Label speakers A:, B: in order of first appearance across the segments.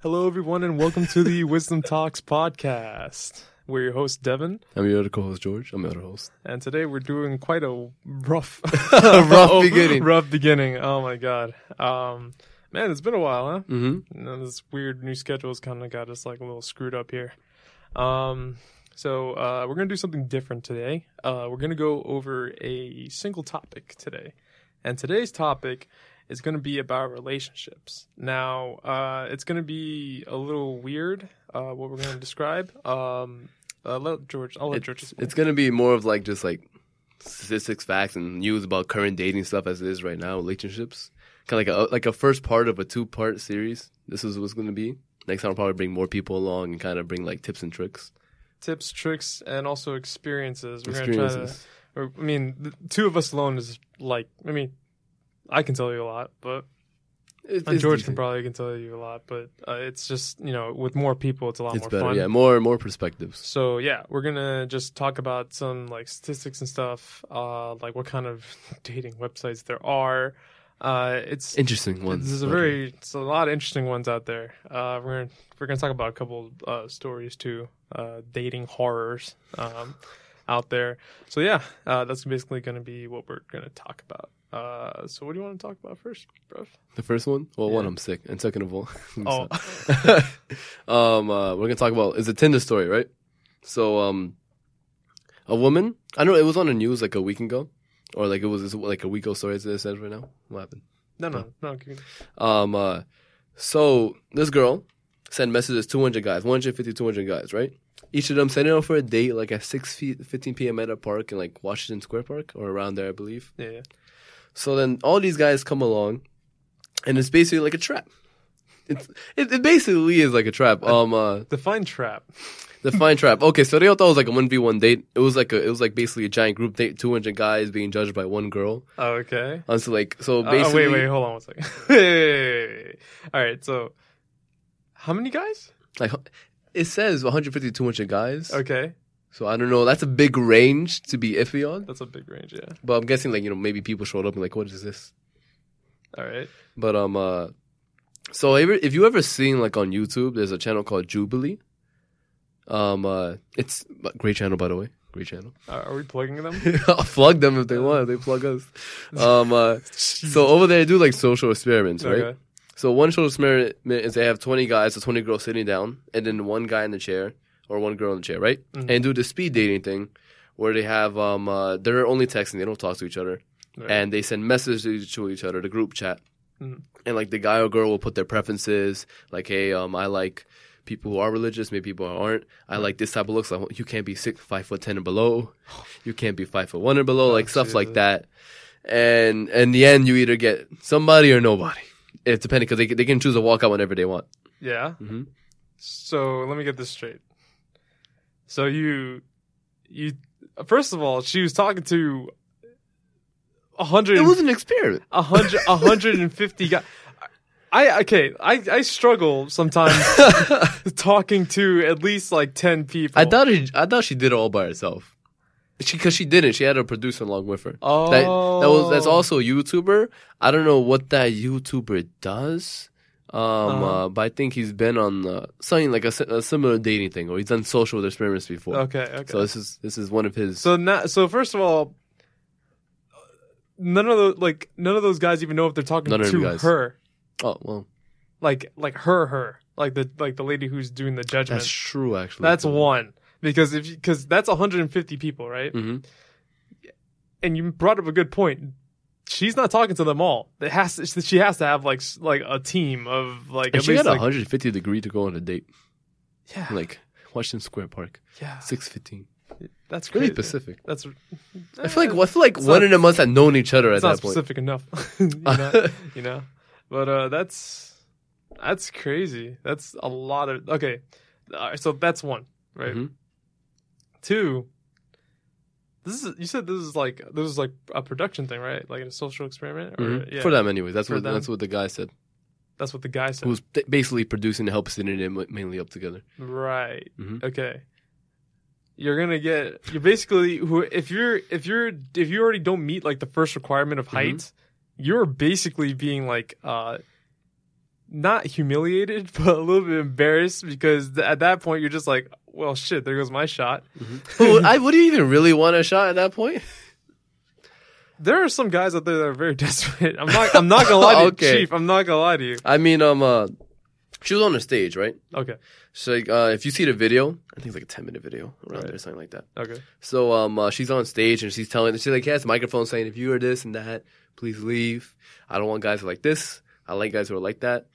A: Hello, everyone, and welcome to the Wisdom Talks podcast. We're your host, Devin,
B: I'm your other co-host George. I'm your other host.
A: and today we're doing quite a rough,
B: Rough beginning.
A: Rough beginning. Oh my god, um, man, it's been a while, huh?
B: Mm-hmm.
A: And then this weird new schedule's kind of got us like a little screwed up here. Um, so uh, we're gonna do something different today. Uh, we're gonna go over a single topic today, and today's topic is gonna be about relationships. Now, uh, it's gonna be a little weird uh, what we're gonna describe. Um, uh, let George. I'll let George.
B: It's,
A: explain.
B: it's gonna be more of like just like statistics, facts, and news about current dating stuff as it is right now, relationships. Kind of like a like a first part of a two part series. This is what's gonna be. Next time I'll probably bring more people along and kind of bring like tips and tricks,
A: tips, tricks, and also experiences. We're gonna try to.
B: experiences.
A: Or, I mean, the two of us alone is like. I mean, I can tell you a lot, but
B: It's,
A: And
B: it's
A: George can
B: decent.
A: probably can tell you a lot, but uh, it's just you know with more people, it's a lot
B: It's
A: more
B: better.
A: fun.
B: Yeah, more more perspectives.
A: So yeah, we're gonna just talk about some like statistics and stuff, uh, like what kind of dating websites there are. Uh, it's
B: Interesting ones.
A: there's a very it's a lot of interesting ones out there. Uh, we're gonna, we're gonna talk about a couple uh, stories too, uh, dating horrors um, out there. So yeah, uh, that's basically gonna be what we're gonna talk about. Uh, so what do you want to talk about first, bro?
B: The first one? Well, one,
A: Yeah.
B: I'm sick, and second of all, I'm
A: Oh.
B: sorry. um, uh, we're gonna talk about is a Tinder story, right? So, um, a woman. I know it was on the news like a week ago, or like it was it's like a week ago story. As it says right now, what happened?
A: No, no, no. keep-
B: Um, uh, so this girl sent messages to 200 guys, 150, 200 guys, right? Each of them sent out for a date, like at 6 feet, 15 p.m. at a park in like Washington Square Park or around there, I believe.
A: Yeah, yeah.
B: So then all these guys come along, and it's basically like a trap. It's, it, it basically is like a trap. Um, uh,
A: Define trap.
B: the fine trap. Okay, so they all thought it was like a one v one date. It was like a, it was like basically a giant group date, two hundred guys being judged by one girl.
A: Okay.
B: And so like,
A: Uh,
B: so
A: oh,
B: basically,
A: wait, wait, hold on one second. Wait, wait, wait, wait. All right, so how many guys?
B: like it says 150 200 guys.
A: Okay,
B: So I don't know. That's a big range to be iffy on.
A: that's a big range, yeah.
B: But I'm guessing like you know maybe people showed up and like what is this?
A: All right.
B: But um, uh, so ever, if you ever seen like on YouTube, there's a channel called Jubilee. Um, uh, it's a great channel by the way, great channel.
A: Are Uh, are we plugging them?
B: I'll plug them if they want. They plug us. Um, uh, so over there, they do like social experiments, right?
A: Okay.
B: So one social experiment is they have twenty guys or twenty girls sitting down, and then one guy in the chair or one girl in the chair, right?
A: Mhm.
B: And do the speed dating thing, where they have um, uh, they're only texting, they don't talk to each other
A: Right.
B: and they send messages to each other, the group chat.
A: Mhm.
B: And like the guy or girl will put their preferences, like, hey, um, I like people who are religious, maybe people who aren't. I like this type of looks. Like, you can't be six, five foot ten or below. You can't be five foot one or below, like stuff like
A: Jesus.
B: that. And in the end, you either get somebody or nobody. It's depending because they can- they can choose to walk out whenever they want.
A: yeah.
B: Mhm.
A: So let me get this straight. So you, you, first of all, she was talking to a hundred.
B: It was an experiment.
A: a hundred, a hundred and fifty guys. I okay. I I struggle sometimes talking to at least like ten people.
B: I thought she, I thought she did it all by herself. She because she didn't. She had a producer along with her.
A: Oh,
B: That, that was that's also a YouTuber. I don't know what that YouTuber does. Um,
A: Uh-huh.
B: uh, but I think he's been on uh, something like a, si- a similar dating thing, or he's done social experiments before.
A: okay. Okay.
B: So
A: So,
B: this is this is one of his.
A: now, so first of all, none of the like none of those guys even know if they're talking
B: None of
A: to
B: them guys.
A: her,
B: oh well,
A: like like her, her, like the like the lady who's doing the judgment.
B: that's
A: That's,
B: true. Actually,
A: one because if because that's 150 people, right?
B: hmm
A: and you brought up a good point. She's not talking to them all. It has to, she has to have like s- like a team of like
B: And
A: at
B: she
A: least
B: had a
A: like
B: 150 degree to go on a date,
A: yeah
B: like Washington Square Park,
A: yeah
B: six fifteen.
A: that's crazy.
B: Really specific.
A: That's
B: I feel like I feel like one
A: not-
B: of them must have known each other
A: it's
B: at
A: not
B: that point.
A: specific enough, you, know? you know. But uh, that's that's crazy. That's a lot of okay. All right, so that's one right.
B: Mhm.
A: Two. This is you said this is like this is like a production thing, right? Like a social experiment. Or,
B: Mhm.
A: yeah,
B: For them, anyway, that's
A: For
B: what
A: them.
B: that's what the guy said.
A: that's what the guy said.
B: Who was t- basically producing to help sitting them mainly up together.
A: Right.
B: Mhm.
A: Okay. You're gonna get. You're basically who if you're if you're if you already don't
B: Mm-hmm.
A: meet like the first requirement of height, you're basically being like uh not humiliated, but a little bit embarrassed because th- at that point you're just like, well, shit, there goes my shot.
B: But would, I would you even really want a shot at that point?
A: There are some guys out there that are very desperate. I'm not. I'm not gonna lie to you,
B: Okay.
A: Chief. I'm not gonna lie to you.
B: I mean, um, uh, she was on the stage, right?
A: Okay.
B: So like, uh, if you see the video, I think it's like a ten minute video around
A: Right.
B: there, something like that.
A: Okay.
B: So um, uh, she's on stage and she's telling, she like has the microphone saying, "If you are this and that, please leave. I don't want guys who are like this. I like guys who are like that."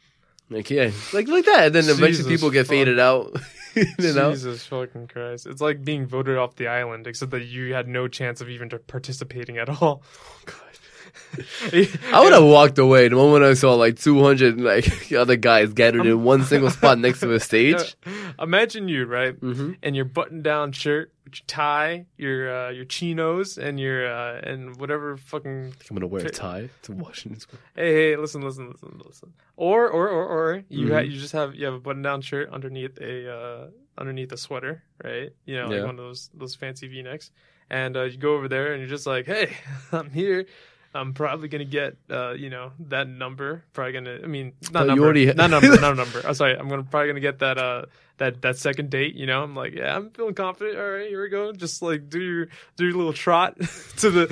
B: Like yeah, like like that. And then
A: Jesus
B: eventually people get
A: fuck.
B: faded out. you know?
A: Jesus fucking Christ! It's like being voted off the island, except that you had no chance of even participating at all.
B: I would have walked away the moment I saw like 200 like other guys gathered in one single spot next to a stage.
A: Uh, Imagine you, right?
B: Mm-hmm.
A: and your button-down shirt, with your tie, your uh, your chinos, and your uh, and whatever fucking.
B: I'm gonna wear a tie to Washington Square.
A: Hey, hey, listen, listen, listen, listen. Or or or or you ha-
B: Mhm.
A: you just have you have a button-down shirt underneath a uh, underneath a sweater, right? You know, like
B: Yeah.
A: one of those those fancy V-necks, and uh, you go over there and you're just like, hey, I'm here. I'm probably gonna get, uh, you know, that number. Probably gonna, I mean,
B: But
A: not
B: Oh, you
A: number,
B: already ha-
A: not number, not number. I'm sorry, I'm gonna probably gonna get that, uh, that that second date. You know, I'm like, yeah, I'm feeling confident. All right, here we go. Just like do your do your little trot to the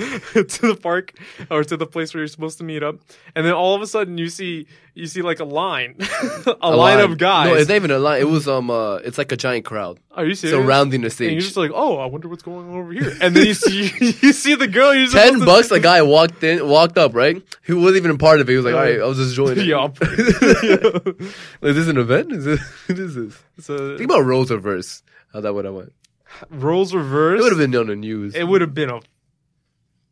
A: to the park or to the place where you're supposed to meet up, and then all of a sudden you see you see like a line, a, line, of guys.
B: No, it's not even a line. It was um, uh, it's like a giant crowd
A: Are you serious?
B: surrounding the
A: and you're
B: stage.
A: just like, oh, I wonder what's going on over here. And then you see you see the girl. You're supposed
B: Ten
A: to-
B: bucks. A guy walked in, walked up, right? He wasn't even a part of it. He was like,
A: Yeah.
B: "All right, I was just joining."
A: Yeah, I'll-
B: Is this an event? Is this? What is this?
A: So
B: Think about roles reverse. How that would have went.
A: roles
B: It
A: reversed.
B: would have been on the news.
A: it would have been a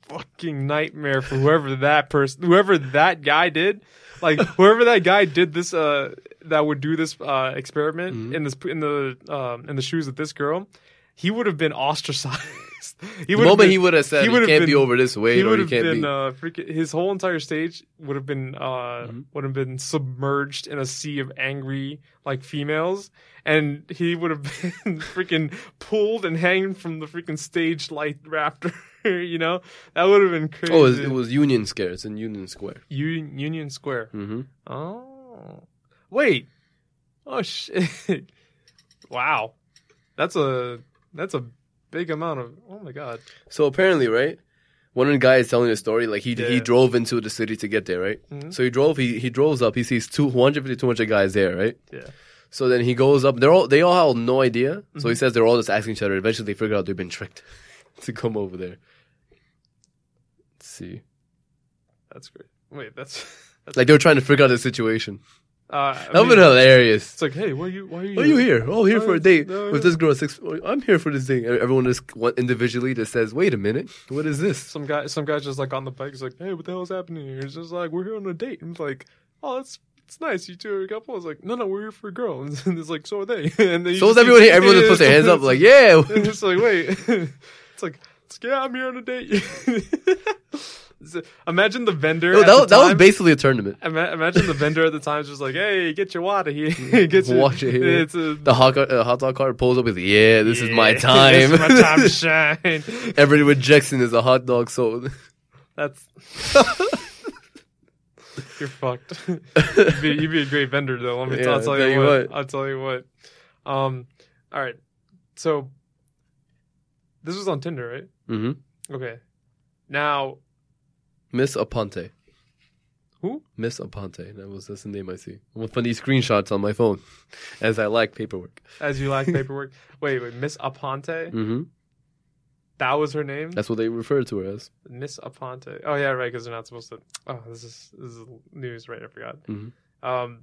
A: fucking nightmare for whoever that person whoever that guy did like whoever that guy did this uh that would do this uh experiment
B: Mm-hmm.
A: in this in the um in the shoes of this girl he would have been ostracized he
B: the
A: would have
B: moment
A: been,
B: he would have said,
A: he
B: "He,
A: would have
B: can't be
A: been-
B: over this weight,"
A: he
B: or
A: would
B: "He
A: have
B: can't
A: been
B: be."
A: uh freaking his whole entire stage would have been uh
B: Mm-hmm.
A: would have been submerged in a sea of angry like females and he would have been freaking pulled and hanged from the freaking stage light raptor you know that would have been crazy
B: oh, it was, it was Union Square. It's in Union Square.
A: U- union square
B: Mm-hmm.
A: oh wait oh shit wow that's a that's a big amount of oh my god
B: So apparently, right, one of the guys telling the story, like he
A: Yeah.
B: he drove into the city to get there, right?
A: Mhm.
B: So he drove, he he drove up, he sees 250, 200 guys there, right?
A: yeah
B: So then he goes up. They're all they all have no idea. So he
A: Mm-hmm.
B: says they're all just asking each other. Eventually, they figure out they've been tricked to come over there. Let's see,
A: that's great wait that's that's
B: like they were trying to figure out the situation.
A: uh,
B: That would have been hilarious.
A: It's like, hey, why are you? Why are you?
B: Why are you here? Oh, here for
A: Oh,
B: a date
A: no,
B: with
A: no.
B: this girl. At six. I'm here for this date. And Everyone just one- individually just says, "Wait a minute, what is this?"
A: Some guy, some guy's just like on the bike. He's like, hey, what the hell's happening here? It's just like we're here on a date. And it's like, oh, that's it's nice. You two are a couple. It's like, no, no, we're here for a girl. And it's like, so are they. And then you
B: So is
A: just-
B: everyone here? Everyone just
A: yeah,
B: puts their hands up,
A: it's-
B: like, "Yeah."
A: And it's like, wait. It's like, it's- yeah, I'm here on a date. So, Imagine the vendor.
B: No,
A: at
B: that,
A: the
B: was- that was
A: time-
B: basically a tournament.
A: Ima- Imagine the vendor at the time is just like, "Hey, get your water here. get your
B: Mm, Water here.
A: It's a,
B: The hot, car- uh, hot dog cart pulls up with, yeah, this is my
A: Yeah,
B: time.
A: this is my time to shine.
B: Everybody rejects him as a hot dog sold.
A: That's you're fucked. you'd, be, you'd be a great vendor though. Let me
B: Yeah,
A: I'll tell you, what. I'll tell you what. Um, all right. So this was on Tinder, right?
B: hmm
A: Okay. Now,
B: Miss Aponte.
A: Who?
B: Miss Aponte. That was that's the name I see. I'm gonna find these screenshots on my phone, as I like paperwork.
A: as you lack paperwork, wait, wait, Miss Aponte.
B: hmm
A: That was her name.
B: That's what they refer to her as.
A: Miss Aponte. Oh yeah, right. Because they're not supposed to. Oh, this is this is news, right? I forgot.
B: Mhm.
A: Um,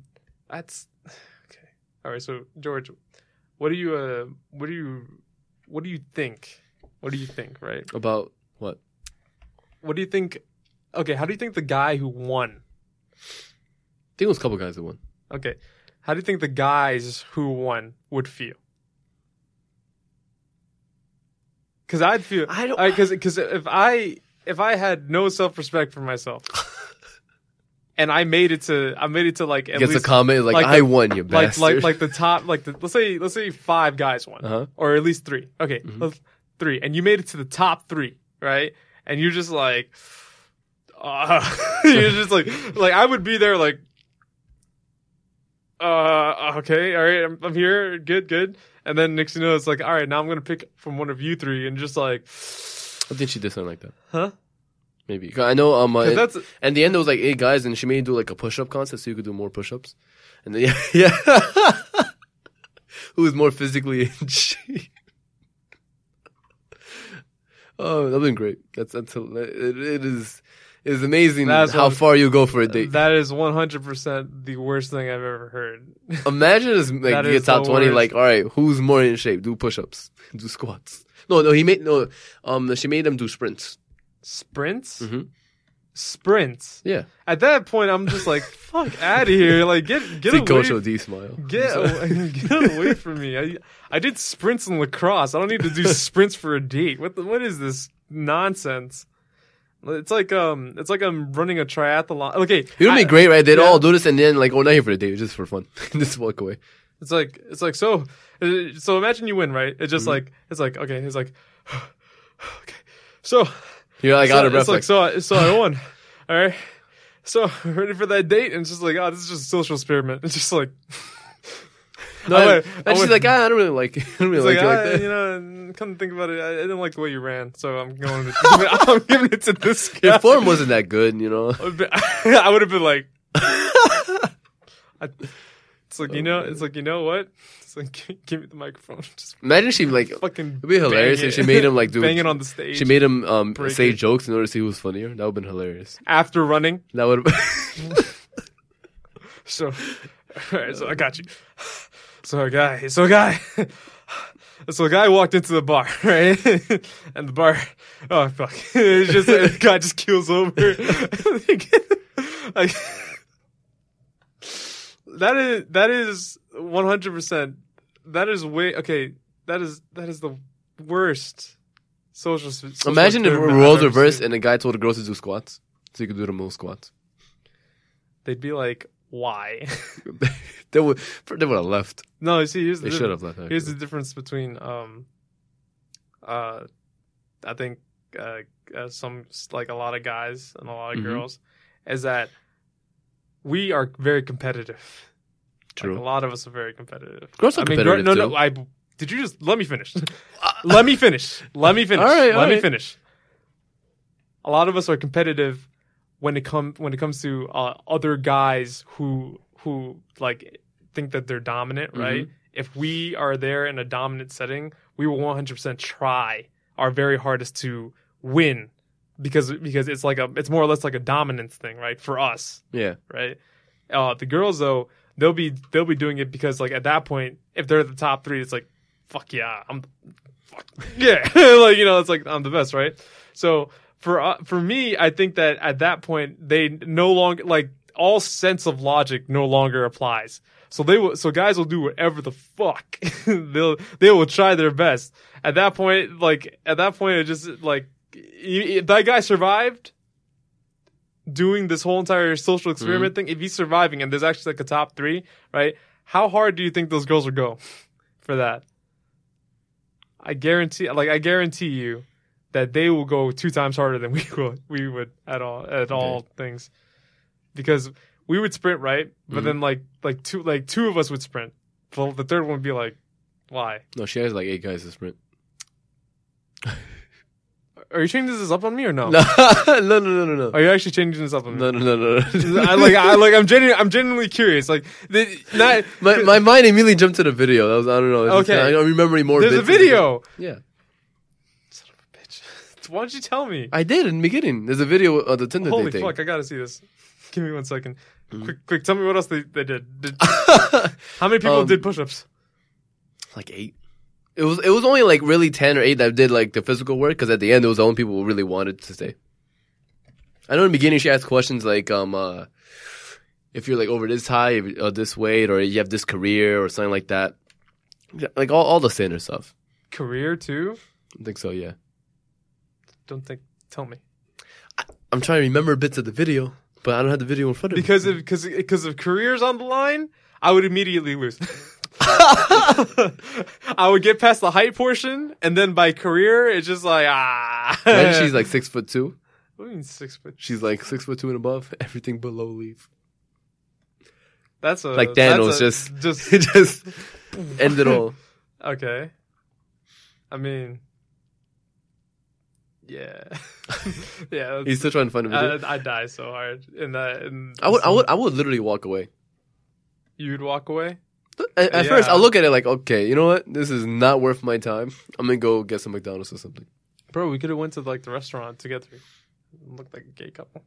A: that's okay. All right. So George, what do you uh, what do you, what do you think? What do you think? Right?
B: About what?
A: What do you think? Okay. How do you think the guy who won?
B: I think it was a couple guys that won.
A: Okay. How do you think the guys who won would feel? Because I'd feel.
B: I don't-
A: Because because if I if I had no self respect for myself, and I made it to I made it to like at
B: Gets a
A: least
B: comment like,
A: like
B: "I
A: the-
B: won, you
A: like like
B: bastard."
A: like the top like the let's say let's say five guys won
B: Uh-huh.
A: or at least three. Okay,
B: Mhm.
A: let's- three, and you made it to the top three, right? And you're just like, uh, you're just like like I would be there like. uh, okay, all right, I'm, I'm here, good, good. And then next thing you know, it's like, all right, now I'm gonna pick from one of you three, and just like,
B: I think she did something like that.
A: huh?
B: Maybe 'Cause I know. Um, uh,
A: 'Cause that's
B: and the end it was like, hey guys, and she made you do like a push up contest so you could do more push ups. And then, yeah, yeah. Who is more physically in shape? Oh, that'd been great. That's that's it, it is it is amazing
A: That's
B: how
A: what-
B: far you go for a date.
A: that is 100 percent the worst thing I've ever heard.
B: Imagine it's like
A: That
B: you get
A: is
B: top
A: the
B: twenty.
A: worst.
B: Like, all right, who's more in shape? Do push ups, do squats. No, no, he made no. Um, she made them do sprints.
A: Sprints,
B: Mhm.
A: sprints.
B: Yeah,
A: At that point, I'm just like, fuck out of here, like get get
B: see
A: away.
B: Coach OD smile.
A: Get away, get away from me! I I did sprints in lacrosse. I don't need to do sprints for a date. What the, what is this nonsense? It's like um, it's like I'm running a triathlon. Okay,
B: You know,
A: I-
B: be great, right? They'd
A: yeah.
B: all do this, and then like, oh, not here for the date, just for fun, just walk away.
A: It's like it's like so uh, so imagine you win, right? It's just
B: Mm-hmm.
A: like it's like okay, it's like okay. So
B: You're like
A: so,
B: out of breath.
A: It's like,
B: Like,
A: so I so I won. All right. So ready for that date and it's just like oh this is just a social experiment. It's just like
B: no,
A: I
B: I-
A: went-
B: and
A: I
B: she's
A: went-
B: like, ah, I don't really like, I don't
A: it's
B: really
A: like,
B: like, you
A: ah,
B: like that.
A: you know come to think about it I, I didn't like the way you ran so I'm going to I'm giving it to this guy.
B: Your form wasn't that good, you know.
A: I would've been- I would have been like, I, it's like you know,
B: Oh,
A: it's like you know what? It's like gi- give me the microphone, just
B: Imagine she like, it'd
A: fucking.
B: be hilarious
A: bang
B: if
A: it.
B: she made him like do.
A: bang it on the stage.
B: She made him um
A: Break
B: say
A: it.
B: jokes in order to see who was funnier. That would've been hilarious.
A: after running.
B: That would.
A: So, all right, so I got you. So a guy, so a guy, so a guy walked into the bar, right? And the bar, oh fuck, it's just the guy just keels over. like, that is that is one hundred percent. That is way okay. That is that is the worst social. social
B: Imagine if
A: experiment
B: roles
A: I've ever
B: reversed
A: seen.
B: and the guy told the girls to do squats, so you could do the most squats.
A: they'd be like, "Why?"
B: they would. They would have left.
A: no, see, here's the
B: They
A: difference.
B: should have left.
A: Here's the
B: actually.
A: difference between um uh I think uh, uh some like a lot of guys and a lot of
B: Mhm.
A: girls is that we are very competitive.
B: True.
A: Like a lot of us are very competitive.
B: Girls are
A: I
B: competitive
A: gir- no,
B: too.
A: no, I did you just let me finish. let me finish. Let me finish.
B: All right,
A: let
B: all
A: me
B: right.
A: finish. A lot of us are competitive when it come when it comes to uh, other guys who who like think that they're
B: Mm-hmm.
A: dominant, right? If we are there in a dominant setting, we will 100% try our very hardest to win because because it's like a it's more or less like a dominance thing, right? For us,
B: yeah.
A: right? Uh, the girls though, they'll be they'll be doing it because like at that point, if they're the top three, it's like fuck yeah, I'm fuck yeah, like you know, it's like I'm the best, right? So for uh, for me, I think that at that point they no longer like all sense of logic no longer applies. So they will, so guys will do whatever the fuck they'll they will try their best. At that point, like at that point, it just like you, if that guy survived doing this whole entire social experiment thing. If he's surviving and there's actually like a top three, right? How hard do you think those girls would go for that? I guarantee, like I guarantee you, that they will go two times harder than we will. We would at all at all things, because we would sprint right, but
B: Mhm.
A: then like like two like two of us would sprint. The, the third one would be like, why?
B: No, she has like eight guys to sprint.
A: Are you changing this up on me or no?
B: No, no, no, no, no, no.
A: Oh. Are you actually changing this up on me?
B: No, no, no, no.
A: I like I like I'm genuinely I'm genuinely curious. Like the, not
B: my my mind immediately jumped to the video. That was I don't know. It's just-
A: Okay.
B: I don't remember any more.
A: there's a
B: bits of it.
A: video.
B: Yeah,
A: Son of a bitch. Why don't you tell me?
B: I did in the beginning. There's a video of the Tinder
A: Holy
B: thing.
A: fuck, I gotta see this. Give me one second.
B: Mm-hmm.
A: Quick, quick, tell me what else they, they did. did. How many people
B: Um,
A: did push ups?
B: like eight. It was it was only like really ten or eight that did like the physical work because at the end it was the only people who really wanted to stay. I know in the beginning she asked questions like um uh if you're like over this high or this weight or you have this career or something like that, Yeah, like all all the standard stuff.
A: Career too?
B: I think so. Yeah,
A: Don't think. Tell me.
B: I'm trying to remember bits of the video, but I don't have the video in front of me.
A: Because if because because if careers on the line, I would immediately lose. I would get past the height portion, and then by career, it's just like ah.
B: Imagine she's like six foot two.
A: what do you mean six foot?
B: She's like six foot two and above. Everything below leave.
A: That's a
B: Like
A: that's
B: Thanos,
A: a-
B: just-
A: just
B: just end it all.
A: Okay. I mean, yeah, yeah.
B: He's still trying to find a video.
A: I, I die so hard in that. In,
B: I would, I would, I would literally walk away.
A: You'd walk away.
B: At, at first,
A: Yeah.
B: I look at it like, okay, you know what? This is not worth my time. I'm gonna go get some McDonald's or something.
A: Bro, we could have went to like the restaurant together. Looked like a gay couple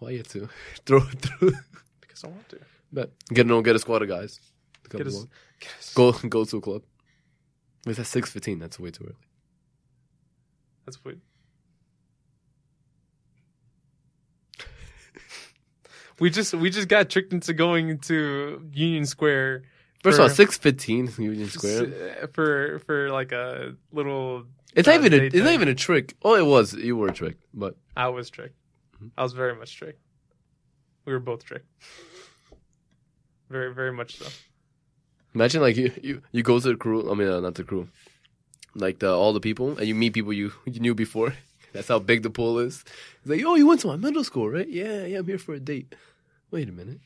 B: Why you have to throw it through?
A: because I want to.
B: But get no, get a squad of guys. Come
A: Get us-
B: along.
A: get us-
B: Go, go to a club. Wait, that's six fifteen. That's way too early.
A: That's weird. we just we just got tricked into going to Union Square
B: First
A: For-
B: of all, six fifteen Union Square.
A: s- for for like a little.
B: It's not
A: uh,
B: even a,
A: date
B: it's not
A: thing.
B: even a trick. Oh, it was. You were a trick, but
A: I was tricked.
B: Mm-hmm.
A: I was very much tricked. We were both tricked. Very, very much so.
B: Imagine like you, you, you go to the crew. I mean, uh, not the crew, like the all the people, and you meet people you, you knew before. That's how big the pool is. It's like, oh, you went to my middle school, right? Yeah, yeah, I'm here for a date. Wait a minute.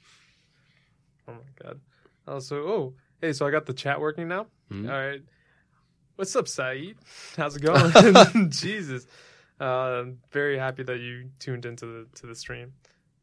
A: Oh my god. Also, oh, hey, so I got the chat working now.
B: Mhm.
A: All right. What's up, Saeed? How's it going? Jesus. Uh, very happy that you tuned into the to the stream.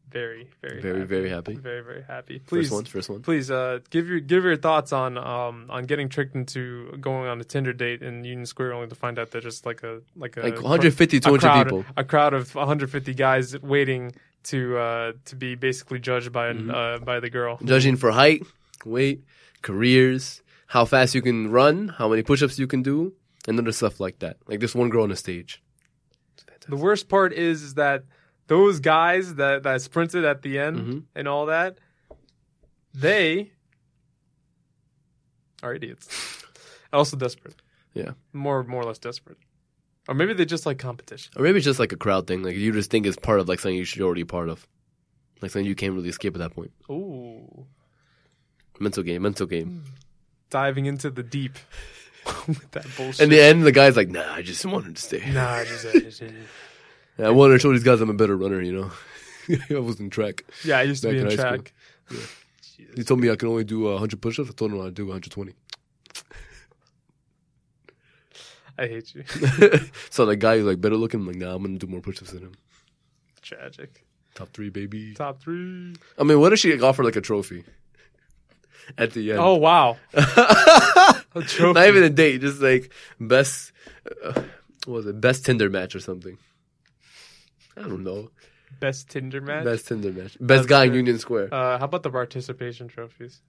A: Very, very,
B: Very, very happy.
A: very, very happy. Please,
B: First one, first one.
A: please uh, give your give your thoughts on um on getting tricked into going on a Tinder date in Union Square only to find out they're just like a like a
B: Like 150,
A: Uh, a
B: 200
A: crowd,
B: people.
A: a crowd of 150 guys waiting to uh, to be basically judged by
B: Mm-hmm.
A: an uh, by the girl.
B: Judging for height, weight, careers, how fast you can run, how many push-ups you can do, and other stuff like that. Like this one girl on the stage.
A: The worst part is, is that those guys that that sprinted at the end
B: Mhm.
A: and all that, they are idiots. And also desperate.
B: Yeah.
A: more more or less desperate, or maybe they just like competition.
B: Or maybe it's just like a crowd thing. Like you just think it's part of like something you should already be part of. Like something you can't really escape at that point.
A: Ooh,
B: Mental game, mental game.
A: Hmm. diving into the deep with that bullshit.
B: In the end, the guy's like, "Nah, I just wanted to stay.
A: nah, just,
B: I wanted to show these guys I'm a better runner. You know, I was in track.
A: yeah, I used to
B: Back
A: be
B: in
A: in
B: high school.
A: track.
B: He told me I can only do uh, 100 push-ups. I told him I'd do 120.
A: I hate you.
B: so the guy who's like better looking, I'm like, "Nah, I'm gonna do more push-ups than him.
A: Tragic.
B: Top three, baby.
A: Top three.
B: I mean, what if she offered like a trophy at the end?
A: Oh wow. A
B: Not
A: trophy.
B: even a date, just like best. Uh, what was it best Tinder match or something? I don't know.
A: Best Tinder match.
B: Best Tinder match. Best guy in
A: Tinder.
B: Union Square.
A: Uh, how about the participation trophies?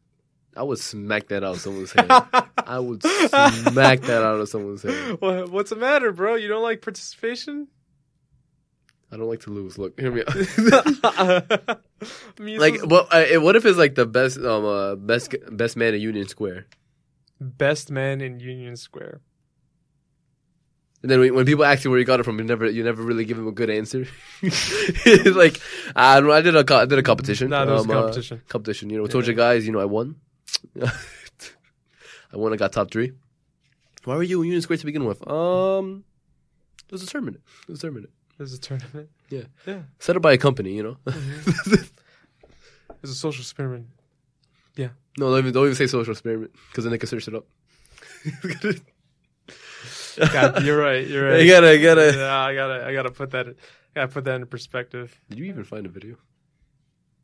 B: I would smack that out of someone's hand. I would smack that out of someone's hand.
A: What, what's the matter, bro? You don't like participation?
B: I don't like to lose. Look, hear me out.
A: I mean,
B: like,
A: this is
B: what? Uh, what if it's like the best, um, uh, best, best man in Union Square?
A: best man in Union Square.
B: And then when when people ask you where you got it from, you never, you never really give them a good answer. It's like, I don't know. I did a, co- I did a competition.
A: Nah, there was
B: Um,
A: a
B: uh,
A: competition.
B: competition. You know, told
A: Yeah.
B: you guys, you know, I won. I won. I got top three. Why were you in Union Square to begin with? Um, it was a tournament. It was a tournament.
A: There's a tournament.
B: Yeah.
A: Yeah.
B: Set up by a company, you know.
A: Mm-hmm. There's a social experiment.
B: no, don't even, don't even say social experiment because then they can search it up.
A: God, you're right. You're right.
B: you gotta, you gotta.
A: Yeah, I gotta, I gotta put that, I gotta put that into perspective.
B: Did you even find a video?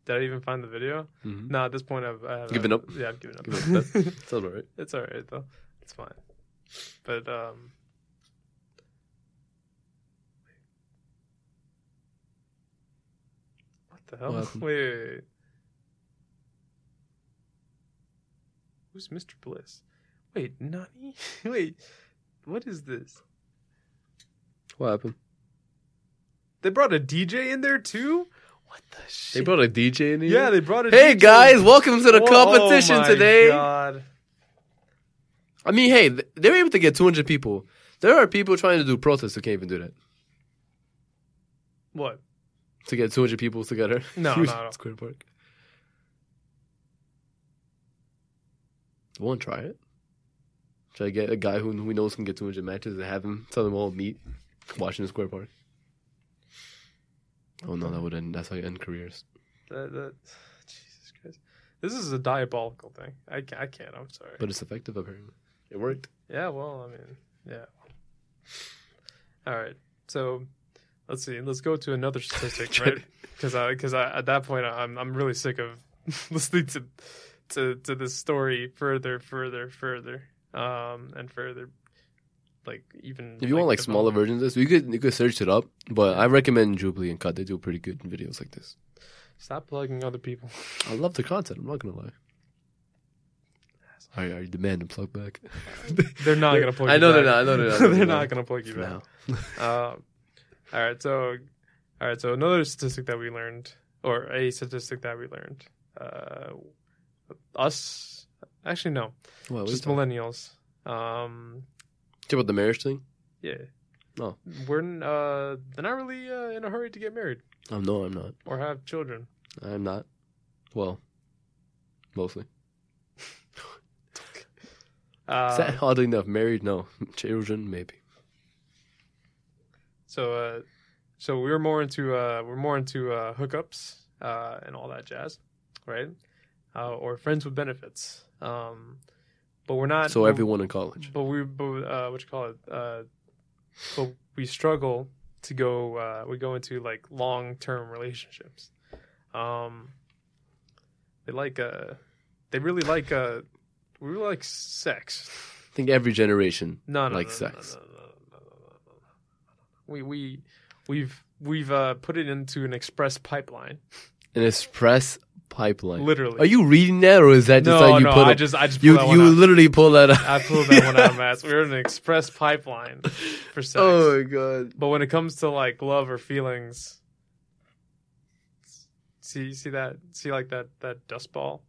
A: Did I even find the video?
B: Mhm.
A: No, at this point, I've, I've
B: Given up?
A: Yeah, I've given up.
B: Given up. Sounds about right.
A: it's all right though. It's fine. But um, what the hell?
B: What
A: wait,
B: happened?
A: wait, wait. who's Mr. Bliss? Wait, Nani? wait, what is this?
B: What happened?
A: They brought a DJ in there too. What the
B: They
A: shit?
B: brought a DJ in here.
A: yeah, they brought a.
B: Hey
A: DJ.
B: guys, welcome to the
A: Whoa,
B: competition
A: oh my
B: today.
A: God.
B: I mean, hey, th- they were able to get 200 people. There are people trying to do protests who can't even do that.
A: What?
B: to get 200 people together.
A: No, no, no.
B: Square Park. Won't try it. Should I get a guy who we knows can get 200 matches and have him tell them all meet Washington Square Park? Oh no, that would end. That's how you end careers.
A: That, that, Jesus Christ. This is a diabolical thing. I, ca- I can't. I'm sorry.
B: But it's effective apparently. It worked.
A: yeah. Well, I mean, yeah. All right. So let's see. Let's go to another statistic, right? Because I because I, at that point I'm I'm really sick of listening to to to this story further, further, further, um, and further. Like even
B: If you want like smaller
A: develop-
B: versions of this, you could you could search it up. But I recommend Jubilee and Cut. They do pretty good videos like this.
A: Stop plugging other people.
B: I love the content. I'm not gonna lie. I I demand to plug back.
A: They're not gonna plug.
B: I
A: you
B: know they're
A: back.
B: not. I know they're not. I know
A: they're
B: they're
A: not
B: not.
A: gonna plug you back.
B: No.
A: Um, all right, so all right, so another statistic that we learned, or a statistic that we learned, uh, us actually no,
B: What was
A: just
B: talking
A: millennials. Um,
B: about the marriage thing?
A: yeah,
B: No.
A: we're n- uh, they're not really uh, in a hurry to get married
B: Um, no, I'm not.
A: or have children.
B: I'm not. Well, mostly.
A: Uh,
B: Sad, oddly enough, married. No, children maybe.
A: So, uh, so we were more into uh, we're more into uh, hookups uh, and all that jazz, right? Uh, or friends with benefits. Um, but we're not.
B: So
A: but-
B: everyone in college.
A: But we, but uh, what you call it? Uh, but we struggle to go. Uh, we go into like long term relationships. Um, they like uh, they really like uh, we really like sex.
B: I think every generation.
A: No, no,
B: Like
A: no, no,
B: sex.
A: No, no, no, no, no, no, no, no. We we we've we've uh, put it into an express pipeline.
B: An express pipeline.
A: Literally.
B: Are you reading that, or is that just
A: no,
B: how you
A: no.
B: put
A: I
B: it?
A: just I just pulled
B: you
A: that one
B: you
A: out.
B: literally pull that out.
A: I pulled that one out of my ass. We're in an express pipeline for sex.
B: Oh my god.
A: But when it comes to like love or feelings, see see that see like that that dust ball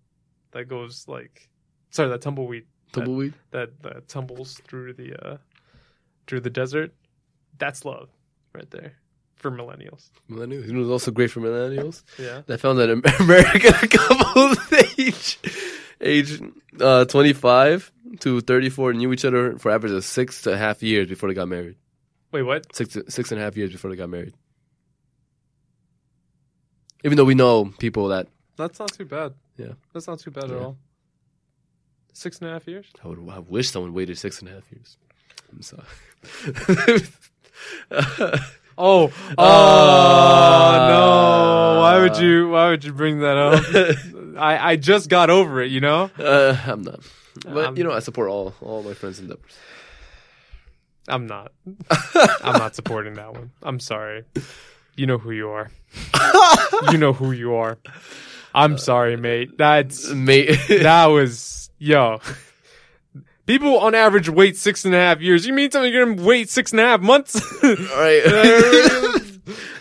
A: that goes like sorry that tumbleweed
B: Tumbleweed.
A: that, that tumbles through the uh through the desert. That's love right there for millennials.
B: Millennials. You know what's also great for millennials?
A: Yeah.
B: I found that American couples age age uh, 25 to 34 knew each other for average of six and a half years before they got married.
A: Wait, what?
B: Six six and a half years before they got married. Even though we know people that
A: That's not too bad.
B: Yeah.
A: That's not too bad
B: Yeah.
A: at all. Six and a half years?
B: I would I wish someone waited six and a half years. I'm sorry.
A: Oh,
B: Uh,
A: oh no. Why would you why would you bring that up? I, I just got over it, you know?
B: uh, I'm not. But
A: Um,
B: you know, I support all all my friends' endeavors.
A: I'm not. I'm not supporting that one. I'm sorry. You know who you are. you know who you are. I'm sorry, mate. That's
B: Mate,
A: that was yo. People on average wait six and a half years. You mean something you're gonna wait six and a half months?
B: all right.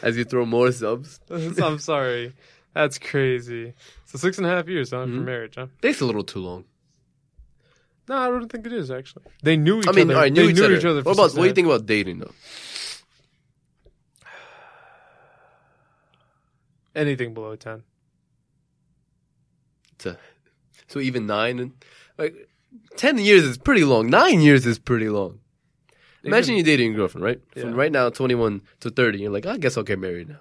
B: As you throw more subs,
A: I'm sorry. That's crazy. So six and a half years huh,
B: Mm-hmm.
A: for marriage, huh?
B: takes a little too long.
A: No, I don't think it is actually. They knew each
B: I mean,
A: other.
B: all right,
A: they
B: knew each, other.
A: for
B: What about
A: six
B: what do you
A: and
B: think about dating though?
A: a- anything below ten?
B: To- so even nine, and like ten years is pretty long. Nine years is pretty long. Imagine you're dating your girlfriend, right? From
A: Yeah.
B: right now, 21 to 30, you're like, I guess I'll get married now.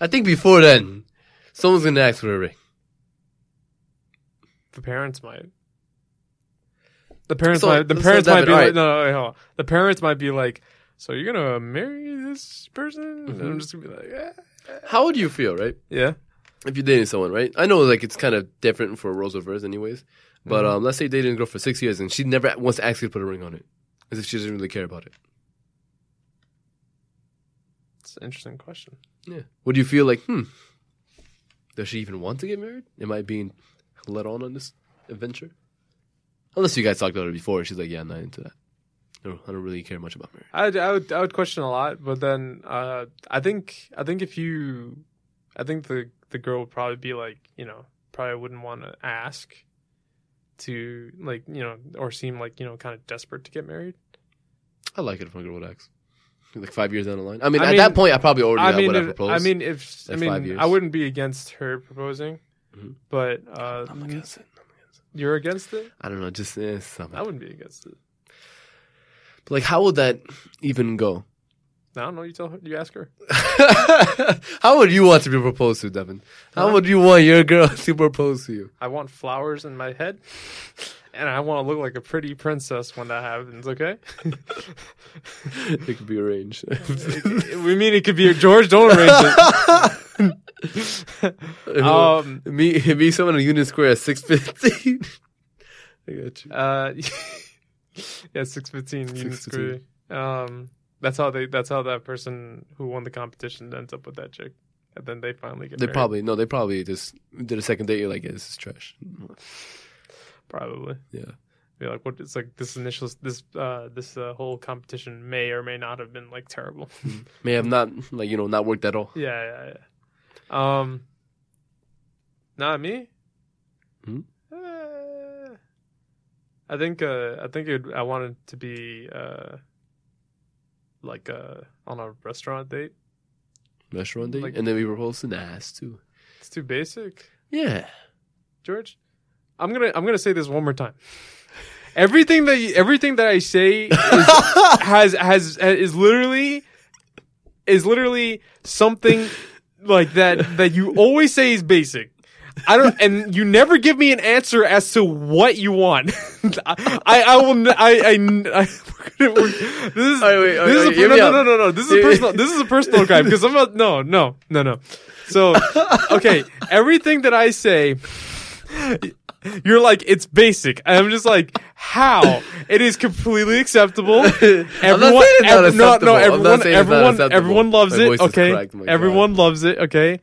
B: I think before then, someone's gonna ask for a ring.
A: The parents might. The parents
B: So,
A: might. The
B: so
A: parents might
B: Devin,
A: be
B: all
A: like,
B: right.
A: no, no, wait, hold on. The parents might be like, so you're gonna marry this person? And
B: Mm-hmm.
A: I'm just gonna be like, eh. yeah.
B: How would you feel, right?
A: yeah.
B: If you're dating someone, right? I know, like, it's kind of different for roles of verse, anyways. But
A: Mm-hmm.
B: um, let's say you're dating a girl for six years and she never wants to actually put a ring on it, as if she doesn't really care about it.
A: It's an interesting question.
B: Yeah. Would you feel like, hmm, does she even want to get married? Am I being led on on this adventure? Unless you guys talked about it before, she's like, yeah, I'm not into that. I don't, I don't really care much about marriage.
A: I'd, I would I would question a lot, but then uh, I think I think if you, I think the the girl would probably be like, you know, probably wouldn't want to ask, to like you know, or seem like you know, kind of desperate to get married.
B: I like it if my girl would ask. Like five years down the line. I mean,
A: I
B: at
A: mean-
B: that point, I probably already
A: I
B: have
A: mean,
B: what I
A: if,
B: proposed.
A: I mean, if I
B: At five
A: mean,
B: years.
A: I wouldn't be against her proposing,
B: Mhm.
A: but uh,
B: I'm against it. I'm against it.
A: you're against it.
B: I don't know, just eh, something.
A: I wouldn't be against it.
B: But like, how would that even go?
A: I don't know. You tell her. You ask her.
B: How would you want to be proposed to, Devin? How would you want your girl to propose to you?
A: I want flowers in my head, and I want to look like a pretty princess when that happens. Okay.
B: It could be arranged.
A: we mean it could be George. Don't arrange it. um.
B: meet meet someone in Union Square at six fifteen. I got you.
A: Uh. yeah. Six fifteen. Union
B: 6:15.
A: Square. Um. That's how they. That's how that person who won the competition ends up with that chick, and then they finally get.
B: They
A: married.
B: probably no. They probably just did a second date. You're like, yeah, this is trash.
A: probably.
B: Yeah.
A: Be like, what? It's like this initial, this, uh, this uh, whole competition may or may not have been like terrible.
B: May have not like you know not worked at all.
A: yeah, yeah, yeah. Um, not me.
B: Hmm?
A: Uh, I think, uh, I think it, I wanted to be, uh, like, uh, on a restaurant date.
B: Restaurant date,
A: Like-
B: and then we proposed to Nas too.
A: It's too basic,
B: Yeah.
A: George. I'm gonna, I'm gonna say this one more time. Everything that, you, everything that I say has has is literally is literally something like that that you always say is basic. I don't, and you never give me an answer as to what you want. I, I, I will, n- I, I, n- I- we're gonna- we're- this is,
B: All right, wait, all
A: this
B: right,
A: is a,
B: hear
A: no,
B: me
A: no,
B: out.
A: no, no, no, this is a
B: Hear me-
A: personal, this is a personal crime because I'm not, no, no, no, no. So, okay, everything that I say, you're like, it's basic. And I'm just like, how? It is completely acceptable. Everyone,
B: saying it's
A: ev-
B: not
A: no, no,
B: acceptable. I'm not
A: everyone,
B: saying it's not
A: everyone,
B: acceptable.
A: everyone loves
B: My
A: it.
B: voice is
A: Okay,
B: cracked, my God.
A: everyone loves it. Okay.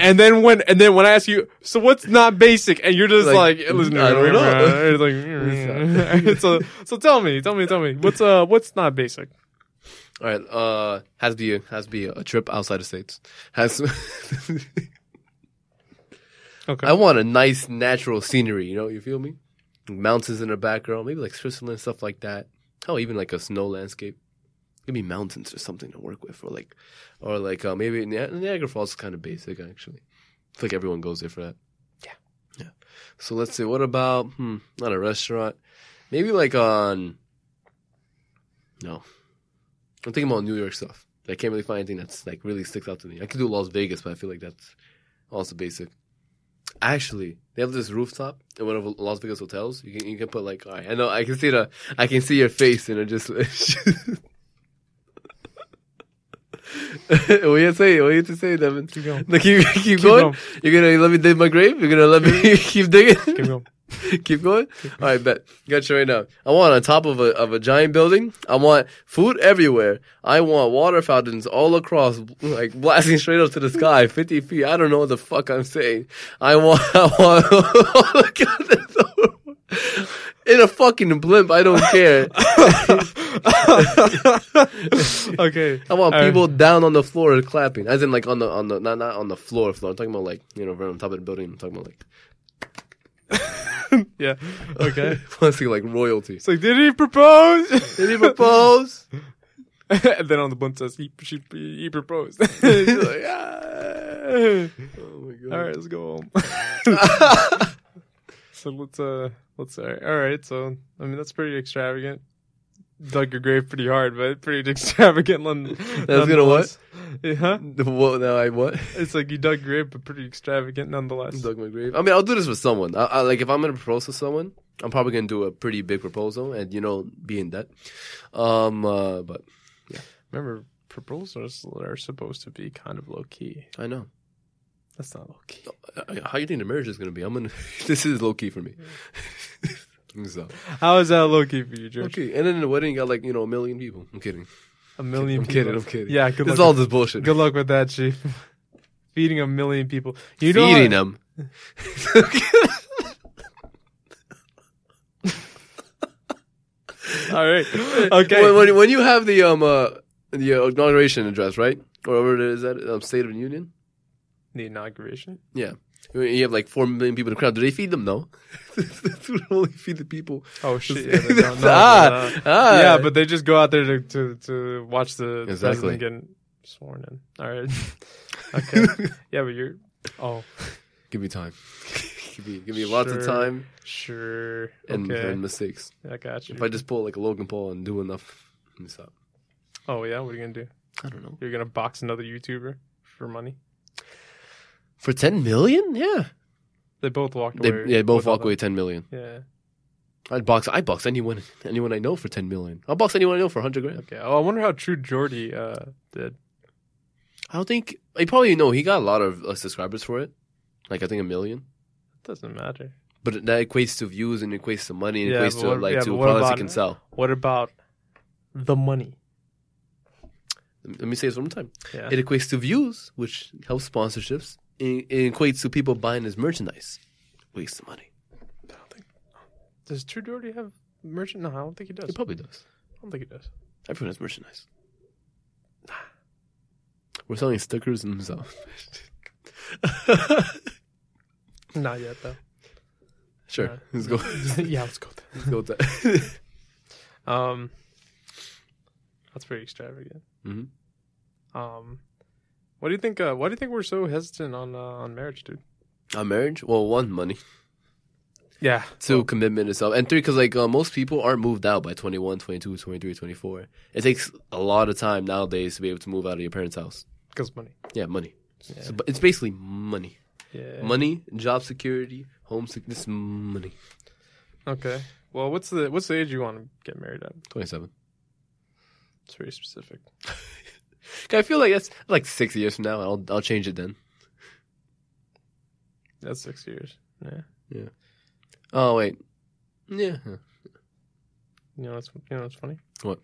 A: And then when and then when I ask you, so what's not basic? And you're just like,
B: Like,
A: listen,
B: I don't know.
A: It's like, mm. so so tell me, tell me, tell me, what's uh what's not basic?
B: All right. Uh, has to be a, has to be a trip outside the states. Has.
A: Okay,
B: I want a nice natural scenery. You know, you feel me? Mountains in the background, maybe like Switzerland stuff like that. Oh, even like a snow landscape. Give me mountains or something to work with, or like, or like uh, maybe Ni- Niagara Falls is kind of basic actually. It's like everyone goes there for that.
A: Yeah.
B: yeah. So let's see. What about hmm, not a restaurant? Maybe like on. No, I'm thinking about New York stuff. I can't really find anything that's like really sticks out to me. I could do Las Vegas, but I feel like that's also basic. Actually, they have this rooftop in one of Las Vegas hotels. You can you can put like all right, I know I can see the I can see your face and it just what you say? What you to say, Devin?
A: Keep going.
B: No, keep keep, going.
A: going.
B: You're gonna let me dig my grave. You're gonna let me keep digging.
A: Keep going.
B: Keep going. All right, bet. Got you right now. I want on top of a of a giant building. I want food everywhere. I want water fountains all across, like blasting straight up to the sky, fifty feet. I don't know what the fuck I'm saying. I want. I want. Oh my God, that's so- In a fucking blimp, I don't care.
A: okay,
B: I want
A: All right.
B: people down on the floor clapping, as in like on the on the not not on the floor floor. I'm talking about like you know right on top of the building. I'm talking about like
A: Yeah. Okay.
B: I want to see like royalty.
A: It's like, did he propose?
B: Did he propose?
A: and then on the blimp says, he, she, he proposed. She's like, ah.
B: Oh my god.
A: All right, let's go home. so let's uh let's all right, all right. So I mean that's pretty extravagant. Dug your grave pretty hard, but pretty extravagant. None,
B: That's gonna what?
A: Yeah, huh?
B: The- What now? I what?
A: It's like you dug your grave, but pretty extravagant nonetheless.
B: Dug my grave. I mean, I'll do this with someone. I, I, like if I'm gonna propose to someone, I'm probably gonna do a pretty big proposal and you know be in debt. Um, uh, but
A: Remember, proposals are supposed to be kind of low key.
B: I know.
A: That's not low key.
B: Uh, How you think the marriage is gonna be? I'm gonna. this is low key for me. so
A: How is that low key for you, George?
B: okay, and then the wedding got like you know a million people. I'm kidding.
A: A 1000000
B: I'm
A: people.
B: kidding. I'm kidding.
A: Yeah, good
B: this is
A: luck.
B: all this bullshit.
A: Good luck with that, chief. Feeding a million people. You know
B: Feeding
A: how-
B: them.
A: All right. Okay.
B: When, when, when you have the um uh, the uh, inauguration address, right, or whatever it is, that um, State of the Union.
A: the inauguration.
B: Yeah. You have like four million people in the crowd. Do they feed them? No. That's what only feed the people.
A: Oh shit! Yeah, they don't know.
B: ah, ah.
A: yeah, but they just go out there to to, to watch the
B: Exactly.
A: president getting sworn in. All right. okay. Yeah, but you're. Oh,
B: give me time. give me give me lots of
A: Sure.
B: time
A: sure.
B: and,
A: okay.
B: and mistakes.
A: I got you.
B: If I just pull like a Logan Paul and do enough, let me stop.
A: Oh yeah, what are you gonna do?
B: I don't know.
A: You're gonna box another YouTuber for money.
B: For ten million? Yeah.
A: They both walked
B: They
A: away.
B: yeah, both
A: with
B: walk
A: all
B: away ten million.
A: that. Yeah.
B: I'd box I box anyone anyone I know for ten million. I'll box anyone I know for hundred grand.
A: Okay. Oh, I wonder how True Jordy uh, did.
B: I don't think I probably know he got a lot of uh, subscribers for it. Like I think a million.
A: Doesn't matter.
B: But that equates to views and equates to money and
A: Yeah,
B: equates
A: but
B: to
A: what-
B: like
A: yeah,
B: to
A: but what
B: products you
A: about-
B: can sell.
A: What about the money?
B: Let me say this one more time.
A: Yeah.
B: It equates to views, which helps sponsorships. It, it equates to people buying his merchandise. Waste of money.
A: does True Jordy have merchant? No, I don't think he does.
B: It probably does.
A: I don't think he does.
B: Everyone has merchandise. We're selling stickers and stuff.
A: Not yet though.
B: sure,
A: Yeah.
B: let's go.
A: yeah, let's go. There.
B: let's go with that.
A: Um, that's pretty extravagant.
B: Mhm.
A: Um, what do you think? Uh, why do you think we're so hesitant on uh, on marriage, dude?
B: Uh, marriage? Well, one, money.
A: Yeah.
B: Two, commitment itself. And three, because like uh, most people aren't moved out by 21, 22, 23, 24. It takes a lot of time nowadays to be able to move out of your parents' house.
A: because money.
B: Yeah, money.
A: Yeah.
B: So, but it's basically money.
A: Yeah.
B: Money, job security, homesickness, money.
A: Okay. Well, what's the what's the age you want to get married at?
B: 27.
A: It's very specific.
B: I feel like that's like six years from now. I'll, I'll change it then.
A: That's six years. Yeah.
B: Oh, wait. Yeah.
A: You know what's you know what's funny?
B: What?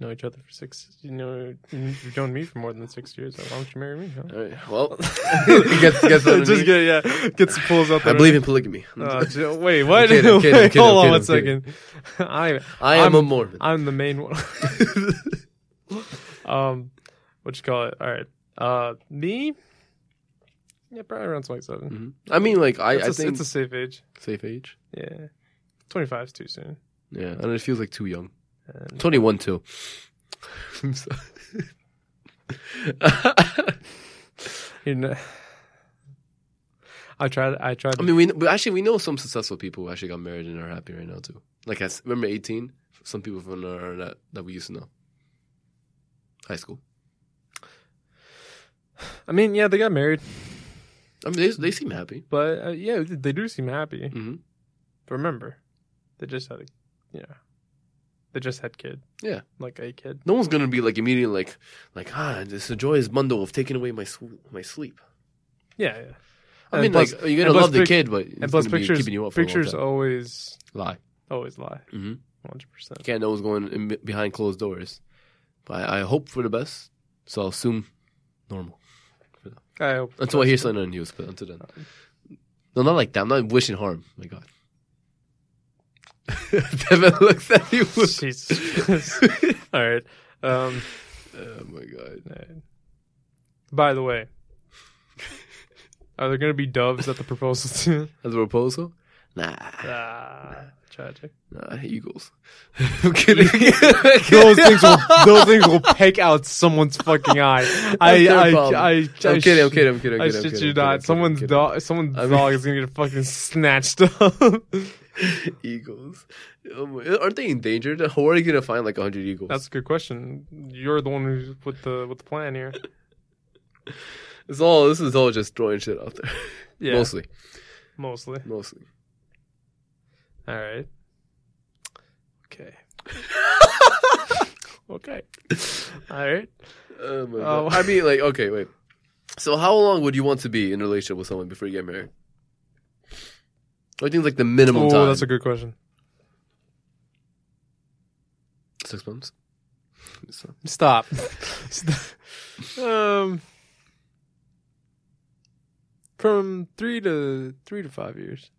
A: Know each other for six. You know you've known me for more than six years. So why don't you marry me? Huh?
B: All right. Well, guess, guess what I
A: Just
B: mean?
A: get yeah. Gets the pulls out.
B: I
A: there.
B: believe in polygamy.
A: Uh, j- wait, what?
B: kidding, I'm kidding, I'm
A: Wait,
B: kidding,
A: hold
B: I'm
A: on one
B: kidding,
A: second. I
B: I
A: I'm-
B: am a Mormon.
A: I'm the main one. um, what you call it? All right. Uh, me. Yeah, probably around twenty seven.
B: Mhm. I mean, like, I,
A: It's,
B: I
A: a-
B: think
A: it's a safe age.
B: safe age.
A: Yeah, twenty five is too soon.
B: Yeah, and it feels like too young.
A: And
B: 21 too. I'm sorry. I
A: you know, I tried. I tried.
B: mean, we but actually we know some successful people who actually got married and are happy right now too. Like I s- remember 18, some people from our, that that we used to know. High school.
A: I mean, yeah, they got married,
B: I mean, they they seem happy.
A: but uh, yeah, they do seem happy.
B: hmm
A: But remember, they just had a, yeah, they just had kid.
B: Yeah.
A: like a kid.
B: No one's gonna be like immediately like like ah this is a joyous bundle of taking away my sw- my sleep.
A: Yeah, yeah.
B: I
A: And
B: mean,
A: plus-
B: like you're gonna
A: and plus
B: love the
A: pic-
B: kid, but it's
A: and plus
B: gonna be
A: pictures
B: keeping you up for
A: pictures
B: a long
A: always
B: time. lie.
A: always lie
B: Mhm.
A: 100%
B: Can't know what's going in be- behind closed doors. But I, I hope for the best, so I'll assume normal.
A: i hope
B: Until I hear something on the news, but until then. No, not like that. I'm not wishing harm. My God. Devin looks at you. with-
A: jesus all right um
B: oh my God.
A: all right. by the way are there gonna be doves at the proposal too
B: As a proposal? Nah.
A: ah tragic
B: nah I hate Eagles. I'm kidding.
A: those things will those things will peck out someone's fucking eye i
B: their
A: i
B: problem.
A: i,
B: I'm kidding. I'm kidding. I'm kidding. I'm kidding.
A: I
B: I'm
A: shit
B: kidding,
A: you
B: I'm kidding, I'm
A: not. Someone's
B: kidding.
A: dog, someone's
B: I mean-
A: dog is gonna get fucking snatched up.
B: Eagles. Oh my- Aren't they endangered? How are you gonna find like hundred eagles?
A: That's a good question. You're the one who's with the with the plan here.
B: It's all. This is all just throwing shit out there.
A: Yeah,
B: Mostly.
A: mostly.
B: Mostly.
A: All right. Okay. okay. All right.
B: Oh my
A: Oh.
B: God. I mean, like, okay, wait. So, how long would you want to be in a relationship with someone before you get married? I think like the minimum
A: Oh,
B: time.
A: that's a good question.
B: Six months. So-
A: Stop. um, from three to three to five years.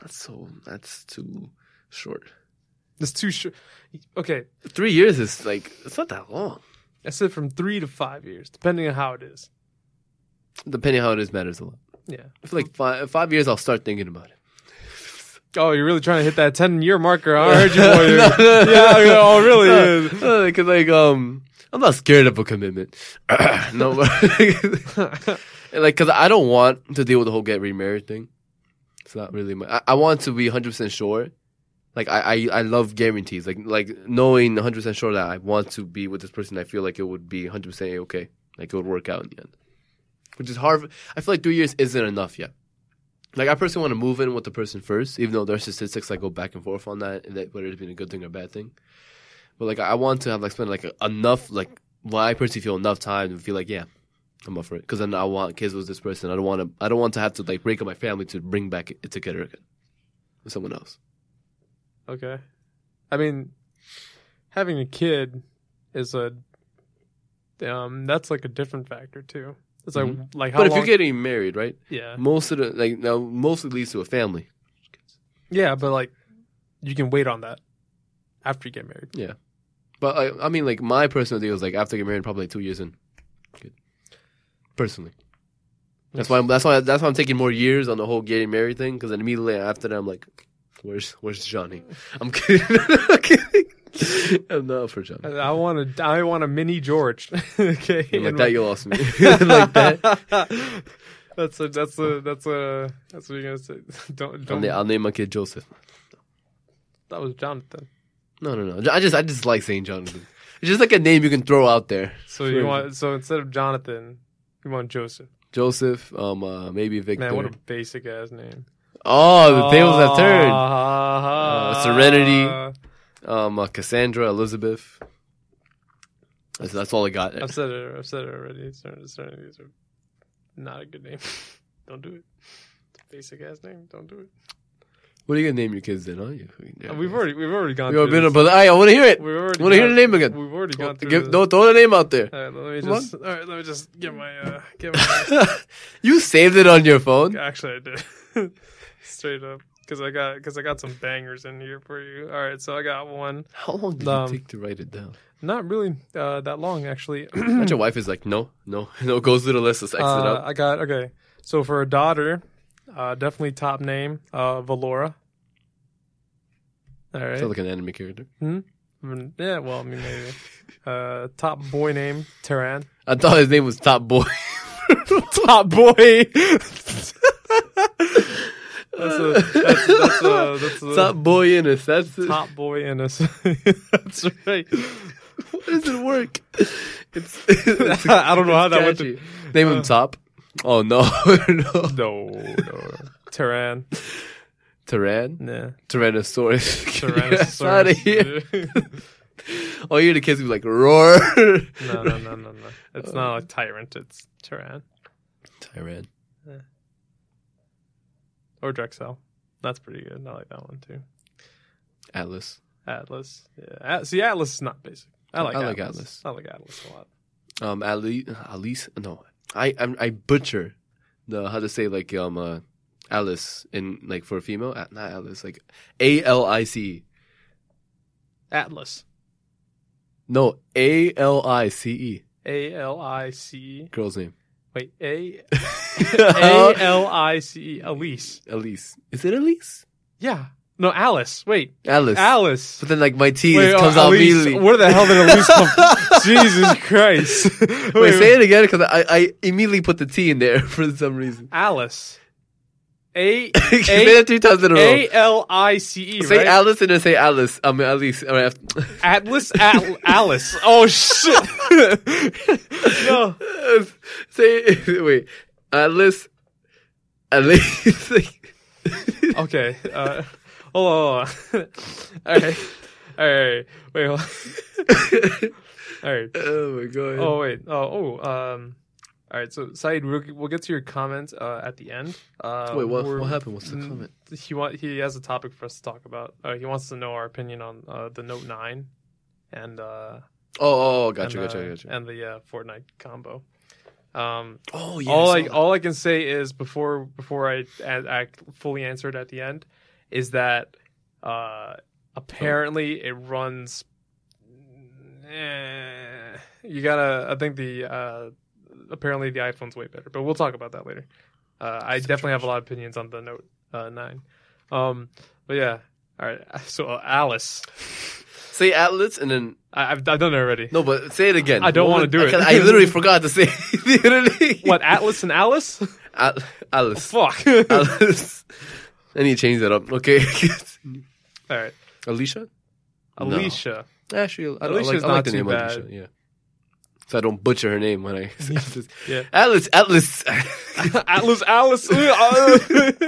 B: That's so. That's too short.
A: That's too short. Okay,
B: Three years is like it's not that long.
A: I said from three to five years, depending on how it is.
B: Depending on how it is matters a lot.
A: Yeah.
B: I feel like five, five years, I'll start thinking about it.
A: Oh, you're really trying to hit that ten year marker. I heard you, boy.
B: No, no, no.
A: yeah. I mean, Oh, really?
B: No, no, Cause like um, I'm not scared of a commitment. no, but-
A: yeah.
B: like because I don't want to deal with the whole get remarried thing. It's not really my. I, I want to be hundred percent sure Like I, I, I love guarantees. Like like knowing 100 percent sure that I want to be with this person. I feel like it would be 100 percent okay. Like it would work out in the end. Which is hard. I feel like three years isn't enough yet. Like I personally want to move in with the person first, even though there's statistics I go back and forth on that, and that whether it's been a good thing or a bad thing. But like I want to have like spend like enough like well I personally feel enough time to feel like yeah I'm up for it because then I want kids with this person. I don't want to I don't want to have to like break up my family to bring back it together again with someone else.
A: Okay. I mean, having a kid is a um that's like a different factor too. It's like
B: Mhm.
A: like how
B: But if
A: long,
B: you're getting married, right?
A: yeah
B: Most of the like now mostly leads to a family.
A: yeah, but like you can wait on that after you get married.
B: But I, I mean, like my personal deal is like after getting married, probably like, two years in. Good. Personally, that's why I'm, that's why that's why I'm taking more years on the whole getting married thing because then immediately after that I'm like, where's where's Johnny? I'm kidding. I'm kidding. I'm not up for Johnny.
A: I want to. I want a mini George. okay,
B: And like
A: And
B: that, you lost me. like that.
A: That's a. That's a. That's a. That's what you're gonna say. Don't.
B: I'll,
A: Don't.
B: na- I'll name my kid Joseph.
A: that was Jonathan.
B: No, no, no. I just I just like saying Jonathan. It's just like a name you can throw out there.
A: So you
B: Sure.
A: want. So instead of Jonathan, you want Joseph.
B: Joseph, um, uh, maybe Victor.
A: Man, what a basic ass name.
B: oh, the tables have turned.
A: Ah,
B: Uh, Serenity. Um, uh, Cassandra, Elizabeth. That's, that's all I got. There.
A: I've said it. I've said it already. Seren- Serenities are not a good name. Don't do it. It's a basic ass name. Don't do it.
B: What are you gonna name your kids then? Huh? You, yeah,
A: Uh, we've already. We've already gone.
B: We've already
A: through
B: been,
A: this.
B: but I, I want to hear it.
A: We've already.
B: wanna hear
A: gone-
B: the name again.
A: We've already gone through.
B: Give,
A: this.
B: don't throw the name out there.
A: All right, let me
B: Come
A: just. All right, let me just get my uh, get my.
B: you saved it on your phone.
A: Actually, I did straight up because I got because I got some bangers in here for you. All right, so I got one.
B: How long did
A: Um,
B: it take to write it down?
A: Not really uh, that long, actually.
B: But your wife is like, no, no, no. Goes through the list, let's exit
A: Uh,
B: out.
A: I got okay. So for a daughter, uh, definitely top name uh, Valora. All right.
B: Sounds like an anime character.
A: Mm, yeah. Well, I mean, maybe. Uh, top boy name Taran.
B: I thought his name was Top Boy. Top Boy.
A: That's a that's, that's a that's a
B: Top Boy in it. That's it.
A: top boy in us. that's right.
B: What does it work? It's, it's
A: I don't know how that went. To, Uh.
B: catchy. Name him Top. Oh no, no.
A: no, no. Taran.
B: Tyrann,
A: Nah.
B: Tyrannosaurus.
A: Tyrannosaurus.
B: out of here. Oh, you hear the kids be like roar.
A: no, no, no, no, no. It's not a tyrant. It's Tyrann
B: Tyrann.
A: or Drexel. That's pretty good. I like that one too.
B: Atlas.
A: Atlas. Yeah. At- See, Atlas is not basic. I like,
B: I like
A: Atlas.
B: Atlas.
A: I like Atlas a lot.
B: Um, Ali. Alice. No, I I'm, I butcher the how to say like um uh, Alice in like for a female. Uh, Not Alice. Like A L I C. E.
A: Atlas.
B: No, A L I C E.
A: A L I C.
B: Girl's name.
A: Wait. A
B: Uh,
A: A L I C. E. Elise.
B: Elise. Is it Elise?
A: Yeah. No, Alice. Wait.
B: Alice.
A: Alice.
B: But then like my T
A: Wait, oh,
B: comes out
A: Elise.
B: immediately.
A: Where the hell did Elise come from? Jesus Christ. Wait,
B: Wait, say it again because I, I immediately put the T in there for some reason.
A: Alice. A
B: you made it three times in a row.
A: A L I C E.
B: say
A: right?
B: Alice and then say Alice. I mean, Alice. All right.
A: Atlas Al- Alice. Oh shit. no.
B: say wait, Alice. Alice. like-
A: Okay. Uh, hold on. Hold on. All right. All right. Wait. Hold All right.
B: oh my god.
A: Oh wait. Oh. Oh. Um. All right. So Saeed, we'll, we'll get to your comment uh, at the end. Uh,
B: wait, what,
A: we're-
B: what happened? What's the
A: Mm,
B: comment?
A: He want he has a topic for us to talk about. Uh, he wants to know our opinion on uh, the Note Nine, and uh,
B: Oh, oh, gotcha,
A: and,
B: gotcha,
A: uh,
B: gotcha.
A: and the uh, Fortnite combo. Um,
B: Oh yeah.
A: all
B: I
A: I
B: saw that.
A: all I can say is before before I a- act fully answered at the end is that uh, apparently it runs. Eh, you gotta. I think the uh, apparently the iPhone's way better, but we'll talk about that later. Uh, I definitely have a lot of opinions on the Note uh, Nine, um, but yeah. All right. So uh, Alice,
B: say Atlas and then
A: I, I've I've done it already.
B: no, but say it again.
A: I don't
B: What
A: wanna
B: was-
A: do
B: I
A: it.
B: can't- I literally forgot to say. it. literally.
A: What Atlas and Alice?
B: Al- Alice.
A: Fuck.
B: Alice. I need to change that up. Okay.
A: All right.
B: Alicia? No.
A: Alicia.
B: Actually, I don't
A: Alicia's
B: I like, I
A: not
B: like the
A: too
B: name
A: bad.
B: Alicia. Yeah. So I don't butcher her name when I.
A: Yeah.
B: Alice, Atlas.
A: Atlas, Alice.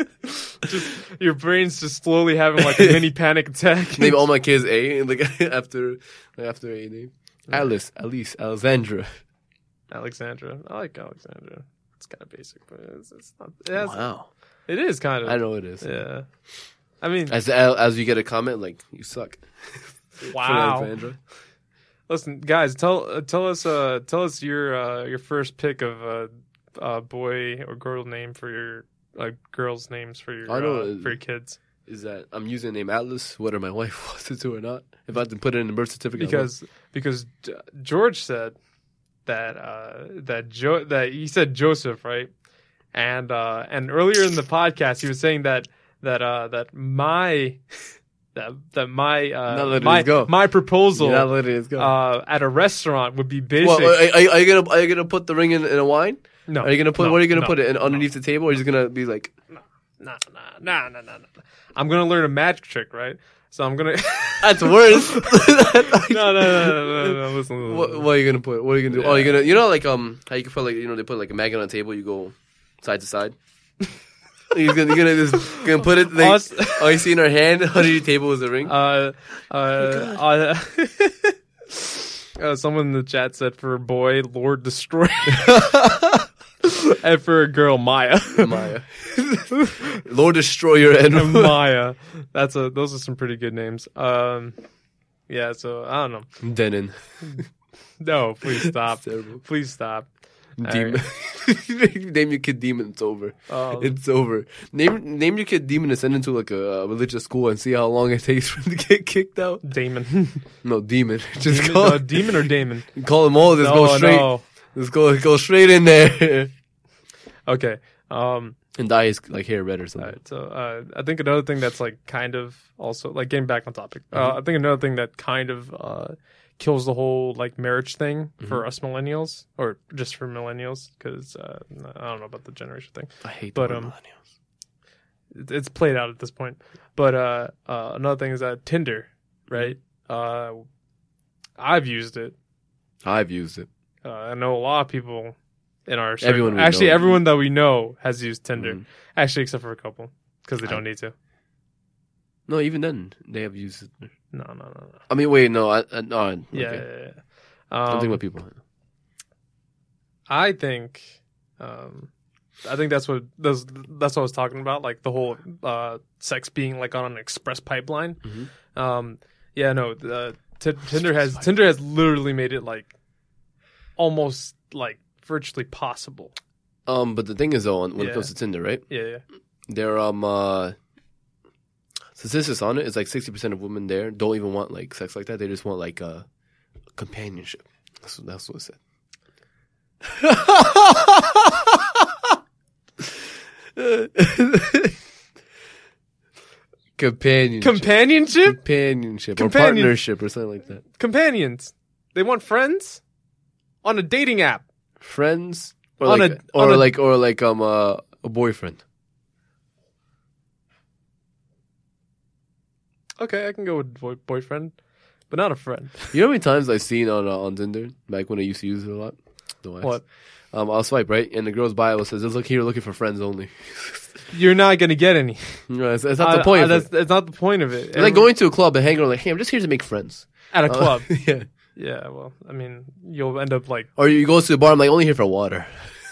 A: just your brain's just slowly having like a mini panic attack.
B: Name all my kids A like after like after A name. Alice, Alice, Alexandra.
A: Alexandra. I like Alexandra. It's kind of basic, but it's, it's not. It, has,
B: Wow,
A: it is kind of.
B: I know it is.
A: Yeah. I mean,
B: As as you get a comment like you suck. from
A: wow.
B: Alexandra.
A: Listen, guys, tell uh, tell us uh tell us your uh your first pick of uh, uh boy or girl name for your uh, girls names for your
B: I know,
A: uh,
B: uh,
A: for your kids
B: Is that I'm using the name Atlas, whether my wife wants it to or not. If I had to put it in the birth certificate, I would.
A: because because G- George said that uh that jo- that he said Joseph right and uh and earlier in the podcast he was saying that that uh that my that that my
B: Not
A: uh
B: letting
A: my
B: it go.
A: my proposal
B: You're not letting it go.
A: uh at a restaurant would be basic
B: well, are, are, are you gonna are you gonna put the ring in, in a wine?
A: no
B: Are you gonna put
A: no,
B: what are you gonna
A: no.
B: put it in underneath the table? Or are you just gonna be like
A: nah, nah, nah, nah, nah, nah. I'm gonna learn a magic trick, right? So I'm gonna.
B: that's worse?
A: no, no, no, no, no, no. Listen, listen,
B: What,
A: listen.
B: what are you gonna put? What are you gonna do? Oh,
A: Yeah.
B: you're gonna you know like um how you can put like you know they put like a magnet on a table. You go side to side. you're gonna you're gonna just gonna put it. Like,
A: Us-
B: all you see in her hand under your table is a ring.
A: Uh, uh,
B: Oh,
A: uh, uh, someone in the chat said for a boy, Lord Destroyer, and for a girl, Maya.
B: Maya, uh, Lord Destroyer, and
A: And Maya. That's a. Those are some pretty good names. Um, yeah. So I don't know.
B: Denon.
A: No, please stop.
B: It's terrible.
A: please stop.
B: Demon. name your kid demon. It's over.
A: Um,
B: it's over. Name name your kid demon and send him to like a uh, religious school and see how long it takes for him to get kicked out.
A: Damon.
B: No demon. Just
A: Demon,
B: call
A: uh, Demon or Damon?
B: call them all. Just go
A: No,
B: straight.
A: no.
B: Just go go straight in there
A: Okay. Um,
B: and dye his like hair red or
A: all
B: something.
A: right. So uh, I think another thing that's like kind of also like getting back on topic.
B: Mm-hmm.
A: Uh, I think another thing that kind of uh, kills the whole like marriage thing
B: Mm-hmm.
A: for us millennials or just for millennials because uh, I don't know about the generation thing.
B: I hate
A: But,
B: the
A: um, It- It's played out at this point. But uh, uh, another thing is that Tinder,
B: Mm-hmm.
A: right? Uh, I've used it.
B: I've used it.
A: Uh, I know a lot of people in our circle.
B: Everyone we
A: actually
B: know.
A: everyone that we know has used Tinder.
B: Mhm.
A: Actually, except for a couple because they
B: I-
A: don't need to.
B: No, even then they have used it.
A: No, no, no, no.
B: I mean, wait, no, I, I no, I- okay.
A: Yeah, yeah, yeah. Um,
B: I'm thinking about people.
A: I think, um, I think that's what that's that's what I was talking about, like the whole uh, sex being like on an express pipeline.
B: Mhm.
A: Um, yeah, no, uh, t- Tinder has Tinder has literally made it like almost like virtually possible.
B: Um, but the thing is, though, on- when
A: Yeah.
B: it comes to Tinder, right?
A: Yeah, yeah.
B: There um uh, statistics on it is like sixty percent of women there don't even want like sex like that. They just want like uh, companionship. That's what, that's what it said. companionship,
A: companionship,
B: companionship, or
A: Companion-
B: partnership, or something like that.
A: companions. They want friends on a dating app.
B: Friends, or
A: On
B: like,
A: a-
B: or
A: on a-
B: like, or like um uh, a boyfriend.
A: Okay, I can go with boy- boyfriend, but not a friend.
B: You know how many times I've seen on uh, on Tinder back when I used to use it a lot. Don't ask.
A: What?
B: Um, I'll swipe right, and the girl's bio says, "Just look here, looking for friends only."
A: You're not gonna get any.
B: you know, that's, that's not
A: I-
B: the point.
A: I-
B: of
A: that's,
B: it.
A: that's not the point of it.
B: It's like going to a club and hanging around, like, "Hey, I'm just here to make friends."
A: at a
B: Uh,
A: club.
B: yeah.
A: yeah, well, I mean, you'll end up like,
B: Or you go to a bar. I'm like, only here for water.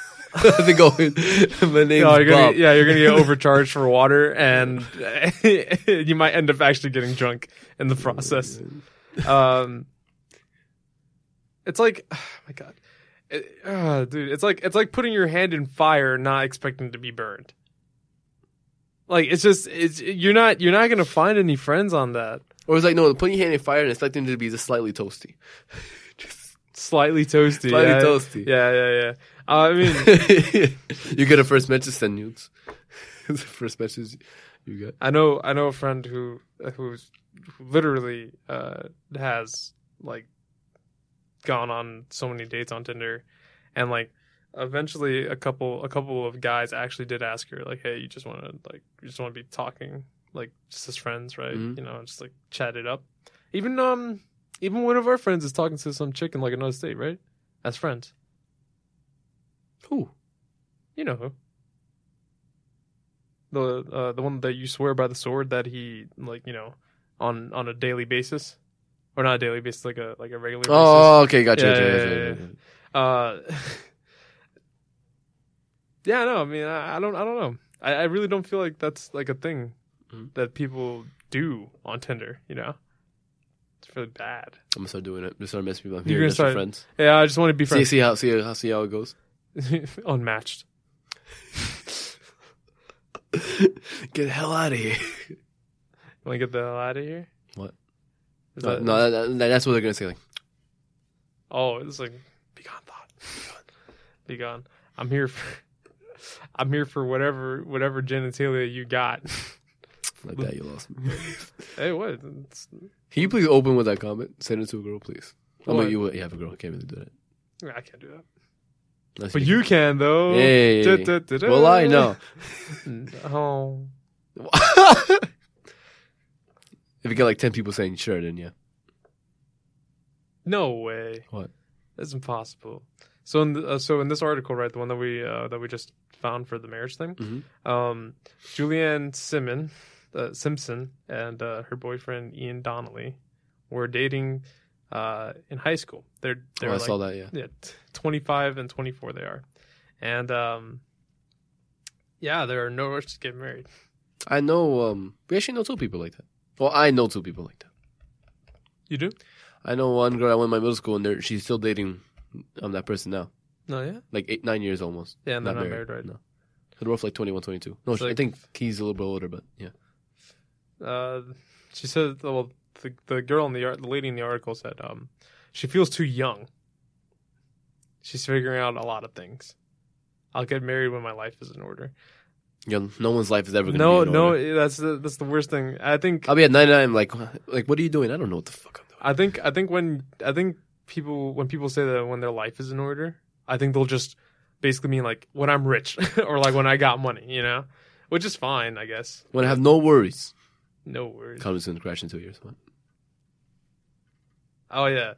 B: they go. My name's
A: oh, you're gonna,
B: Bob.
A: yeah, you're gonna get overcharged for water, and you might end up actually getting drunk in the process. Um, it's like, oh my god, It- ah, dude, it's like it's like putting your hand in fire, not expecting to be burned. Like it's just it's you're not you're not gonna find any friends on that.
B: Or it's like, no, put your hand in fire and expect them to be just slightly toasty.
A: Slightly toasty,
B: Slightly
A: yeah.
B: toasty.
A: Yeah, yeah, yeah. Uh, I mean,
B: you get a first message, send nudes. the first message you get.
A: I know I know a friend who who's who literally uh has like gone on so many dates on Tinder and like eventually a couple a couple of guys actually did ask her like hey you just want to like you just want to be talking like just as friends, right?
B: Mhm.
A: You know, just like chat it up. Even um, even one of our friends is talking to some chick in like another state, right? As friends,
B: Who?
A: you know who. The uh, the one that you swear by the sword that he like you know, on on a daily basis, or not a daily basis, like a like a regular. basis.
B: Oh, okay, gotcha.
A: Yeah,
B: gotcha,
A: yeah,
B: gotcha,
A: yeah,
B: gotcha.
A: Uh, yeah, no, I mean, I, I don't, I don't know. I, I really don't feel like that's like a thing
B: Mhm.
A: that people do on Tinder. You know, it's really bad.
B: I'm gonna start doing it. Just start messing people up
A: You're
B: here.
A: gonna
B: just for
A: start-
B: friends.
A: Yeah, I just want to be
B: See,
A: friends.
B: see how see how see how it goes.
A: Unmatched.
B: Get the hell out of here.
A: Want to get the hell out of here?
B: What?
A: Is
B: No,
A: that-
B: no, that- that- that's what they're gonna say. Like,
A: Oh, it's like be gone, thought. Be gone. I'm here for. I'm here for whatever whatever genitalia you got.
B: like that, you lost me.
A: hey, what? It's-
B: Can you please open with that comment? Send it to a girl, please. Oh,
A: What?
B: but you, you have a girl. Can't really do that.
A: I can't do that.
B: Unless
A: But you can though.
B: Yeah, yeah, yeah, yeah.
A: Du-du-du-du.
B: Well, I know.
A: Oh,
B: if you get like ten people saying sure, then yeah.
A: no way.
B: What?
A: That's impossible. So in the, uh, so in this article, right, the one that we uh, that we just found for the marriage thing,
B: Mhm.
A: um, Julianne Simon, uh, Simpson and uh, her boyfriend Ian Donnelly were dating uh, in high school. They're
B: Oh,
A: they're
B: I
A: like
B: saw that. Yeah.
A: yeah, t- 25 and 24 they are. And um yeah, there are no rush to get married.
B: I know. Um, we actually know two people like that. Well, I know two people like that.
A: You do?
B: I know one girl I went to my middle school, and they're- she's still dating um that person now,
A: No, yeah.
B: like eight, nine years almost.
A: Yeah, and they're not married, right?
B: No. So they're both like 21, 22. No,
A: So,
B: I
A: like-
B: think he's a little bit older, but yeah.
A: Uh, she said, well, the, the girl in the art, the lady in the article said, um, she feels too young. She's figuring out a lot of things. I'll get married when my life is in order.
B: You know, no one's life is ever going to
A: No,
B: be in
A: no, eh,
B: order.
A: that's the, that's the worst thing. I think,
B: I'll be at 99, I'm like, like, what are you doing? I don't know what the fuck I'm doing.
A: I think, I think when, I think people, when people say that when their life is in order, I think they'll just basically mean like when I'm rich or like when I got money, you know, which is fine, I guess.
B: When I have no worries.
A: No worries.
B: Economy's going to crash in two years. What?
A: Oh yeah,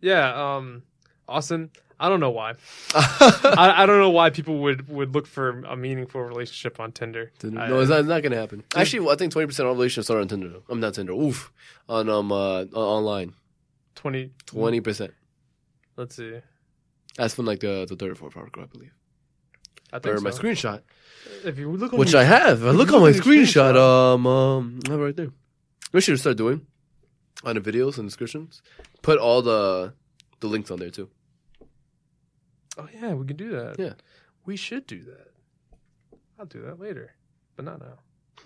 A: yeah. Um, Austin, I don't know why. I, I don't know why people would would look for a meaningful relationship on Tinder. I-
B: no, it's not, it's not going to happen. Actually, well, I think 20% of all relationships are on Tinder. though. I'm not Tinder. Oof. On um uh, on- online.
A: twenty
B: 20%.
A: Let's see.
B: That's from like the, the third or fourth article, I believe.
A: I think
B: Or my
A: so.
B: screenshot.
A: If you look, on
B: Which
A: your-
B: I have. I look
A: look
B: on my
A: at your
B: screenshot.
A: screenshot.
B: Um, um, I have it right there. We should start doing on the videos and descriptions. Put all the the links on there too.
A: oh yeah, we can do that.
B: Yeah.
A: we should do that. I'll do that later, but not now.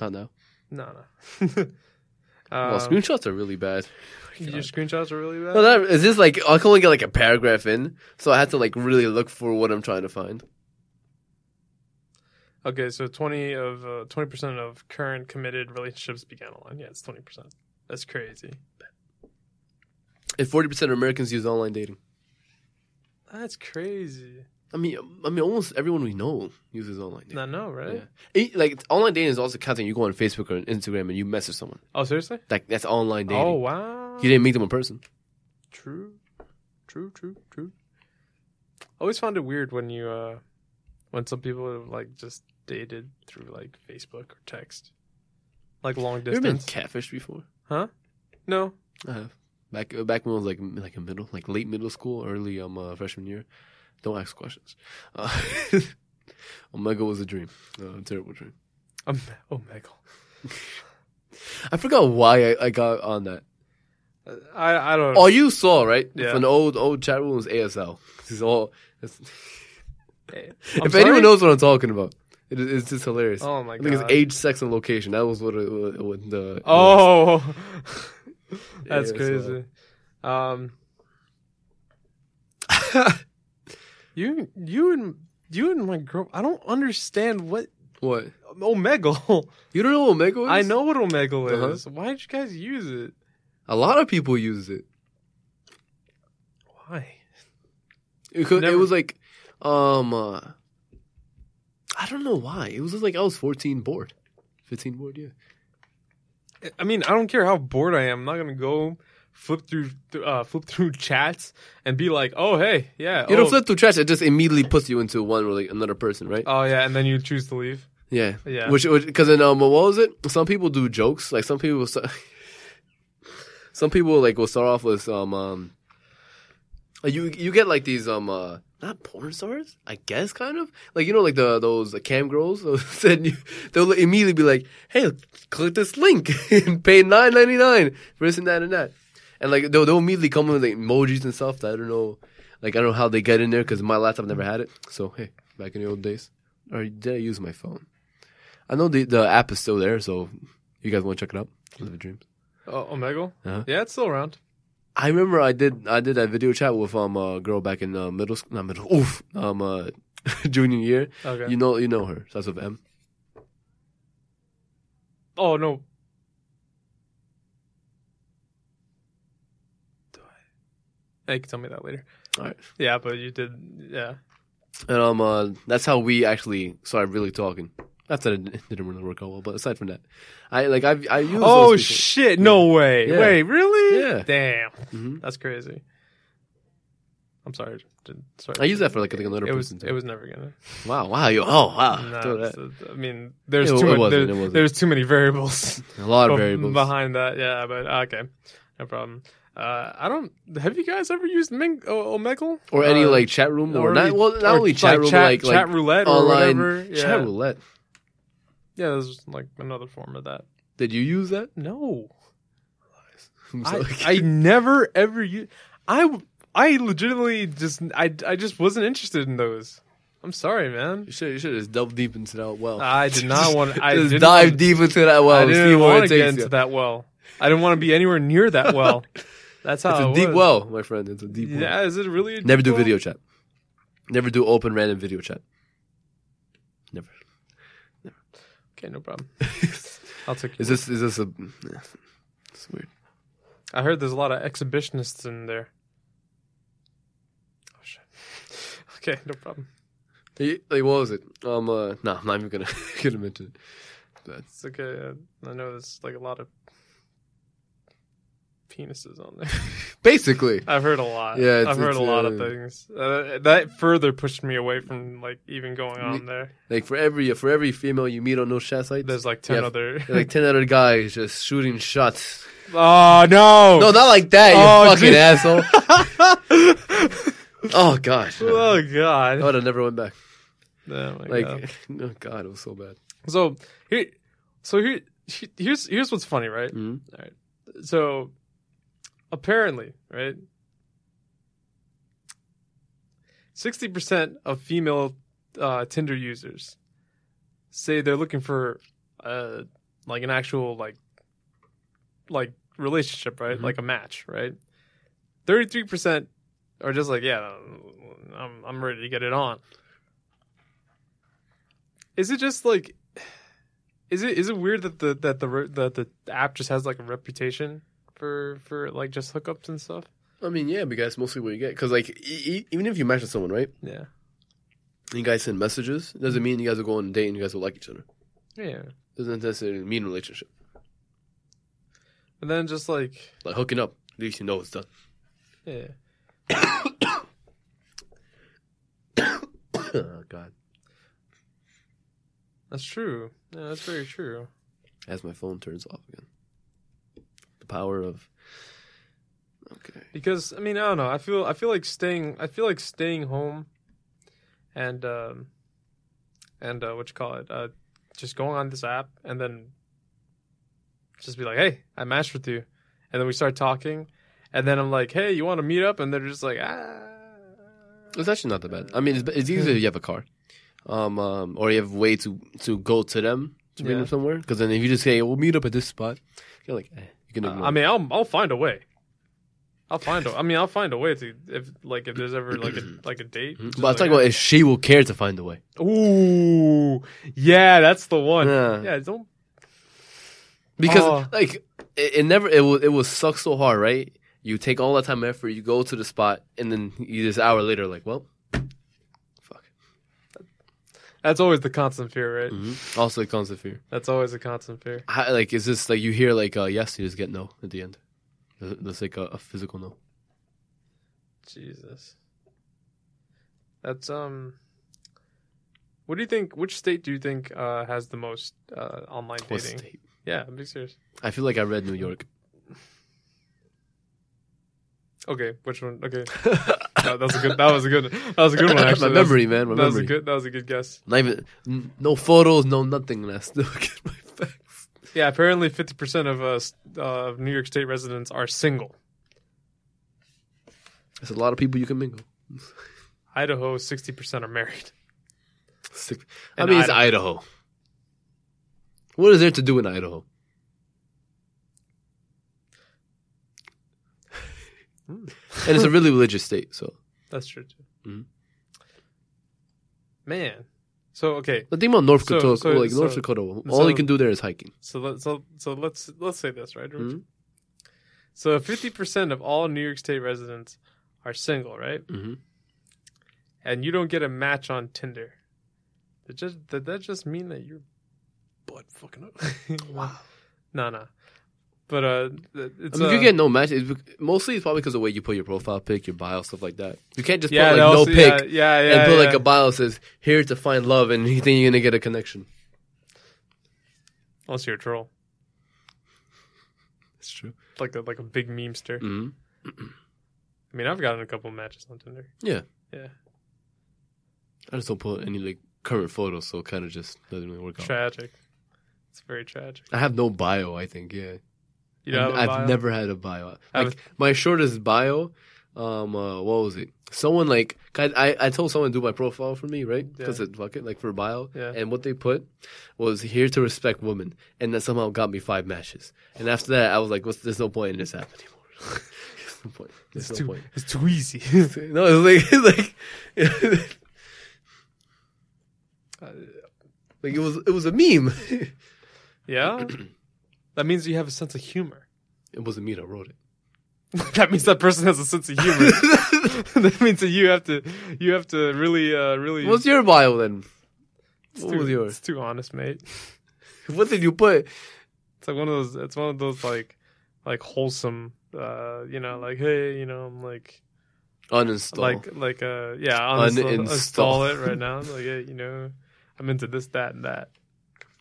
B: Not now.
A: No, no. uh,
B: well, screenshots are really bad.
A: your screenshots are really bad.
B: No, that, is this like I can only get like a paragraph in, so I have to like really look for what I'm trying to find.
A: okay, so twenty of uh, twenty percent of current committed relationships began online. Yeah, it's twenty percent. That's crazy.
B: And forty percent of Americans use online dating.
A: That's crazy.
B: I mean, I mean, almost everyone we know uses online dating.
A: I know, right?
B: Yeah. E- Like online dating is also counting. You go on Facebook or Instagram and you message someone.
A: Oh, seriously?
B: Like that's online dating.
A: Oh, wow.
B: You didn't meet them in person.
A: True, true, true, true. I always found it weird when you, uh, when some people have, like just dated through like Facebook or text, like long
B: You ever been
A: distance.
B: catfished before?
A: no,
B: I have. Back uh, back when I was like m- like in middle, like late middle school, early um uh, freshman year. Don't ask questions. Uh, Omega was a dream, uh, a terrible dream.
A: um, oh my god,
B: I forgot why I, I got on that.
A: Uh, I I don't.
B: All you saw, right?
A: Yeah.
B: From the old old chat room was ASL. This is all. it's-
A: I'm
B: if
A: sorry?
B: anyone knows what I'm talking about, it is, it's just hilarious.
A: oh my
B: I think
A: god.
B: it's age, sex, and location. That was what it, what, what the
A: oh, that's
B: Yeah, uh,
A: crazy. Um, you you and you and my girl. I don't understand what oh,
B: what
A: Omegle.
B: you don't know what Omega is?
A: I know what Omegle
B: Uh-huh.
A: is. Why did you guys use it?
B: a lot of people use it.
A: Why?
B: It, could, it
A: Never-
B: was like, um, uh, I don't know why. It was just like I was 14 bored. 15 bored, yeah.
A: I mean, I don't care how bored I am. I'm not gonna go flip through th- uh, flip through chats and be like, oh hey, yeah,
B: You
A: oh,
B: don't flip through trash; it just immediately puts you into one with like another person, right?
A: Oh yeah, and then you choose to leave.
B: yeah,
A: yeah.
B: Which, because in um, what was it? Some people do jokes. Like some people, will st- some people like will start off with um, um, like, you you get like these um, uh, not porn stars, I guess, kind of like you know, like the those cam girls. Those, then you, they'll immediately be like, "Hey, click this link and pay nine ninety nine for this and that and that," and like they'll, they'll immediately come with like emojis and stuff. That I don't know, like I don't know how they get in there because my laptop never had it. So hey, back in the old days, or did I use my phone? I know the the app is still there, so you guys want to check it out. Live the dreams.
A: Oh, Omegle.
B: Uh-huh.
A: Yeah, it's still around.
B: I remember I did I did that video chat with um a girl back in uh, middle school, not middle, oof, um uh, junior year.
A: Okay.
B: You know you know her. Starts with M.
A: oh no. Do I- Yeah, you can tell me that later.
B: All right,
A: Yeah, but you did. Yeah.
B: and um uh, that's how we actually started really talking. That's that it didn't really work out well, but aside from that, I like I I use
A: Oh
B: those people-
A: shit! No way!
B: Yeah.
A: Wait, really?
B: Yeah.
A: Damn,
B: Mhm.
A: that's crazy. I'm sorry. Didn't- sorry.
B: I use that for like, I think another
A: It was.
B: person. too.
A: It was never gonna.
B: wow wow you oh wow
A: Nah,
B: Throw that.
A: it's- I mean, there's
B: It-
A: too
B: it
A: much,
B: wasn't,
A: there-
B: it wasn't.
A: there's too many variables
B: a lot of
A: be-
B: variables.
A: behind that. Yeah, but ah, okay, no problem. Uh, I don't. Have you guys ever used Ming- o- Omegle
B: or any
A: Uh,
B: like chat room or,
A: or
B: not
A: you-
B: well not
A: or
B: only chat room
A: chat,
B: like
A: chat
B: like
A: roulette or
B: online
A: whatever? Yeah,
B: chat roulette.
A: yeah. There's like another form of that.
B: Did you use that?
A: No,
B: I'm
A: I,
B: sorry.
A: I never ever u- I w- I legitimately just I I just wasn't interested in those. I'm sorry, man.
B: you should you should just delve deep into that well.
A: I did not want. I
B: just
A: didn't
B: dive
A: want,
B: deep into that well.
A: I
B: and see
A: didn't
B: where it
A: want to get
B: takes
A: into
B: you.
A: that well. I didn't want to be anywhere near that well. That's how
B: It's a
A: it
B: deep
A: was.
B: well, my friend. It's a deep well.
A: Yeah, is it really? A
B: Never
A: deep
B: do
A: well?
B: video chat. Never do open random video chat. Never.
A: Okay, no problem.
B: is
A: I'll take. Your
B: this is this a? yeah. It's weird.
A: I heard there's a lot of exhibitionists in there. Oh shit. Okay, no problem.
B: Hey, Like what was it? Um, uh, no, I'm not even gonna gonna mention it.
A: It's okay. uh, I know there's like a lot of penises on there.
B: Basically,
A: I've heard a lot.
B: Yeah,
A: Yeah,
B: it's-
A: I've heard
B: it's,
A: a lot of
B: uh,
A: things. Uh, that further pushed me away from like even going on there.
B: like for every for every female you meet on those chat sites,
A: There's like ten
B: Yeah.
A: other.
B: like ten other guys just shooting shots.
A: oh no!
B: No, not like that. You
A: Oh,
B: fucking
A: gee.
B: asshole. Oh gosh. I
A: oh god!
B: would have never went back.
A: Oh, my
B: Like,
A: God.
B: oh god, it was so bad.
A: so here, so here, he- here's here's what's funny, right?
B: Mhm.
A: So apparently, right, sixty percent of female uh, Tinder users say they're looking for uh, like an actual like like relationship, right?
B: Mhm.
A: Like a match, right? Thirty three percent are just like, yeah, I'm I'm ready to get it on. Is it just like? Is it is it weird that the that the re- that the app just has like a reputation for for like just hookups and stuff?
B: I mean, yeah, because that's mostly what you get. Because like, e- e- even if you match with someone, right?
A: Yeah,
B: And you guys send messages. It doesn't mean you guys will go on a date and you guys will like each other.
A: yeah.
B: Doesn't necessarily mean relationship.
A: And then just like
B: Like hooking up, at least you know it's done.
A: yeah,
B: oh god,
A: that's true. Yeah, that's very true.
B: as my phone turns off again. The power of. Okay.
A: because I mean I don't know I feel I feel like staying I feel like staying home and um and uh, what you call it uh just going on this app and then just be like hey I matched with you and then we start talking and then I'm like hey you want to meet up and they're just like ah
B: It's actually not that bad. I mean, it's, it's easier if you have a car, um, um, or you have a way to to go to them to meet
A: Yeah.
B: them somewhere. Because then if you just say we'll meet up at this spot, you're like, eh, you can. Ignore
A: Uh, I mean I'll I'll find a way I'll find a I mean I'll find a way to if like if there's ever like a like a date
B: it.
A: just
B: Hmm? but I'm
A: like,
B: talking about if she will care to find a way.
A: ooh yeah that's the one
B: Yeah.
A: yeah don't
B: because
A: Oh.
B: like it, it never it will it will suck so hard, right? You take all that time and effort, you go to the spot, and then you just an hour later, like, well, fuck.
A: That's always the constant fear, right?
B: Mhm. Also, it comes with fear.
A: That's always a constant fear.
B: How, like, is this like you hear like uh, yes, you just get no at the end. That's like a, a physical no.
A: Jesus. That's um. What do you think? Which state do you think uh, has the most uh, online
B: What
A: dating?
B: state?
A: Yeah, I'm being serious.
B: I feel like I read New York.
A: Okay, which one? Okay, No, that was a good. That was a good. That was a good one. Actually,
B: my
A: That was-
B: memory, man. My
A: That
B: memory.
A: was a good. That was a good guess.
B: Not even n- no photos, no nothing, and I still get my facts.
A: Yeah, apparently fifty percent of us uh, of New York State residents are single.
B: There's a lot of people you can mingle.
A: Idaho, sixty percent are married.
B: Sick. I
A: In
B: mean, it's Idaho. What is there to do in Idaho?
A: Hmm.
B: and it's a really religious state, so
A: That's true too.
B: Mhm.
A: Man, so okay,
B: the thing about North
A: So-
B: Dakota,
A: so-
B: like North
A: so-
B: Dakota, all
A: so-
B: you can do there is hiking.
A: so let so so let's let's say this right. George?
B: Mhm.
A: So fifty percent of all New York State residents are single, right?
B: hmm
A: And you don't get a match on Tinder. Did just did that just mean that you're butt fucking up? No, no. But uh, th-
B: I
A: it's
B: mean, if you
A: uh,
B: get no match, it's, bec- mostly it's probably because of the way you put your profile pic, your bio, stuff like that. You can't just
A: yeah,
B: put like
A: no,
B: no
A: so-
B: pic
A: yeah, yeah, yeah,
B: and put like
A: yeah.
B: a bio that says here to find love, and you think you're gonna get a connection.
A: unless you're a troll,
B: That's true.
A: like a, like a big memester.
B: hmm
A: I mean, I've gotten a couple matches on Tinder.
B: Yeah.
A: yeah,
B: I just don't put any like current photos, so it kind of just doesn't really work out.
A: tragic. It's very tragic.
B: I have no bio, I think. Yeah,
A: You know,
B: I've never had a bio.
A: Have
B: Like my shortest bio, um, uh, what was it? Someone like I I, I told someone to do my profile for me, right?
A: Yeah.
B: Because it fuck it, like for a bio,
A: Yeah.
B: and what they put was here to respect women, and that somehow got me five matches. And after that, I was like, what's, there's no point in this app anymore. there's no point. There's
A: It's too
B: no point.
A: it's too easy.
B: No, it's like it's like. Like it was, it was a meme.
A: yeah, that means you have a sense of humor.
B: it wasn't me that wrote it.
A: that means that person has a sense of humor. that means that you have to you have to really uh really.
B: What's your bio then?
A: it's
B: What
A: too-
B: was
A: It's
B: yours?
A: too honest, mate.
B: What did you put?
A: It's like one of those. It's one of those like, like wholesome. Uh, you know, like hey, you know, I'm like,
B: Uninstall.
A: like, like, uh, yeah, uninstall,
B: Uninstall.
A: uninstall it right now. It's Like, yeah, you know, I'm into this, that, and that.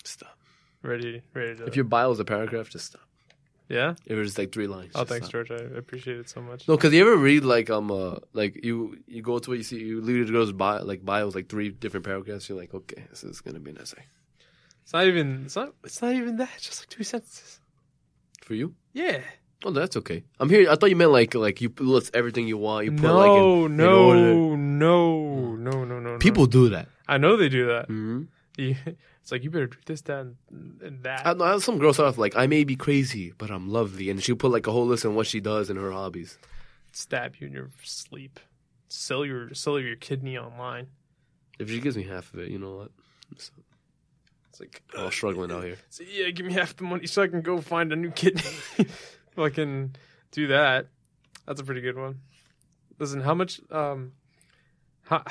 B: stop.
A: Ready, ready to.
B: If your bio is a paragraph, just stop.
A: yeah.
B: If it's like three lines.
A: Oh,
B: just
A: thanks,
B: stop.
A: George. I appreciate it so much.
B: No, because you ever read like um uh like you you go to it you see you literally the girl's bio like bio is like three different paragraphs. You're like, okay, this is gonna be an essay
A: It's not even. It's not. It's not even that. It's just like two sentences.
B: for you.
A: Yeah.
B: Oh, that's okay. I'm here. I thought you meant like like you list everything you want. You put like in-
A: No,
B: order.
A: no, no, no, no, no, no.
B: people do that.
A: I know they do that.
B: Mm-hmm.
A: You- It's like you better do this, that, and and that.
B: I, know some girls start off like I may be crazy, but I'm lovely, and she put like a whole list on what she does and her hobbies.
A: stab you in your sleep, sell your sell your kidney online.
B: If she gives me half of it, you know what? So,
A: It's like
B: I'm all struggling out here.
A: So, yeah, give me half the money so I can go find a new kidney. Fucking do that. That's a pretty good one. Listen, how much um how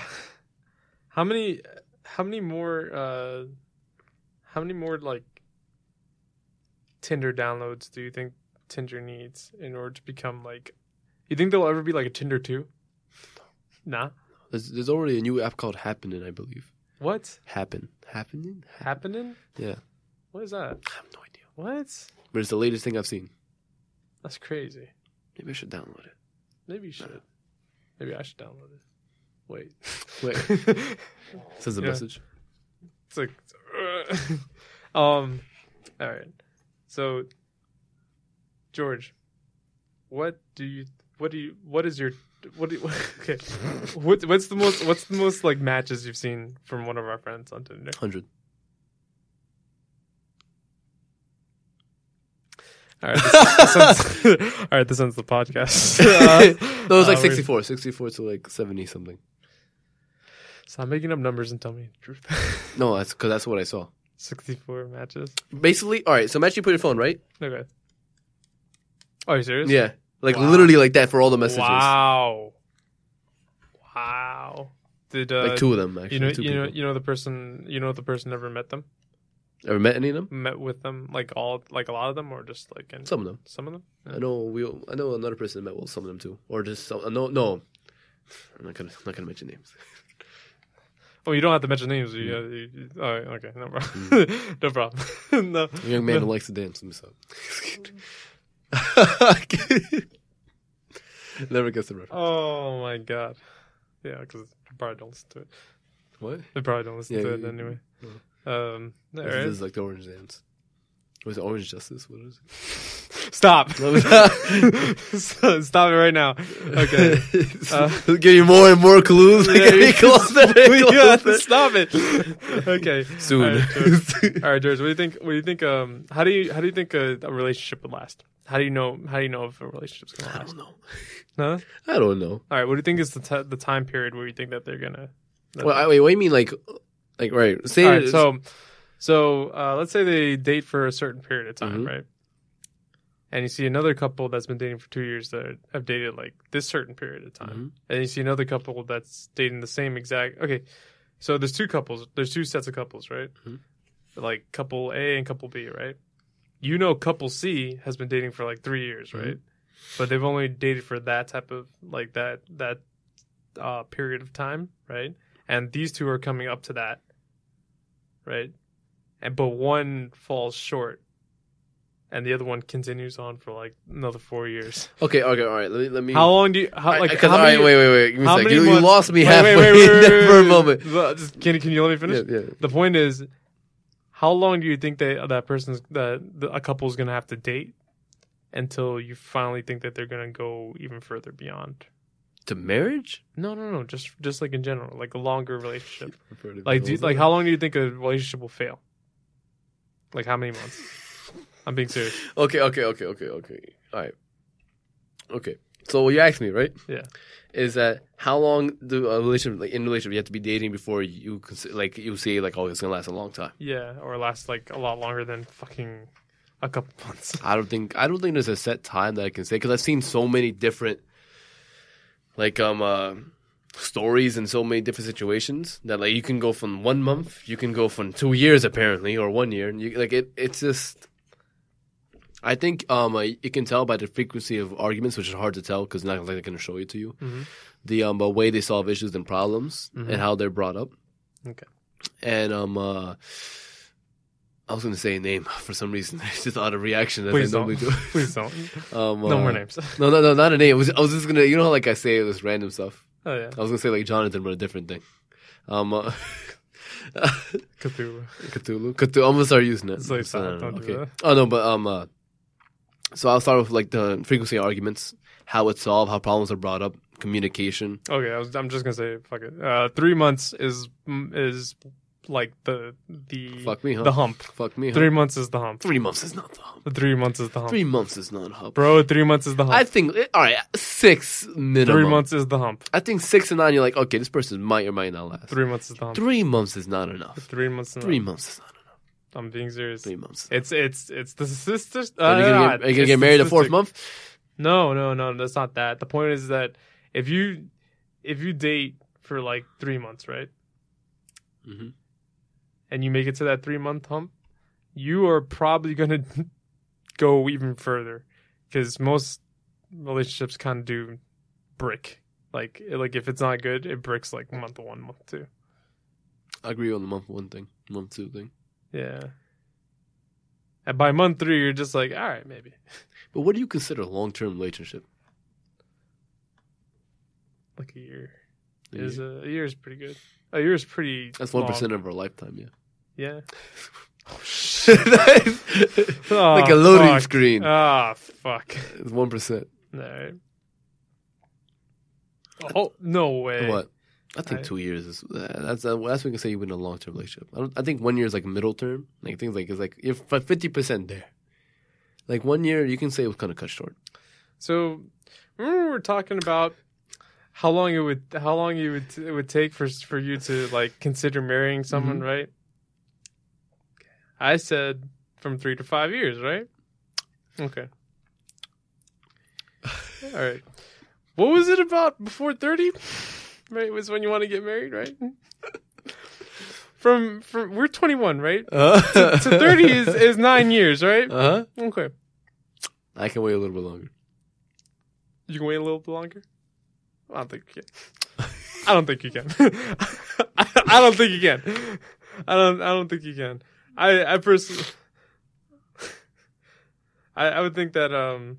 A: how many how many more uh how many more like Tinder downloads do you think Tinder needs in order to become like you think there'll ever be like a Tinder 2? Nah.
B: There's, there's already a new app called Happening, I believe.
A: What?
B: Happen, happening, Hap-
A: Happening?
B: yeah.
A: What is that?
B: I have no idea,
A: What?
B: but it's the latest thing I've seen.
A: That's crazy.
B: Maybe I should download it.
A: Maybe you should. Maybe I should download it. Wait.
B: Wait.
A: it's
B: Sends a
A: Yeah.
B: message.
A: like, um, all right. So, George, what do you? What do you? What is your? What do you? Okay. What, what's the most? What's the most like matches you've seen from one of our friends on Tinder?
B: Hundred.
A: All right. This, this ends, all right. This ends the podcast. Uh,
B: no, it's like
A: uh, we're-
B: 64, 64 to like seventy something.
A: Stop making up numbers and tell me the truth.
B: No, that's because that's what I saw.
A: Sixty-four matches.
B: Basically, all right. So imagine you put your phone right.
A: Okay. Are you serious?
B: Yeah, like
A: Wow.
B: literally like that for all the messages.
A: Wow. Wow. Did uh,
B: like two of them actually.
A: you know
B: two
A: you know
B: people.
A: you know the person you know the person never met them
B: Ever met any of them?
A: met with them like all like a lot of them or just like in,
B: Some of them.
A: some of them
B: I know we. I know another person that met well, some of them too, or just some. No, no. I'm not gonna. I'm not gonna mention names.
A: Oh, you don't have to mention names.
B: Mm.
A: You, uh, you, you- all right, okay, no problem. no problem. no.
B: A young man
A: No.
B: who likes to dance himself. Never gets the reference.
A: Oh my god. Yeah, because they probably don't listen to it.
B: What?
A: They probably don't listen
B: Yeah,
A: to
B: you-
A: it anyway.
B: no.
A: Um, all
B: This
A: right.
B: is like the orange dance. Was it orange justice? What is
A: Stop.
B: No, we-
A: Stop it right now. Okay.
B: it?
A: Uh,
B: This is giving you more and more clues. We're
A: Yeah,
B: getting
A: you-
B: closer and
A: We got to
B: closer.
A: stop it. Okay.
B: Soon.
A: All right, George. All right, George. What do you think? What do you think? Um, how do you how do you think a, a relationship would last? How do you know? How do you know if a relationship's gonna
B: I
A: last?
B: don't know.
A: No.
B: I don't know.
A: All right. What do you think is the t- the time period where you think that they're gonna? that
B: Well, I, wait, what do you mean? Like, like right? Say
A: All right,
B: it's-
A: so so uh, let's say they date for a certain period of time,
B: Mhm.
A: right? And you see another couple that's been dating for two years that have dated like this certain period of time,
B: Mhm.
A: and you see another couple that's dating the same exact. Okay, so there's two couples. There's two sets of couples, right?
B: Mhm.
A: Like couple A and couple B, right? You know, couple C has been dating for like three years,
B: Mhm.
A: right? But they've only dated for that type of like that that uh, period of time, right? And these two are coming up to that right? And but one falls short, and the other one continues on for like another four years.
B: okay, okay, all right. Let me. Let me
A: How long do you? How,
B: I-
A: like
B: I- 'cause
A: how
B: I-
A: many?
B: wait, wait, wait. Give me a
A: how
B: sec.
A: many
B: you, you
A: months-
B: lost me
A: wait,
B: halfway
A: wait, wait, wait,
B: there
A: wait,
B: for a
A: wait.
B: moment.
A: Well, just- Can can you let me finish?
B: Yeah, yeah.
A: The point is, how long do you think that that person's that the, a couple's gonna have to date until you finally think that they're gonna go even further beyond?
B: To marriage?
A: No, no, no. Just just like in general, like a longer relationship. Like, do you, like how long do you think a relationship will fail? Like how many months? I'm being serious.
B: Okay, okay, okay, okay, okay. All right. Okay. So what you asked me, right?
A: Yeah.
B: Is that how long do a relationship, like in a relationship, you have to be dating before you consider, like you say, like, oh, it's gonna last a long time.
A: Yeah, or last like a lot longer than fucking a couple months.
B: I don't think I don't think there's a set time that I can say because I've seen so many different, like um, uh, stories and so many different situations that like you can go from one month, you can go from two years apparently or one year, and you like it. It's just, I think um, uh, you can tell by the frequency of arguments, which is hard to tell because not like they're gonna show it to you.
A: Mhm.
B: The um, uh, way they solve issues and problems
A: Mhm.
B: and how they're brought up.
A: Okay.
B: And um, uh, I was gonna say a name for some reason. I just out of reaction that
A: Please
B: I
A: don't.
B: normally do.
A: Please don't.
B: Um,
A: No
B: uh,
A: more names.
B: No, no, no, not a name. It was, I was just gonna, you know, how like I say this random stuff.
A: Oh yeah,
B: I was gonna say like Jonathan, but a different thing. Um, uh,
A: Cthulhu.
B: Cthulhu, Cthulhu. I'm gonna start using it.
A: It's like,
B: So,
A: don't do that.
B: Oh no, but um, uh, so I'll start with like the frequency of arguments, how it's solved, how problems are brought up, communication.
A: Okay, I was, I'm just gonna say fuck it. Uh, three months is mm, is like the the
B: Fuck me, huh?
A: the hump.
B: Fuck me. huh?
A: Three months is the hump.
B: Three months is not the hump.
A: Three months is the hump,
B: Three months is not a hump.
A: bro. Three months is the hump.
B: I think eh, all right, six minimum.
A: three months is the hump.
B: I think six and nine. You're like, okay, this person might or might not last.
A: Three months is the hump.
B: Three months is not enough.
A: Three months. is the
B: Three
A: hump.
B: months is not enough.
A: I'm being serious.
B: Three months.
A: It's it's it's the sister. ah,
B: Are you gonna get, are you gonna get married the fourth month?
A: No, no, no, that's not that. The point is that if you if you date for like three months, right,
B: Mhm.
A: and you make it to that three month hump, you are probably gonna go even further because most relationships kind of do brick. Like, like if it's not good, it bricks like month one, month two.
B: I agree on the month one thing, month two thing.
A: Yeah. And by month three, you're just like, all right, maybe.
B: But what do you consider a long term relationship?
A: Like a year is a, a year is pretty good. A year is pretty.
B: That's one
A: long.
B: percent of our lifetime. Yeah.
A: Yeah.
B: like a loading
A: Oh, fuck.
B: screen.
A: Ah, fuck.
B: it's one percent.
A: All right. Oh no way!
B: What? I think
A: I-
B: two years is uh, that's uh, that's when you can say you've been in a long term relationship. I, don't, I think one year is like middle term. Like things like it's like you're fifty percent there. Like one year, you can say it was kind of cut short.
A: So remember we were talking about how long it would how long it would it would take for for you to like consider marrying someone, right? I said from three to five years, right? Okay. All right. What was it about before thirty? Right, was when you want to get married, right? from from we're 21, right?
B: Uh,
A: So 30 is is 9 years, right?
B: Uh huh.
A: Okay.
B: I can wait a little bit longer.
A: You can wait a little bit longer? I don't think you can. I don't think you can. I, I don't think you can. I don't I don't think you can. I I personally I, I would think that um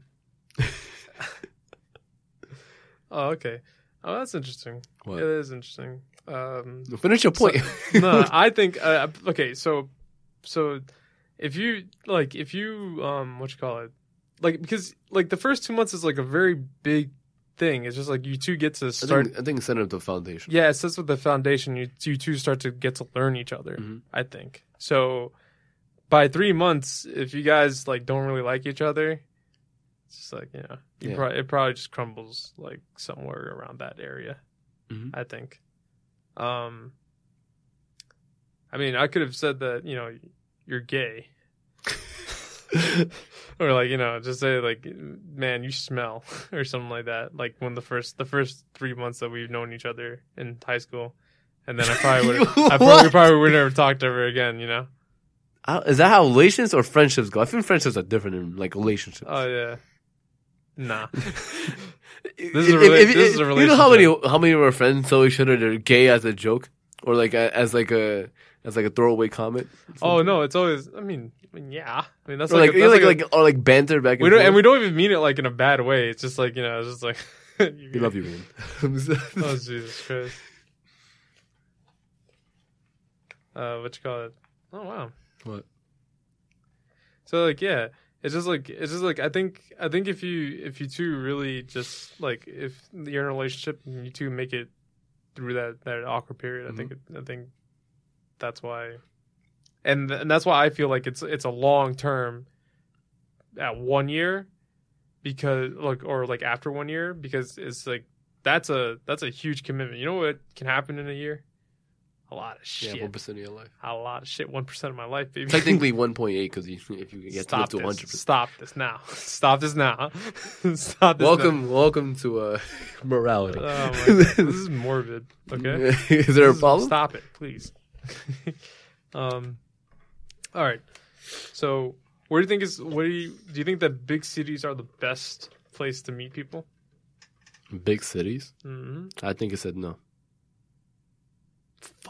A: Oh, okay. Oh, that's interesting.
B: What?
A: It is interesting. Um
B: Finish your point.
A: no, I think uh, okay. So, so if you like, if you um, what you call it, like because like the first two months is like a very big thing. It's just like you two get to
B: I
A: start.
B: think, I think setting up the foundation.
A: yeah, it starts with the foundation. You you two start to get to learn each other.
B: Mhm.
A: I think so. By three months, if you guys like don't really like each other, it's just like you know, you
B: Yeah.
A: prob- it probably just crumbles like somewhere around that area.
B: Mhm.
A: I think. Um, I mean, I could have said that you know you're gay, or like you know just say like man you smell or something like that. Like when the first the first three months that we've known each other in high school, and then I probably would I probably, we
B: What?
A: probably would never talk to her again. You know?
B: How- Is that how relationships or friendships go? I think friendships are different than like relationships.
A: Oh yeah, nah.
B: This
A: is a rela- this is a
B: You know how many how many of our friends tell each other they're gay as a joke or like a, as like a as like a throwaway comment.
A: Oh no, it's always. I mean, I mean, yeah. I mean that's
B: Or
A: like,
B: like,
A: a- that's
B: like,
A: like a-
B: like, or like banter back and
A: we don't
B: forth.
A: and we don't even mean it like in a bad way. It's just like you know, it's just like
B: we love you, man.
A: oh Jesus Christ. Uh, what you call it? Oh wow.
B: What?
A: So like yeah, it's just like it's just like I think I think if you if you two really just like if you're in a relationship and you two make it through that that awkward period, I think it,
B: Mm-hmm.
A: I think that's why, and and that's why I feel like it's it's a long term, at one year, because like or like after one year because it's like that's a that's a huge commitment. You know what can happen in a year? A lot of shit.
B: yeah, one percent of your life.
A: a lot of shit. One percent of my life, baby.
B: Technically, one point eight because you, if you get to live
A: Stop
B: to one
A: this.
B: hundred percent.
A: Stop this now. Stop this now. Stop this
B: Welcome, welcome to uh, morality.
A: now. Oh my God. This is morbid. Okay.
B: is there a
A: This is-
B: problem?
A: Stop it, please. um, all right. So, where do you think is? What do you do? You think that big cities are the best place to meet people?
B: Big cities.
A: hmm
B: I think it said no.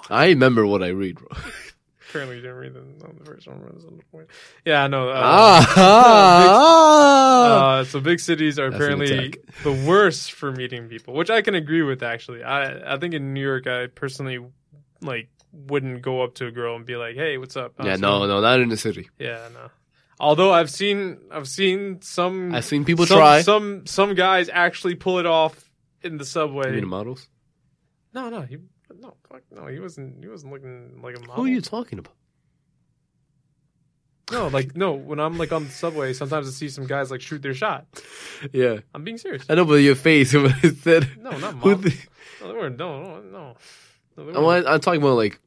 B: I remember what I read, bro.
A: Apparently, you didn't read the, on the first one. but it's on the point. Yeah, I know. Uh,
B: ah,
A: uh, so big cities are
B: Oh. That's an
A: apparently the worst for meeting people, which I can agree with. Actually, I I think in New York, I personally like wouldn't go up to a girl and be like, "Hey, what's up?" How's
B: yeah,
A: it
B: no,
A: going?"
B: no, not in the city.
A: yeah, no. Although I've seen I've seen some
B: I've seen people
A: some,
B: try.
A: some some guys actually pull it off in the
B: You
A: subway.
B: mean the models?
A: no, no, he no fuck no, he wasn't he wasn't looking like a model.
B: Who are you talking about?
A: No, like no, when I'm like on the subway, sometimes I see some guys like shoot their shot.
B: Yeah,
A: I'm being serious.
B: I know, but your face. When I said,
A: No, not
B: who
A: models.
B: the-
A: No, they weren't. No, no, no. no they
B: I'm,
A: weren't.
B: I'm talking about like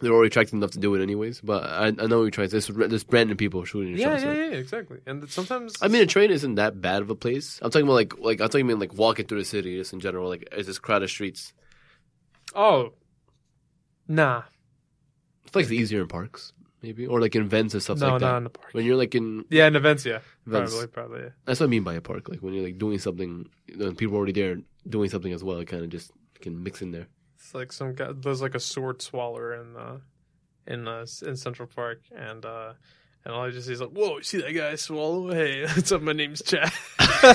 B: they're already attracted enough to do it anyways. But I, I know you're trying. This this random people shooting.
A: Yeah,
B: shots,
A: yeah,
B: like-
A: yeah, exactly. And th- sometimes
B: I mean, a train isn't that bad of a place. I'm talking about like like I'm talking about like walking through the city just in general. Like it's just crowded streets.
A: oh, nah,
B: It's like easier in parks maybe or like in events and stuff
A: no,
B: like
A: not
B: that.
A: in the park.
B: When you're like in
A: Yeah, in events, yeah,
B: events,
A: probably, probably. Yeah.
B: that's what I mean by a park. Like when you're like doing something, you know, and people are already there doing something as well. It kind of just can mix in there.
A: It's like some guy. There's like a sword swallower in uh, in uh, s- in Central Park, and uh, and all I just see is like, whoa, you see that guy swallow? Hey, what's up? My name's Chad.
B: I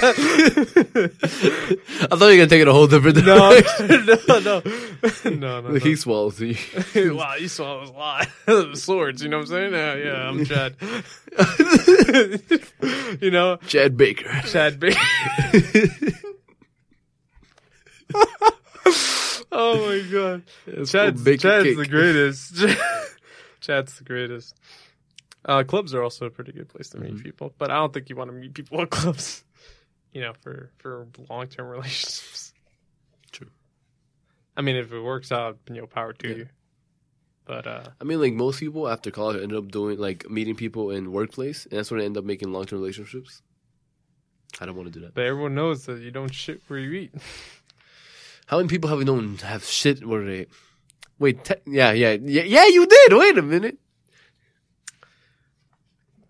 B: thought you were gonna take it a whole different
A: no,
B: direction.
A: no, no, no, no. no.
B: Like, he swallows you.
A: wow, you swallows a lot of swords. You know what I'm saying? Yeah, yeah I'm Chad. you know,
B: Chad Baker.
A: Chad Baker. oh my god, Chad's,
B: Baker
A: Chad's
B: cake.
A: the greatest. Chad's the greatest. Uh, clubs are also a pretty good place to meet
B: Mm-hmm.
A: people, but I don't think you want to meet people at clubs. You know, for for long term relationships.
B: True.
A: I mean, if it works out, you know, power to
B: Yeah.
A: you. But uh,
B: I mean, like most people after college end up doing like meeting people in workplace, and that's when they end up making long term relationships. I don't want to do that.
A: but everyone knows that you don't shit where you eat.
B: How many people have we known have shit where they? Wait, te- yeah, yeah, yeah, yeah. You did. Wait a minute.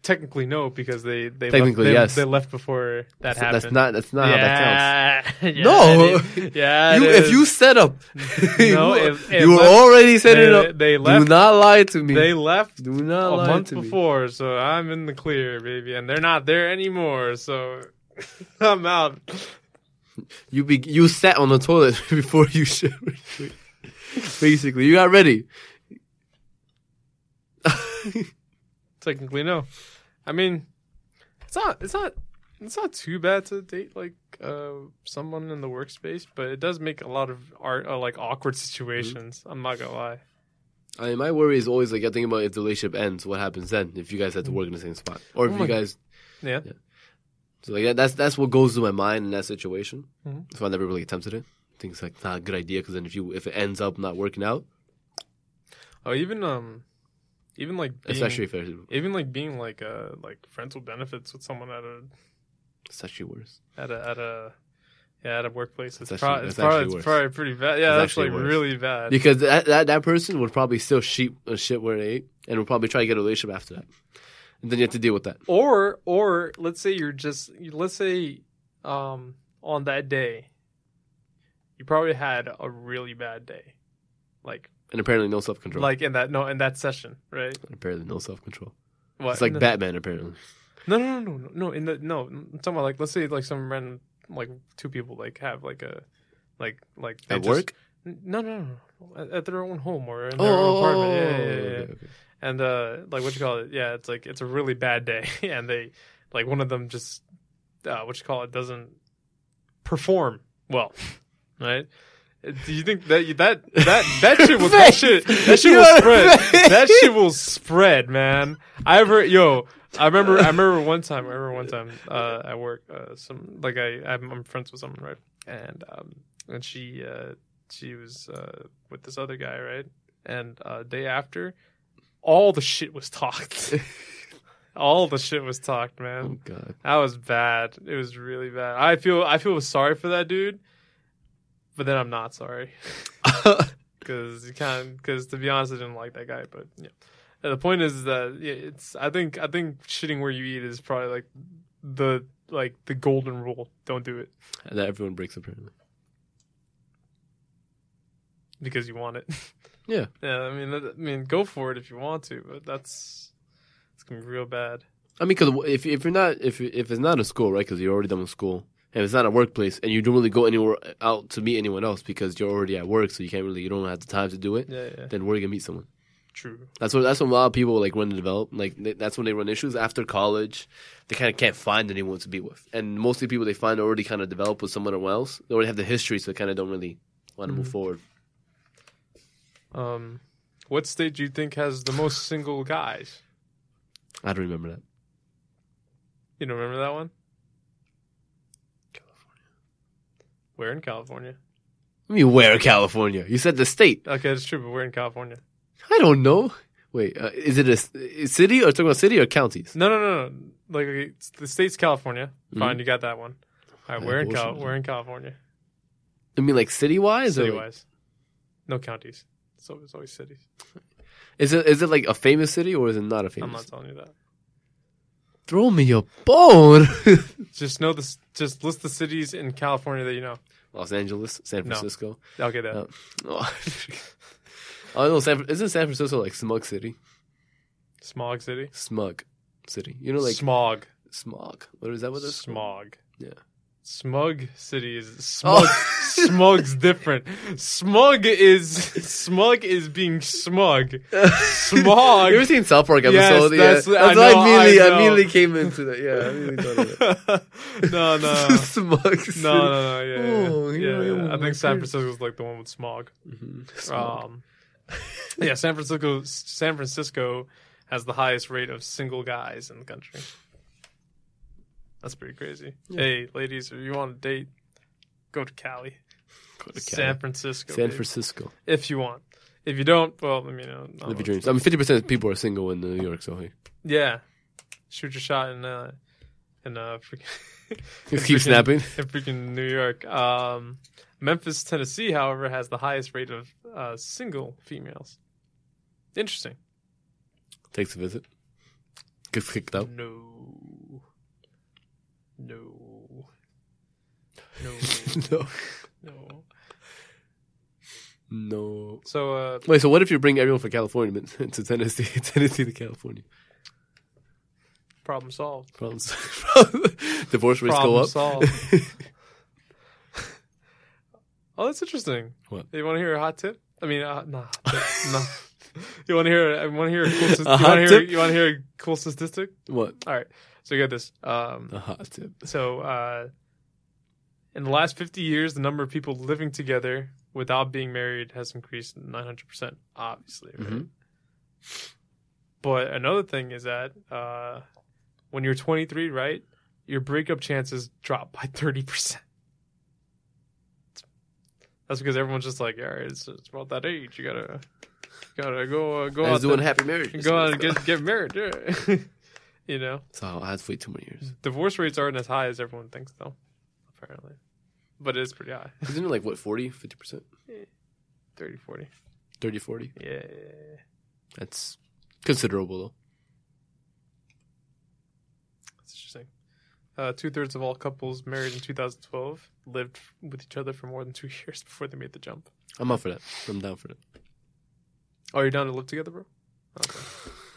A: Technically, no, because they they
B: Technically,
A: left, they,
B: yes.
A: they left before that
B: That's,
A: happened.
B: that's not. That's not how that counts.
A: yeah. yeah,
B: No.
A: it is. yeah. it
B: You, if
A: is.
B: you set up,
A: No,
B: you,
A: if- if
B: you were
A: left-
B: already setting
A: they,
B: up.
A: they
B: Do
A: left
B: not lie to me.
A: they left
B: Do not
A: a
B: lie
A: month
B: to me.
A: before, so I'm in the clear, baby, and they're not there anymore, so I'm out.
B: You be, you sat on the toilet before you showered. Basically, you got ready.
A: Technically, no. I mean, it's not it's not it's not too bad to date like uh someone in the workspace, but it does make a lot of art uh, like awkward situations. I'm not gonna lie.
B: I mean, my worry is always like I think about if the relationship ends, what happens then? If you guys have to work in the same spot, or if
A: Oh my
B: you guys,
A: Yeah.
B: so like that, that's that's what goes through my mind in that situation.
A: Mhm.
B: So I never really attempted it. I think it's like not a good idea because then if you if it ends up not working out,
A: Oh, even um, even like being,
B: especially if it's
A: even like being like uh like friends with benefits with someone at a
B: it's actually worse.
A: at a at a yeah at a workplace. It's,
B: That's
A: pro-
B: actually-
A: it's
B: that's actually
A: probably it's
B: worse.
A: probably pretty bad. Yeah,
B: That's
A: that's,
B: actually
A: like
B: worse.
A: really bad.
B: Because that, that that person would probably still shit uh, shit where they ate, and would probably try to get a relationship after that, and then you have to deal with that.
A: or or let's say you're just let's say um on that day you probably had a really bad day like
B: And apparently, no self control.
A: like in that no in that session right
B: apparently, no self control.
A: what
B: It's like
A: no,
B: Batman. Apparently,
A: no no no no no in the no I'm talking about like let's say like some random like two people like have like a like like they
B: at
A: just-
B: work.
A: no no no no. At- at their own home or in
B: Oh,
A: their own apartment
B: oh,
A: yeah, yeah, yeah,
B: okay,
A: yeah.
B: okay.
A: and uh like what you call it yeah it's like it's a really bad day and they like one of them just uh what you call it doesn't perform well right do you think that that that that shit will that shit that shit
B: You
A: will
B: know
A: spread
B: what I mean?
A: that shit will spread man i ever yo i remember i remember one time i remember one time uh at work uh some like i i'm, I'm friends with someone right and um and she uh she was uh with this other guy right and uh day after all the shit was talked. all the shit was talked,
B: Oh
A: man.
B: god.
A: That was bad. It was really bad. I feel I feel sorry for that dude, but then I'm not sorry
B: Oh,
A: because you can't. Because to be honest, I didn't like that guy. But yeah, And the point is that yeah, it's. I think I think shitting where you eat is probably like the like the golden rule. Don't do it
B: that everyone breaks apparently.
A: because you want it.
B: Yeah.
A: yeah. I mean, that- I mean, go for it if you want to, but that's it's gonna be real bad.
B: I mean, because if if you're not if if it's not a school, right? Because you're already done with school, and it's not a workplace, and you don't really go anywhere out to meet anyone else because you're already at work, so you can't really you don't have the time to do it.
A: Yeah, yeah.
B: Then where are you gonna meet someone?
A: True.
B: That's what that's when a lot of people like run to develop. Like they, that's when they run issues after college. They kind of can't find anyone to be with, and mostly people they find already kind of develop with someone else. They already have the history, so they kind of don't really want to move forward.
A: Um, what state do you think has the most single guys?
B: I don't remember that.
A: You don't remember that one? California. We're in California.
B: I mean, where California? You said the state.
A: Okay, that's true, but we're in California.
B: I don't know. Wait, uh, is it a s- a city? Or talking about city or counties?
A: No, no, no, no. Like okay, it's- the state's California. Fine, you got Mm-hmm. that one. All right,
B: Yeah,
A: we're in Cal-
B: bullshit.
A: we're in California.
B: I mean, like city wise,
A: City
B: or like,
A: wise, no counties. So it's always cities.
B: is it is it like a famous city or is it not a famous?
A: I'm not telling you that.
B: Throw me a bone.
A: Just know this. Just list the cities in California that you know.
B: Los Angeles, San
A: No.
B: Francisco.
A: Okay, that.
B: No. Oh, I know. San, isn't San Francisco like smug city?
A: Smog city.
B: Smug city. You know, like
A: smog.
B: smog. What is that? What that's
A: Smog.
B: Yeah.
A: Smug city is smug.
B: Oh.
A: Smug's different. Smug is smug is being smug. Smog.
B: Oh. You ever seen South Park
A: Yes,
B: episode?
A: that's-
B: yeah,
A: I
B: that's why
A: know, I
B: I immediately,
A: know.
B: immediately came into that. Yeah, I immediately thought of it.
A: no, no, no,
B: smug city.
A: no, no, yeah, yeah,
B: Oh,
A: yeah,
B: yeah,
A: yeah.
B: oh
A: I
B: my
A: think San
B: goodness.
A: Francisco is like the one with smog.
B: Smug.
A: Um, yeah, San Francisco. San Francisco has the highest rate of single guys in the country. That's pretty crazy. Hey, ladies, if you want to date, go to Cali.
B: Go to
A: San
B: Cali.
A: Francisco.
B: San
A: baby.
B: Francisco.
A: if you want. If you don't, well, I mean, you know, no,
B: Live your dreams. I mean, fifty percent of people are single in New York, so hey.
A: yeah, shoot your shot and uh, in uh, freak- in
B: Just keep
A: freaking-
B: snapping.
A: in freaking New York. Um, Memphis, Tennessee, however, has the highest rate of uh, single females. Interesting.
B: Takes a visit. Gets kicked out.
A: No. No. No.
B: no.
A: no.
B: No.
A: So, uh,
B: Wait, so what if you bring everyone from California but- to Tennessee, Tennessee to California?
A: problem solved.
B: Problems. Divorce rates go
A: Problem
B: up.
A: solved. Oh, that's interesting.
B: What?
A: You want to hear a hot tip? I mean, uh, nah, hot tip, nah. You want to hear? I want to hear a cool. statist-
B: A
A: you
B: hot
A: want to hear?
B: tip?
A: You want to hear a cool statistic?
B: what?
A: All right. So you got this. Um,
B: A hot tip.
A: so uh, in the last 50 years, the number of people living together without being married has increased 900 percent. Obviously, right?
B: Mhm.
A: But another thing is that uh, when you're 23, right, your breakup chances drop by 30 percent. That's because everyone's just like, all right, it's, it's about that age. You gotta, gotta go, uh, go
B: I was
A: out,
B: doing
A: there,
B: happy marriage.
A: go out and get get married. yeah. you know,
B: So I had to wait two more years.
A: divorce rates aren't as high as everyone thinks, though. Apparently, but it is pretty high.
B: Isn't it like what 40, 50 percent,
A: 30, 40.
B: 30, 40?
A: Yeah.
B: That's considerable though.
A: That's interesting. Uh, Two thirds of all couples married in 2012 lived with each other for more than two years before they made the jump.
B: I'm up for that. I'm down for that.
A: Oh, you're down to live together, bro? Okay.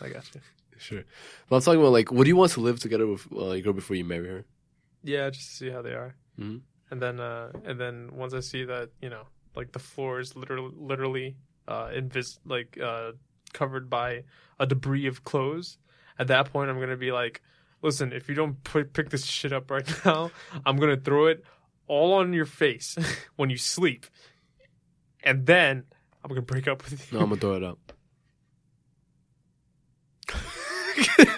A: I got you.
B: Sure. But I'm talking about like, would you want to live together with uh, your girl before you marry her?
A: Yeah, just to see how they are.
B: Mhm.
A: And then, uh, and then once I see that, you know, like the floor is literally, literally, uh, invis- like, uh, covered by a debris of clothes. At that point, I'm gonna be like, listen, if you don't p- pick this shit up right now, I'm gonna throw it all on your face when you sleep, and then I'm gonna break up with you.
B: No, I'm gonna throw it out.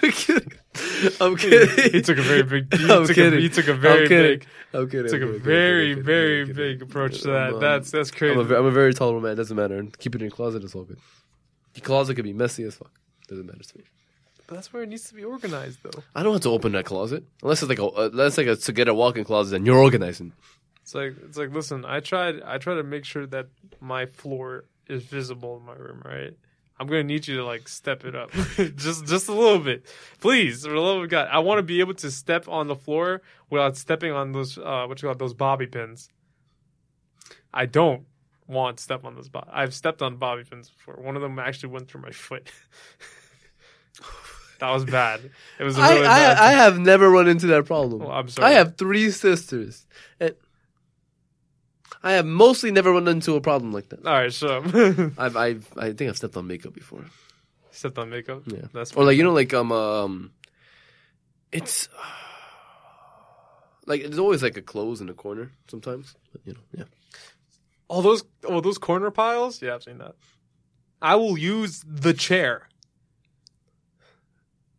B: I'm kidding.
A: he took a very big. He,
B: I'm
A: took a,
B: kidding.
A: he took a very
B: I'm kidding.
A: big.
B: I'm kidding.
A: Took
B: I'm
A: a
B: kidding,
A: very,
B: I'm kidding,
A: very
B: I'm kidding.
A: big approach to
B: I'm,
A: that.
B: um,
A: That's that's crazy.
B: I'm a, ve- I'm a very tolerant man. Doesn't matter. Keep it in your closet. It's all good. Your closet could be messy as fuck. Doesn't matter to me.
A: But that's where it needs to be organized, though.
B: I don't have to open that closet unless it's like a uh, unless like a to get a walk-in closet and you're organizing.
A: It's like it's like listen, I tried I try to make sure that my floor is visible in my room, right? I'm gonna need you to like step it up, just just a little bit, please. For the love of God, I want to be able to step on the floor without stepping on those uh, what you call it, those bobby pins. I don't want to step on those. Bo- I've stepped on bobby pins before. One of them actually went through my foot. that was bad. It was a
B: I,
A: really bad.
B: I, I have never run into that problem.
A: Well, I'm sorry.
B: I have three sisters, and I have mostly never run into a problem like that.
A: All right, shut up.
B: I've, I've I think I've stepped on makeup before,
A: Stepped on makeup.
B: Yeah.
A: that's
B: or like you know like um um, it's like there's always like a clothes in the corner sometimes. But, you know, yeah.
A: Oh, those oh those corner piles. Yeah, I've seen that. I will use the chair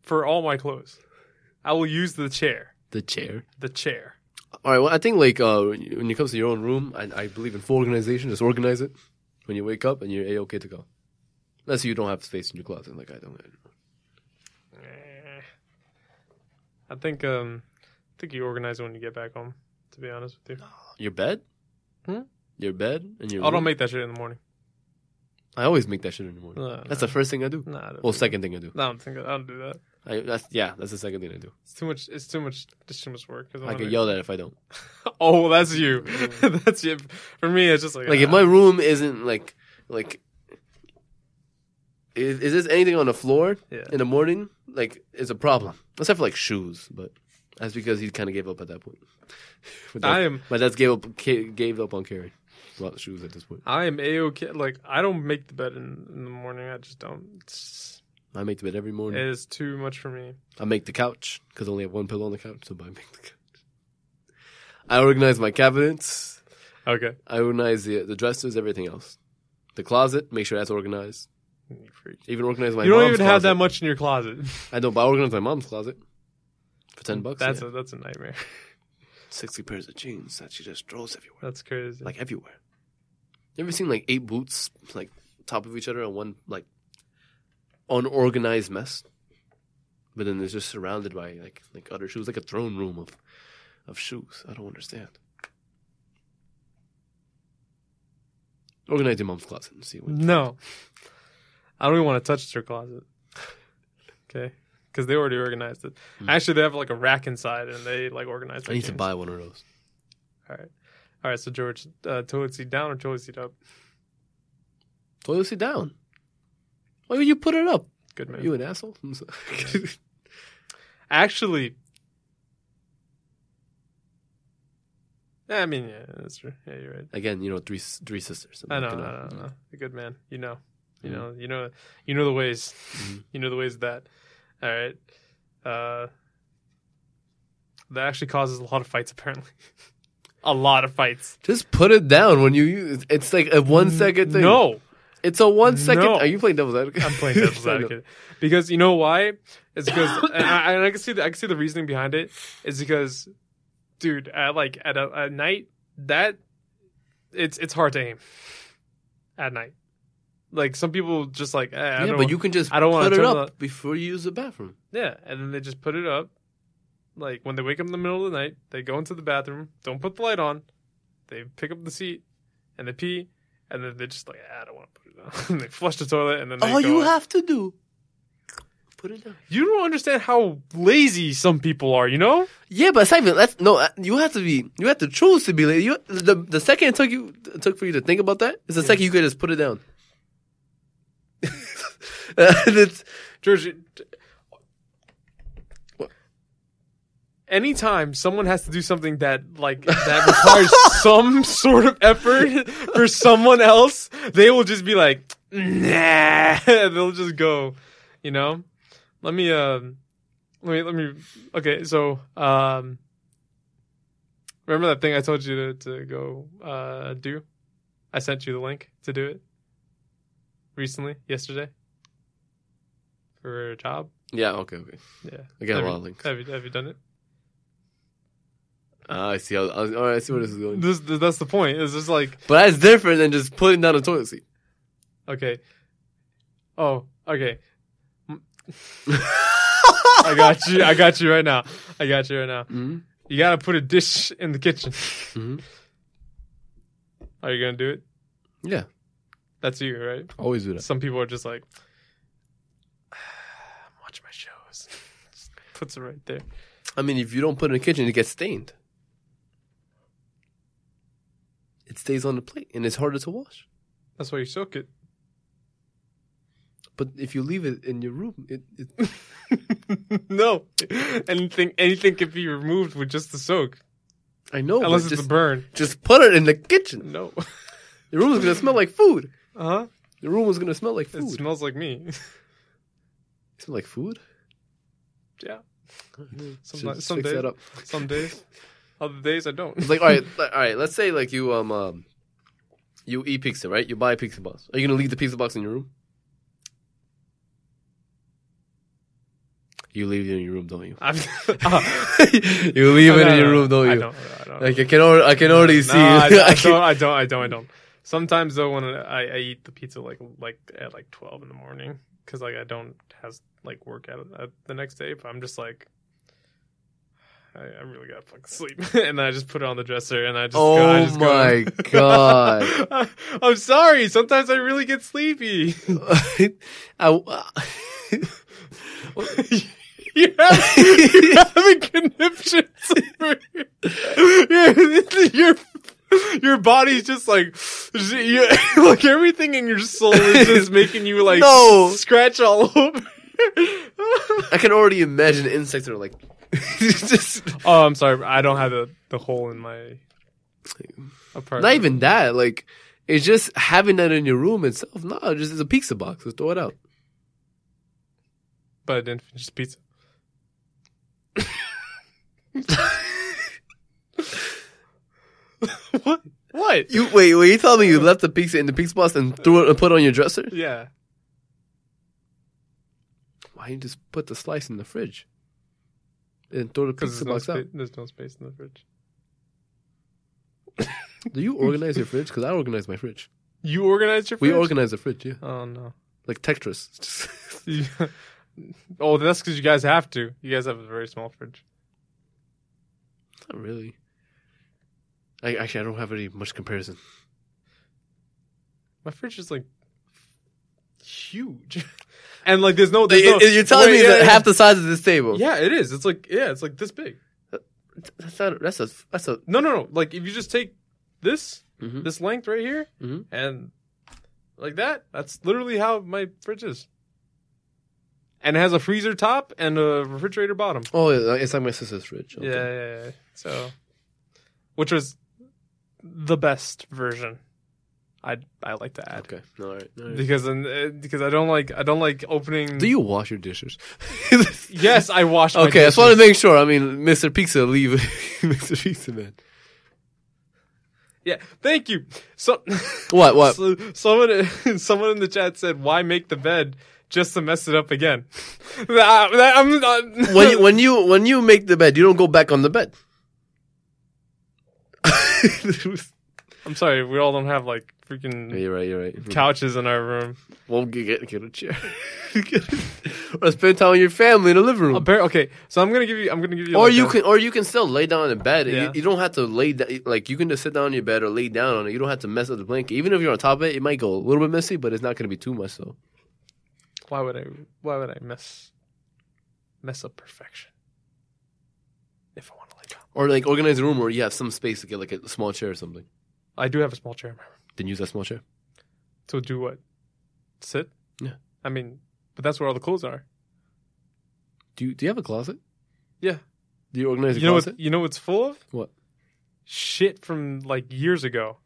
A: for all my clothes. I will use the chair.
B: The chair.
A: The chair.
B: All right. Well, I think like uh, when it comes to your own room, I, I believe in full organization. Just organize it when you wake up, and you're a okay to go. Unless you don't have space in your closet, like I don't.
A: Eh. I think um, I think you organize it when you get back home. To be honest with you,
B: Your bed.
A: Hmm?
B: Your bed and your.
A: I don't
B: room?
A: make Uh, that shit in the morning.
B: I always make that shit in the morning.
A: No,
B: That's the first thing I do.
A: no, I don't,
B: Well, second thing I do.
A: no, I don't think I don't do that.
B: I, that's yeah, that's the second thing I do.
A: It's too much. It's too much. It's too much work. 'cause I'm
B: I
A: gonna-
B: get yelled at if I don't.
A: Oh, well, that's you. that's you. For me, it's just like
B: Mm. Like if
A: ah.
B: my room isn't like like. Is, is this anything on the floor
A: Yeah.
B: in the morning? Like, it's a problem. Except for like shoes, but that's because he kind of gave up at that point. But
A: I
B: that's-
A: am
B: My dad's gave up ca- gave up on carrying well shoes at this point.
A: I am a okay. Like I don't make the bed in, in the morning. I just don't. It's,
B: I make the bed every
A: it
B: morning.
A: is too much for me.
B: I make the couch because I only have one pillow on the couch, so I make the couch. I organize my cabinets.
A: Okay,
B: I organize the the dressers, everything else. The closet, make sure that's organized.
A: you freak.
B: Even organize my
A: you don't
B: mom's
A: even have that
B: closet.
A: much in your closet.
B: I know, but I organize my mom's closet for ten bucks.
A: Mm, That's
B: That's
A: a that's a nightmare.
B: sixty pairs of jeans that she just throws everywhere,
A: That's crazy.
B: like everywhere. You ever seen like eight boots like top of each other in one like unorganized mess? But then it's just surrounded by like like other shoes, like a throne room of of shoes. I don't understand. Organize your mom's closet and see what.
A: No. I don't even want to touch their closet. Okay. Because they already organized it.
B: Hmm.
A: Actually, they have like a rack inside and they like organize.
B: I
A: their
B: need to
A: games.
B: buy one of those.
A: All right. All right. So, George, uh, toilet seat down or toilet seat up?
B: Toilet seat down. Why would you put it up?
A: Good man.
B: Are you an asshole? I'm so-
A: Actually, I mean, yeah, that's true. Yeah, you're right.
B: Again, you know, three s- three sisters.
A: I
B: I'm
A: know, I
B: not
A: know,
B: gonna-
A: I know. A good man. You know, you
B: Mhm.
A: know, you know, you know the ways.
B: Mhm.
A: You know the ways of that. All right. Uh, that actually causes a lot of fights, apparently. a lot of fights.
B: Just put it down when you use. It's like a one second thing.
A: No,
B: it's a one second.
A: No.
B: Are you playing devil's advocate?
A: I'm playing devil's
B: I know.
A: advocate because you know why? It's because and I, and I can see the I can see the reasoning behind it. Is because, dude, at like at a at night that it's it's hard to aim at night. Like some people just like eh, I
B: Yeah,
A: don't
B: but you can just
A: I don't wanna
B: put it
A: turn
B: up before you use the bathroom.
A: Yeah, and then they just put it up. Like when they wake up in the middle of the night, they go into the bathroom, don't put the light on, they pick up the seat, and they pee, and then they just like, "Ah, I don't want to put it on. they flush the toilet, and then they
B: All
A: go
B: you
A: on.
B: have to do, put it down.
A: You don't understand how lazy some people are. You know?
B: Yeah, but Simon, that's no. uh, You have to be. You have to choose to be. late. You the the second it took you it took for you to think about that is the second you could just put it down. And it's-
A: George, t- anytime someone has to do something that like that requires some sort of effort for someone else, they will just be like, nah, they'll just go, you know. Let me, um, let me, let me. Okay, so, um, remember that thing I told you to to go uh, do? I sent you the link to do it recently, yesterday, for a job.
B: yeah. Okay. Okay.
A: Yeah.
B: I got
A: Have
B: a
A: you-
B: lot of links.
A: Have you, have you done it?
B: Ah, I see. How, I, all right. I see where this is going.
A: This, th- that's the point. It's just like,
B: But that's different than just putting down a toilet seat.
A: okay. Oh, okay. I
B: I
A: got you. I got you right now. I got you right now.
B: hmm
A: You got to put a dish in the kitchen.
B: hmm
A: Are you going to do it?
B: Yeah.
A: That's you, right?
B: Always do that.
A: Some people are just like, "Ah, I'm watching my shows. Just puts it right there.
B: I mean, if you don't put it in the kitchen, it gets stained. It stays on the plate and it's harder to wash.
A: That's why you soak it.
B: But if you leave it in your room, it, it
A: no. Anything anything can be removed with just the soak.
B: I know. but
A: Unless it's
B: just,
A: a burn.
B: just put it in the kitchen.
A: No.
B: Your room is gonna smell like food.
A: Uh-huh.
B: Your room is gonna smell like
A: It
B: food.
A: smells like me.
B: smell like food.
A: yeah.
B: Mm-hmm. Should
A: Some-
B: fix
A: some days.
B: that up.
A: Some days. Other days I don't.
B: It's like all right, all right. Let's say like you um um you eat pizza, right? You buy a pizza box. Are you gonna leave the pizza box in your room? You leave it in your room, don't you?
A: I'm,
B: Ah, you leave it in your room, don't
A: I
B: you?
A: Don't, I don't.
B: Like I can, al- I can already see.
A: No, I,
B: you.
A: I
B: can-
A: don't. I don't. I don't. I don't. Sometimes though, when I, I eat the pizza like like at like twelve in the morning, because like I don't has like work out uh, the next day, but I'm just like. I, I really gotta fucking sleep, and then I just put it on the dresser, and I just. go, I
B: Oh
A: just
B: my
A: go.
B: God.
A: I, I'm sorry. Sometimes I really get sleepy.
B: I-
A: you have, you're having conniptions. over your- your your body's just like you- like everything in your soul is just making you like
B: No.
A: scratch all over.
B: I can already imagine insects that are like just
A: oh, I'm sorry. I don't have the the hole in my apartment.
B: not even that. Like it's just having that in your room itself. No, it's just it's a pizza box. Just throw it out.
A: but I didn't finish the pizza. what? What?
B: You wait, wait. You tell me you left the pizza in the pizza box and threw it and put it on your dresser?
A: Yeah.
B: Why didn't you just put the slice in the fridge and throw the
A: Because
B: pizza
A: there's, no
B: box out?
A: spa- there's no space in the fridge.
B: Do you organize your fridge? Because I organize my fridge.
A: You organized your fridge?
B: We organize the fridge, yeah,
A: Oh, no.
B: like Tetris.
A: You- Oh, that's because you guys have to. You guys have a very small fridge.
B: Not really. I, actually, I don't have any much comparison.
A: My fridge is like huge, and like there's no. There's
B: Like,
A: no
B: it- it- you're telling
A: Wait,
B: me
A: yeah,
B: that
A: yeah.
B: half the size of this table.
A: Yeah, it is. It's like yeah, it's like this big.
B: That's not. That's a. That's a.
A: No, no, no. Like if you just take this
B: mhm.
A: this length right here
B: Mhm.
A: and like that, that's literally how my fridge is. And it has a freezer top and a refrigerator bottom.
B: Oh, yeah, it's like my sister's fridge. Okay.
A: Yeah, yeah, yeah. So, which was the best version. I I like to add
B: Okay. All right. All right.
A: because then uh, because I don't like I don't like opening.
B: Do you wash your dishes?
A: Yes, I wash. My
B: Okay, I just want to
A: dishes.
B: make sure. I mean, Mr. Pizza, leave Mr. Pizza Man.
A: Yeah, thank you. So
B: What? What?
A: So, someone someone in the chat said, "Why make the bed just to mess it up again?" That- that- I'm- I'm-
B: when you, when you when you make the bed, you don't go back on the bed.
A: I'm sorry, we all don't have like freaking
B: you're right. You're right.
A: couches in our room.
B: Well, g- get get a chair. Get a- or spend time with your family in the living room.
A: A bear- okay, so I'm gonna give you. I'm gonna give you.
B: or
A: like,
B: you
A: a-
B: can or you can still lay down in bed. You-
A: Yeah.
B: You, don't have to lay down. Like you can just sit down on your bed or lay down on it. You don't have to mess up the blanket. Even if you're on top of it, it might go a little bit messy, but it's not going to be too much. So
A: Why would I? Why would I mess mess up perfection? If I want to lay down,
B: or like organize a room where you have some space to get like a small chair or something.
A: I do have a small chair in my room.
B: Then use that small chair.
A: So do what? Sit.
B: Yeah.
A: I mean, but that's where all the clothes are.
B: Do you, do you have a closet?
A: Yeah.
B: Do you organize a
A: You know
B: closet?
A: what? You know what's full of?
B: What?
A: Shit from like years ago,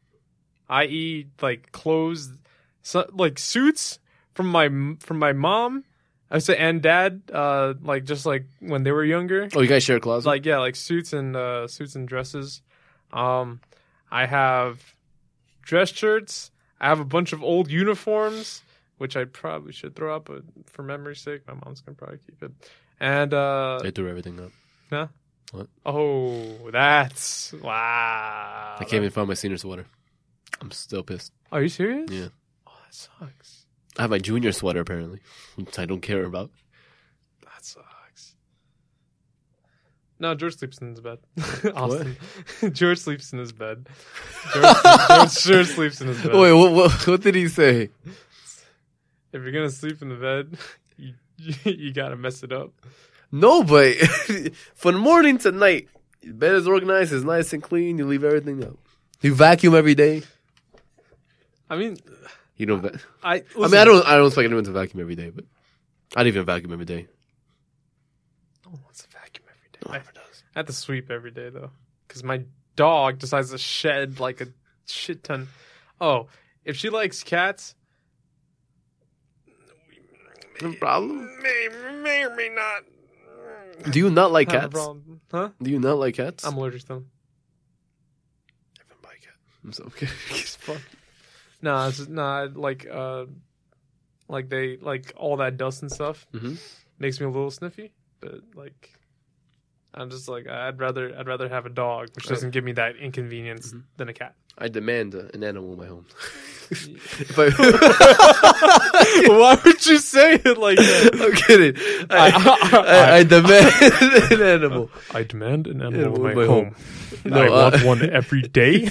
A: i.e., like clothes, so, like suits from my from my mom, I would say, and dad. Uh, like just like when they were younger.
B: oh, you guys share a closet.
A: like yeah, like suits and uh, suits and dresses. Um, I have dress shirts. I have a bunch of old uniforms, which I probably should throw out, but for memory's sake, my mom's gonna probably keep it. And uh,
B: I threw everything up.
A: oh, that's wow.
B: I can't even find my senior sweater. I'm still pissed.
A: Are you serious?
B: Yeah.
A: Oh, that sucks.
B: I have my junior sweater apparently, which I don't care about.
A: That sucks. No, George sleeps in his bed. Austin. George sleeps in his bed. George, George sure sleeps in his bed.
B: Wait, what, what, what did he say?
A: if you're gonna sleep in the bed, you you, you gotta mess it up.
B: No, but from morning to night, your bed is organized, it's nice and clean. You leave everything up. You vacuum every day.
A: I mean,
B: You don't. Va-
A: I
B: I mean, I don't. I don't expect anyone to vacuum every day, but I don't even vacuum every day.
A: No one wants to Oh, vacuum every day.
B: No one
A: I,
B: ever does.
A: I have to sweep every day though, because my dog decides to shed like a shit ton. Oh, if she likes cats,
B: No problem.
A: may may or may not.
B: Do you not like
A: have a
B: cats?
A: problem. Huh?
B: Do you not like cats?
A: I'm allergic to them.
B: I haven't bought a cat. I'm so okay.
A: Fuck. Nah, it's, nah, like uh, like they like all that dust and stuff.
B: Mhm.
A: makes me a little sniffy, but like I'm just like I'd rather I'd rather have a dog, which
B: Right.
A: doesn't give me that inconvenience
B: Mhm.
A: than a cat.
B: I demand uh, an animal in my home. if
A: Why would you say it like that?
B: I'm kidding. I,
A: I-
B: I, I demand an animal.
A: I demand an
B: Animal in my home. No, I uh, want one
A: every day. a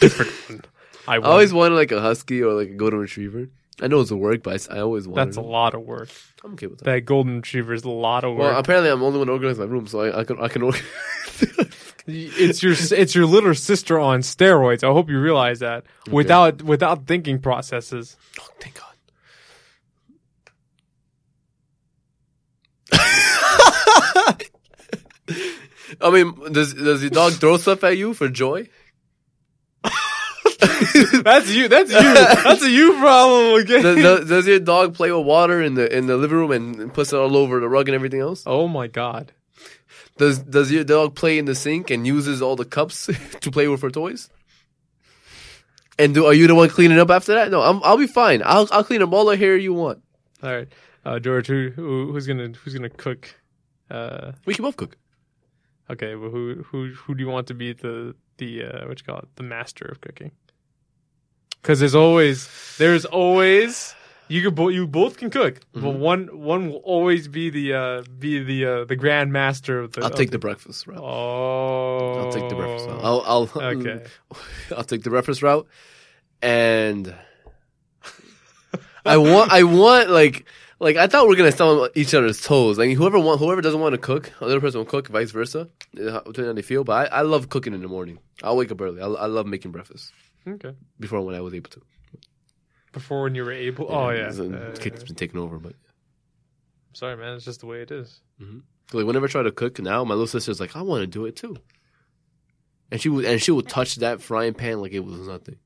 A: different one. I,
B: I always wanted like a husky or like a golden retriever. I know it's work, but I s- I, always wanted.
A: That's a
B: it.
A: lot of work.
B: I'm okay with that.
A: That golden retriever is a lot of work.
B: Well, apparently I'm the only one organizing my room, so I, I can I can organize.
A: it's your it's your little sister on steroids. I hope you realize that without without thinking processes.
B: oh, thank God. I mean, does does your dog throw stuff at you for joy?
A: That's you. That's you. That's a you problem again.
B: does, does, does your dog play with water in the in the living room and puts it all over the rug and everything else?
A: oh my god.
B: Does does your dog play in the sink and uses all the cups to play with her toys? And do, are you the one cleaning up after that? No, I'm, I'll be fine. I'll I'll clean up all the hair you want.
A: All right, uh, George. Who, who who's gonna who's gonna cook? Uh,
B: We can both cook.
A: okay. Well, who who who do you want to be the the uh, what you call it the master of cooking? Because there's always there's always You could both you both can cook, but
B: Mm-hmm.
A: one one will always be the uh, be the uh, the grand master of the.
B: I'll take the breakfast route.
A: Oh.
B: I'll take the breakfast route. I'll, I'll
A: Okay.
B: I'll take the breakfast route, and I want I want like like I thought we are gonna step on each other's toes. Like whoever want whoever doesn't want to cook, another person will cook, vice versa, uh, depending on they feel. But I, I love cooking in the morning. I'll wake up early. I, I love making breakfast
A: Okay.
B: before when I was able to.
A: Before when you were able. Oh yeah.
B: it's-
A: Uh,
B: it's kick's been taken over, but.
A: sorry, man. It's just the way it is.
B: Like whenever I try to cook now, my little sister's like, I want to do it too, and she would and she would touch that frying pan like it was nothing.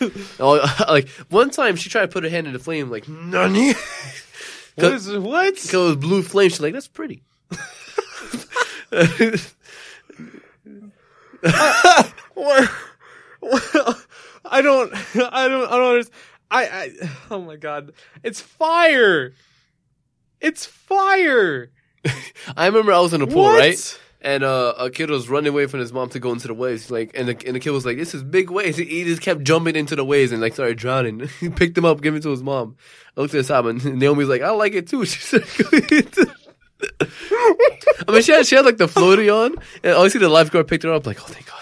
B: Oh, like one time she tried to put her hand in the flame, like nani,
A: what is what?
B: because it was blue flame. She's like, that's pretty. what?
A: What? what? I don't. I don't. I don't understand. I, I. Oh my god! It's fire! It's fire!
B: I remember I was in a pool,
A: What?
B: right? And uh, a kid was running away from his mom to go into the waves. Like, and the, and the kid was like, "This is big waves." He just kept jumping into the waves and like started drowning. he picked him up, gave him to his mom. I looked at his mom, and Naomi's like, "I like it too." She said, "I mean, she had she had like the floaty on, and obviously the lifeguard picked her up. Like, oh, thank God."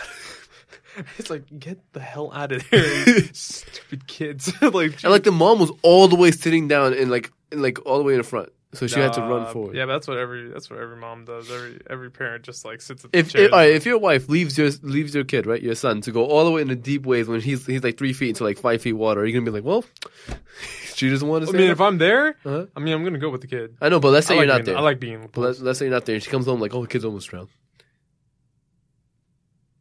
A: It's like get the hell out of here, you stupid kids! like,
B: And like the mom was all the way sitting down and like and like all the way in the front, so she had to run
A: Uh,
B: forward.
A: Yeah, but that's what every that's what every mom does. Every every parent just like sits at the
B: If
A: chair.
B: if, all right, if your wife leaves your leaves your kid, right, your son, to go all the way in the deep waves when he's he's like three feet into like five feet water, are you gonna be like, well, she doesn't want
A: I
B: to stay?
A: mean, if I'm there,
B: Uh-huh.
A: I mean, I'm gonna go with the kid.
B: I know, but let's say
A: I
B: you're
A: like
B: not
A: being,
B: there.
A: I like being in the
B: but
A: pool.
B: let's, let's say you're not there. and She comes home like, oh, the kid's almost drowned.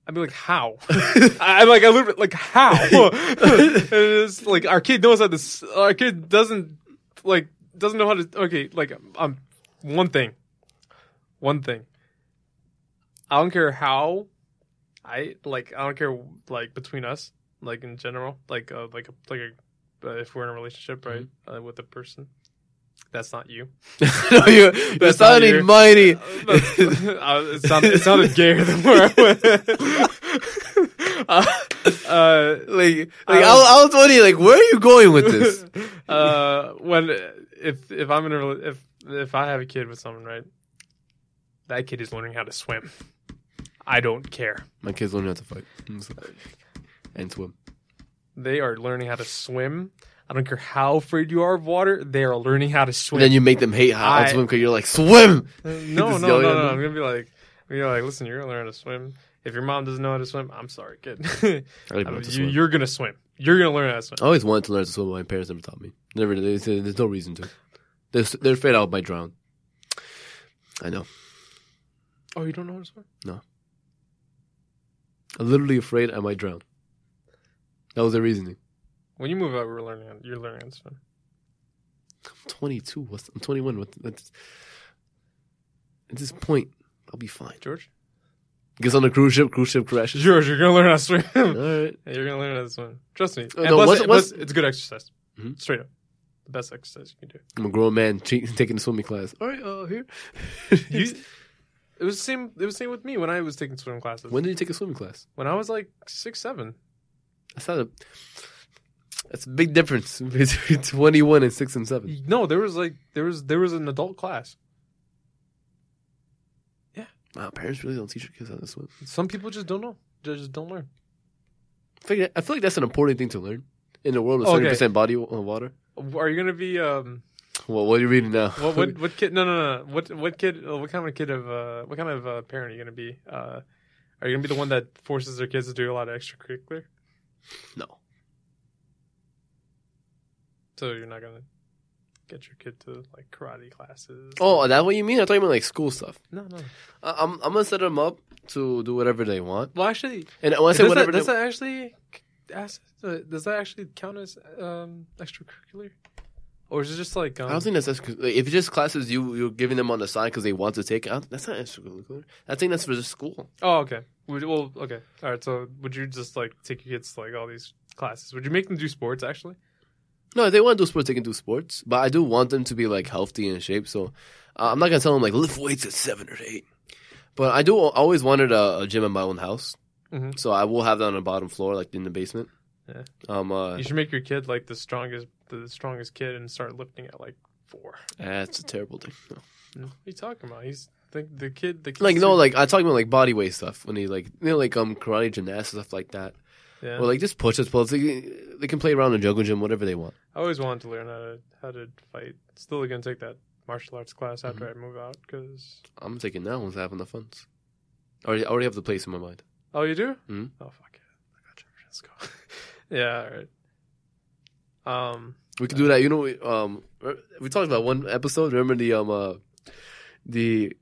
A: I'd be like, how? I, I like, I literally like, how? it's like our kid knows how to. s- Our kid doesn't like doesn't know how to. Okay, like um, one thing, one thing. I don't care how. I like. I don't care like between us, like in general, like uh, like a, like a, uh, if we're in a relationship, right,
B: Mm-hmm.
A: uh, with a person. That's not you.
B: no, you're, you're
A: That's not your-
B: sounding mighty.
A: Uh, it, sounded, it sounded gayer than where I went. uh, uh,
B: Like, like I, was- I was wondering, like, where are you going with this?
A: uh, when if if I'm in a rela- if if I have a kid with someone, right? That kid is learning how to swim. I don't care.
B: My kids learn how to fight I'm sorry. and swim.
A: They are learning how to swim. I don't care how afraid you are of water. They are learning how to
B: And then
A: swim.
B: you make them hate how
A: I-
B: to swim because you're like, swim.
A: no, no,
B: just
A: no,
B: yell at
A: no.
B: them.
A: I'm gonna be like, I'm gonna be like, listen, you're gonna learn how to swim. If your mom doesn't know how to swim, I'm sorry, kid.
B: I don't even know how to swim. Oh.
A: you, are gonna swim. You're gonna learn how to swim.
B: I always wanted to learn to swim, but my parents never taught me. Never. They said there's no reason to. They're, they're afraid I might drown. I know.
A: Oh, you don't know how to swim?
B: I'm literally afraid I might drown. That was their reasoning.
A: When you move out, we're learning. how- You're learning how to swim.
B: I'm 22. What's, I'm 21. What, that's, at this point, I'll be fine.
A: George,
B: Gets on a cruise ship. Cruise ship crashes.
A: George, you're gonna learn how to swim.
B: All right.
A: You're gonna learn how to swim. Trust me. And
B: Uh, no,
A: plus,
B: what's-
A: and plus,
B: what's-
A: it's good exercise.
B: Mhm.
A: Straight up, the best exercise you can do.
B: I'm a grown man che- taking a swimming class. All right. Uh, here.
A: You, it was the same. It was the same with me when I was taking swim classes.
B: when did you take a swimming class?
A: when I was like six, seven.
B: That's not a. That's a big difference between 21 and six and seven.
A: No, there was like there was there was an adult class.
B: Wow, parents really don't teach their kids how to swim.
A: Some people just don't know. They just don't learn.
B: I feel, I feel like that's an important thing to learn in the world of
A: Okay.
B: seventy percent body wa- uh, water.
A: Are you gonna be um?
B: Well, what are you reading now?
A: What what what kid? No no no. What what kid? uh, What kind of kid of uh? What kind of uh, parent are you gonna be? Uh, are you gonna be the one that forces their kids to do a lot of extracurricular?
B: no,
A: So you're not gonna get your kid to like karate classes.
B: oh, that's what you mean? I thought you meant like school stuff.
A: no no.
B: I, I'm I'm gonna set them up to do whatever they want,
A: Well, actually,
B: and when I
A: does
B: say
A: that,
B: whatever,
A: does
B: they,
A: that actually ask- uh, does that actually count as um extracurricular, or is it just like um,
B: I don't think that's that's- like, if it's just classes you you're giving them on the side because they want to take. I don't- That's not extracurricular. I think that's for the school.
A: Oh, okay. Would, well, okay. All right. So, would you just like take your kids to, like all these classes? Would you make them do sports actually?
B: No, if they want to do sports, they can do sports. But I do want them to be like healthy and in shape. So uh, I'm not gonna tell them like lift weights at seven or eight. But I do I always wanted a, a gym in my own house,
A: Mhm.
B: so I will have that on the bottom floor, like in the basement.
A: Yeah.
B: Um, uh,
A: You should make your kid like the strongest, the strongest kid, and start lifting at like four.
B: that's ah, a terrible thing. No.
A: What are you talking about? He's the, the kid. The kid's
B: Like no, like I talk about like body weight stuff when they like you know like um karate gymnastics stuff like that.
A: yeah.
B: Or like just push ups, pulls. They, they can play around in jungle gym, whatever they want.
A: I always wanted to learn how to how to fight. Still gonna take that martial arts class after
B: Mm-hmm.
A: I move out because
B: I'm taking that once I have enough funds. I already, I already have the place in my mind.
A: oh, you do?
B: Mhm.
A: Oh fuck yeah, I got you. Let's go. yeah, all right. Um,
B: We could do that. You know, we, um, we talked about one episode. Remember the um, uh, the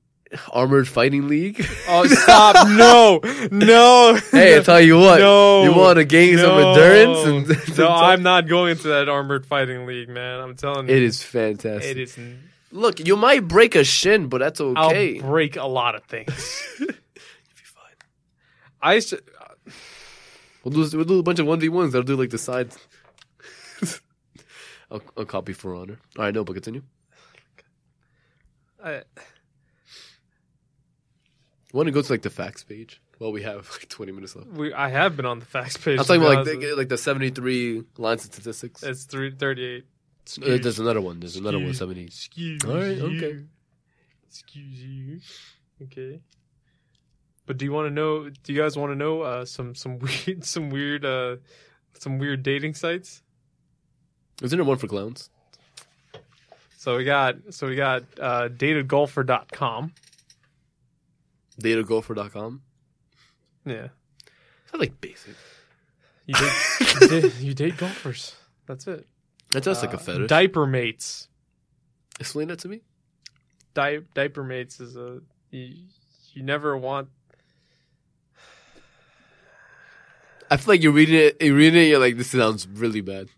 B: armored fighting league?
A: oh stop! no, no.
B: hey, I tell you what,
A: no,
B: you want to gain some endurance? And
A: no, I'm not going into that armored fighting league, man. I'm telling you,
B: It is fantastic.
A: It is. n-
B: Look, you might break a shin, but that's
A: I'll
B: okay.
A: break a lot of things. I used to,
B: We'll do, we'll do a bunch of 1v1s. They'll do like the sides. I'll, I'll copy for honor. All right, no, but continue.
A: I,
B: Want to go to like the facts page? Well, we have like 20 minutes left.
A: we, I have been on the facts page.
B: I'm
A: to
B: talking
A: be
B: about like
A: honest with
B: the,
A: you.
B: like the 73 lines of statistics. Uh,
A: it's three thirty-eight.
B: There's another one. There's another one. 70.
A: Excuse
B: All right, okay.
A: you. Excuse you. Okay. But do you want to know? Do you guys want to know uh, some some weird some weird uh, some weird dating sites?
B: Isn't there one for clowns?
A: So we got so we got uh, datedgolfer.com.
B: Datagopher.com.
A: Yeah,
B: That's like basic.
A: you date, you date, you date golfers. That's it.
B: That's just like
A: Uh,
B: a fetish.
A: Diaper mates.
B: Explain that to me.
A: Di- diaper mates is a you, you never want.
B: I feel like you're reading it. You're reading it. You're like, this sounds really bad.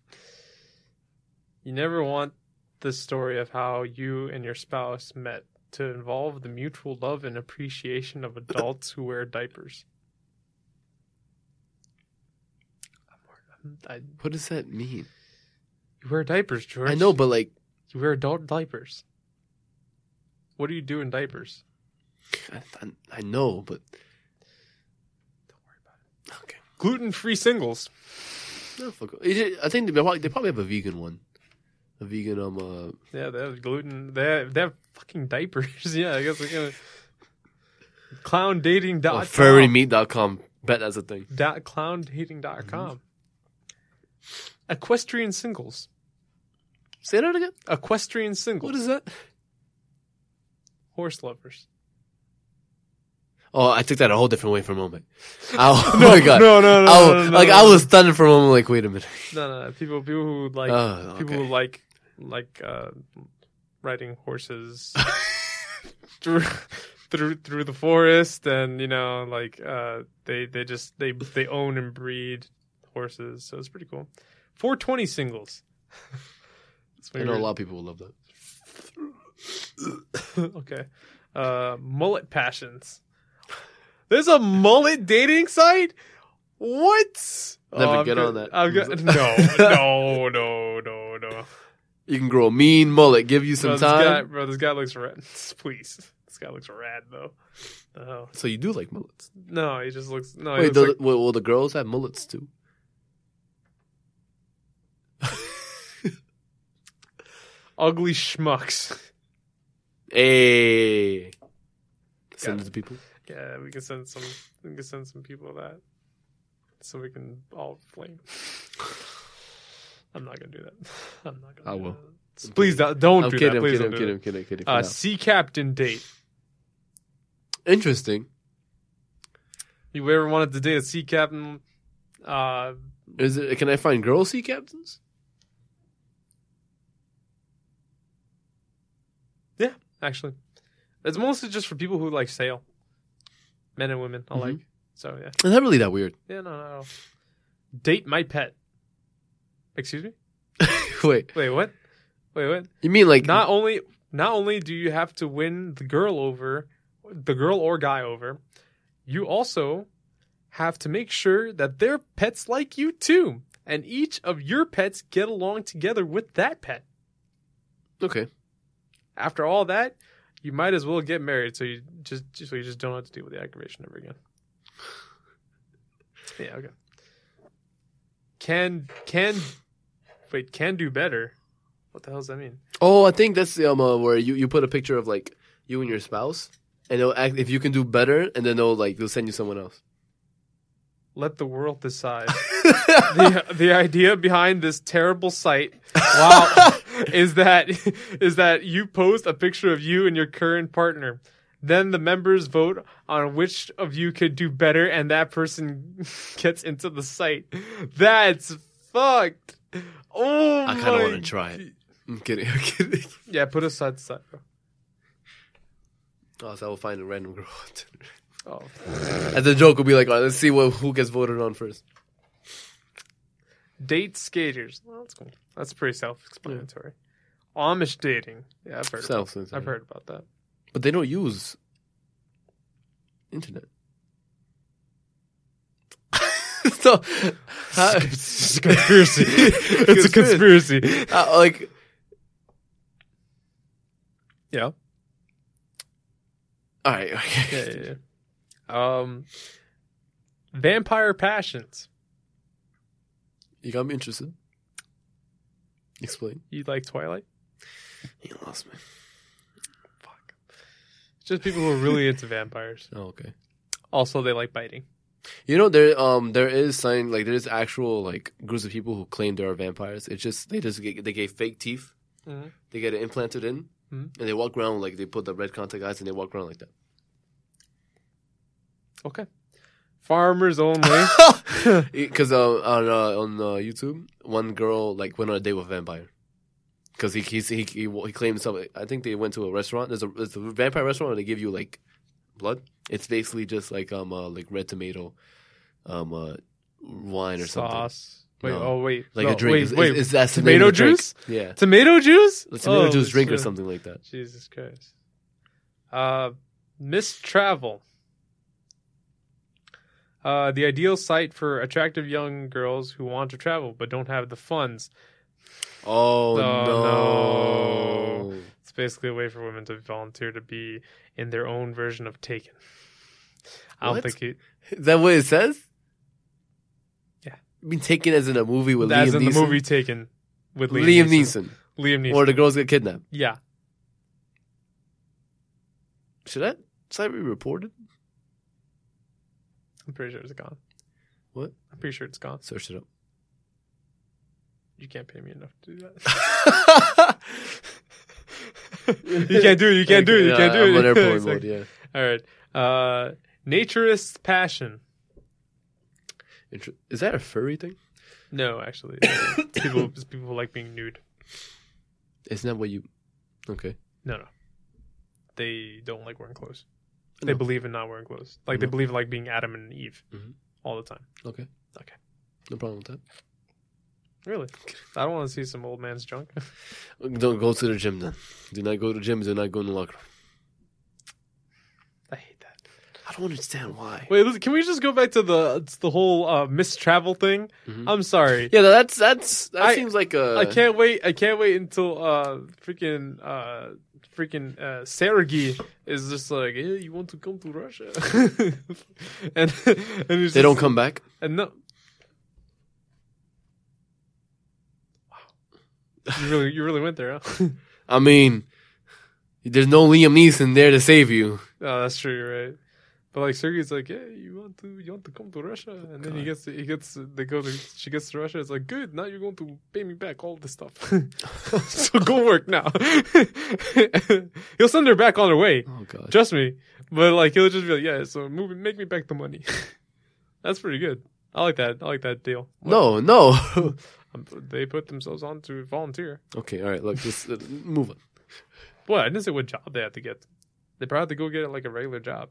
A: You never want the story of how you and your spouse met to involve the mutual love and appreciation of adults who wear diapers. I'm more- I'm- I,
B: What does that mean?
A: you wear diapers, George.
B: I know, but like,
A: You wear adult diapers. What do you do in diapers?
B: I, I, I know, but
A: Don't worry about it.
B: okay.
A: Gluten free singles.
B: No, fuck. it. Is it- I think they probably, they probably have a vegan one. A vegan um uh,
A: Yeah, they have gluten. They have, they have fucking diapers. yeah, I guess we're gonna. Clowndating
B: uh,
A: dot com.
B: furrymeat.com. Bet that's a thing.
A: dot clowndating.com.
B: Mm-hmm.
A: Equestrian singles.
B: Say that again.
A: Equestrian singles.
B: What is that?
A: horse lovers?
B: Oh, I took that a whole different way for a moment. Oh, my god.
A: No, no, no.
B: I,
A: no, no, no,
B: like
A: no,
B: I was stunned for a moment. Like, wait a minute.
A: No, no, no. People, people who like
B: Oh,
A: people
B: okay.
A: who like like uh, riding horses through through through the forest, and you know, like uh, they they just they they own and breed horses, so it's pretty cool. 420 singles. That's
B: I
A: when
B: know
A: you're-
B: a lot of people will love that.
A: okay. Uh, mullet passions. There's a mullet dating site. What? Oh,
B: Never
A: I'm
B: get
A: go-
B: on that.
A: I'm go- no, no, no, no, no.
B: You can grow a mean mullet. Give you
A: Bro,
B: some
A: this guy,
B: time.
A: bro, this guy looks rad. Please, this guy looks rad though. Oh
B: So you do like mullets?
A: no, he just looks no. Oh, he
B: Wait,
A: looks
B: the,
A: like-
B: will, will the girls have mullets too?
A: ugly schmucks.
B: Hey, send
A: Got
B: it to people.
A: Yeah, we can send some. We can send some people that, so we can all flame. I'm not gonna do that. I'm not gonna.
B: I
A: do
B: will.
A: that. Please don't, don't
B: I'm
A: do
B: kidding.
A: that.
B: I'm
A: Please
B: kidding. I'm
A: don't do
B: kidding. I'm kidding. I'm kidding.
A: that. Uh, sea captain date.
B: Interesting.
A: You ever wanted to date a sea captain? Uh,
B: Is it? Can I find girl sea captains?
A: actually, it's mostly just for people who like sail, men and women alike.
B: Mhm.
A: So yeah,
B: Is that really that weird?
A: yeah, no, no, no. Date my pet. Excuse me.
B: Wait,
A: Wait, what? Wait, what?
B: you mean like
A: not only not only do you have to win the girl over the girl or guy over you also have to make sure that their pets like you too and each of your pets get along together with that pet
B: okay?
A: after all that you might as well get married so you just just- so you just don't have to deal with the aggravation ever again yeah okay can can wait can do better. What the hell does that mean?
B: Oh, I think that's the um, uh, where you, you put a picture of like you and your spouse, and they'll act if you can do better, and then they'll like they'll send you someone else.
A: Let the world decide. the the idea behind this terrible site wow is that is that you post a picture of you and your current partner. Then the members vote on which of you could do better and that person gets into the site. That's fucked. Oh
B: I kind
A: my-
B: of want to try it. I'm kidding. I'm kidding.
A: Yeah, put aside side.
B: Oh, so I will find a random girl. on Tinder.
A: Oh.
B: and the joke will be like, all right, let's see what who gets voted on first.
A: Date skaters. Well, that's cool. That's pretty self-explanatory. Amish dating. Yeah, I've heard. about-
B: Self,
A: I've heard about that.
B: but they don't use internet. so, how-
A: It's a conspiracy. it's a conspiracy.
B: Uh, like,
A: Yeah.
B: all right, okay.
A: Yeah, yeah, yeah. Um, vampire passions.
B: you got me interested. Explain.
A: You like Twilight?
B: He lost me.
A: Fuck. It's just people who are really into vampires.
B: Oh, okay.
A: Also, they like biting.
B: You know there um there is sign like there is actual like groups of people who claim there are vampires. It's just they just get, they get fake teeth.
A: Mhm.
B: They get it implanted in,
A: Mhm.
B: and they walk around like they put the red contact eyes and they walk around like that.
A: Okay. Farmers only.
B: Because uh, on uh, on uh, YouTube, one girl like went on a date with a vampire. Because he he's, he he he claims something. I think they went to a restaurant. There's a there's a vampire restaurant where they give you like blood. It's basically just like um uh, like red tomato, um uh, wine or something.
A: Sauce. Wait.
B: No.
A: Oh, wait.
B: Like
A: No,
B: a drink.
A: Wait.
B: Is- is-
A: wait.
B: is that the name
A: tomato
B: of the drink?
A: juice?
B: Yeah,
A: Tomato juice?
B: a tomato
A: Oh,
B: juice drink or
A: shit.
B: something like that.
A: Jesus Christ. Uh, Miss Travel. Uh, the ideal site for attractive young girls who want to travel but don't have the funds.
B: Oh,
A: Oh,
B: no.
A: It's basically a way for women to volunteer to be in their own version of Taken. I don't
B: What?
A: think it,
B: Is that what it says?
A: Yeah.
B: I mean, taken as in a movie with
A: as
B: Liam
A: in
B: Neeson.
A: the movie Taken with Liam,
B: Liam
A: Neeson.
B: Neeson.
A: Liam Neeson.
B: Or the girls get kidnapped.
A: yeah.
B: Should that should that be reported?
A: I'm pretty sure it's gone.
B: What?
A: I'm pretty sure it's gone.
B: Search it
A: You can't pay me enough to do that.
B: up.
A: you can't do it. You can't do it. You can't do it.
B: I'm on airplane
A: It's like-
B: mode. Yeah,
A: All right. Uh, naturist's passion.
B: Inter- is that a furry thing?
A: No, actually, people it's people who like being nude.
B: Isn't that what you? Okay.
A: No, no, they don't like wearing clothes.
B: No.
A: They believe in not wearing clothes. Like they
B: No.
A: believe in like being Adam and Eve
B: Mhm.
A: all the time.
B: Okay.
A: Okay.
B: No problem with that.
A: Really, I don't want to see some old man's junk.
B: Don't go to the gym then. Do not go to the gym. Do not go in the locker room.
A: I hate that.
B: I don't understand why.
A: Wait, listen, can we just go back to the it's the whole uh, mistravel thing?
B: Mhm.
A: I'm sorry.
B: Yeah, that's that's that
A: I-
B: seems like a.
A: I can't wait. I can't wait until uh freaking uh freaking uh Sergey is just like, "Eh, you want to come to Russia? and and he's
B: They
A: just-
B: don't come back.
A: And no. Wow. You really you really went there, huh?
B: I mean, there's no Liam Neeson there to save you.
A: oh, that's true, you're right. But like Sergey's like, yeah, you want to you want to come to Russia, and then he
B: God.
A: gets he gets they go to she gets to Russia. It's like good, now you're going to pay me back all this stuff. so go work now. he'll send her back on her way.
B: Oh god.
A: Trust me. But like he'll just be like, yeah, so move, make me back the money. That's pretty good. I like that. I like that deal.
B: No, no.
A: Um, They put themselves on to volunteer.
B: okay, all right. Look, just uh, move on.
A: What? I didn't say what job they had to get. They probably had to go get like a regular job.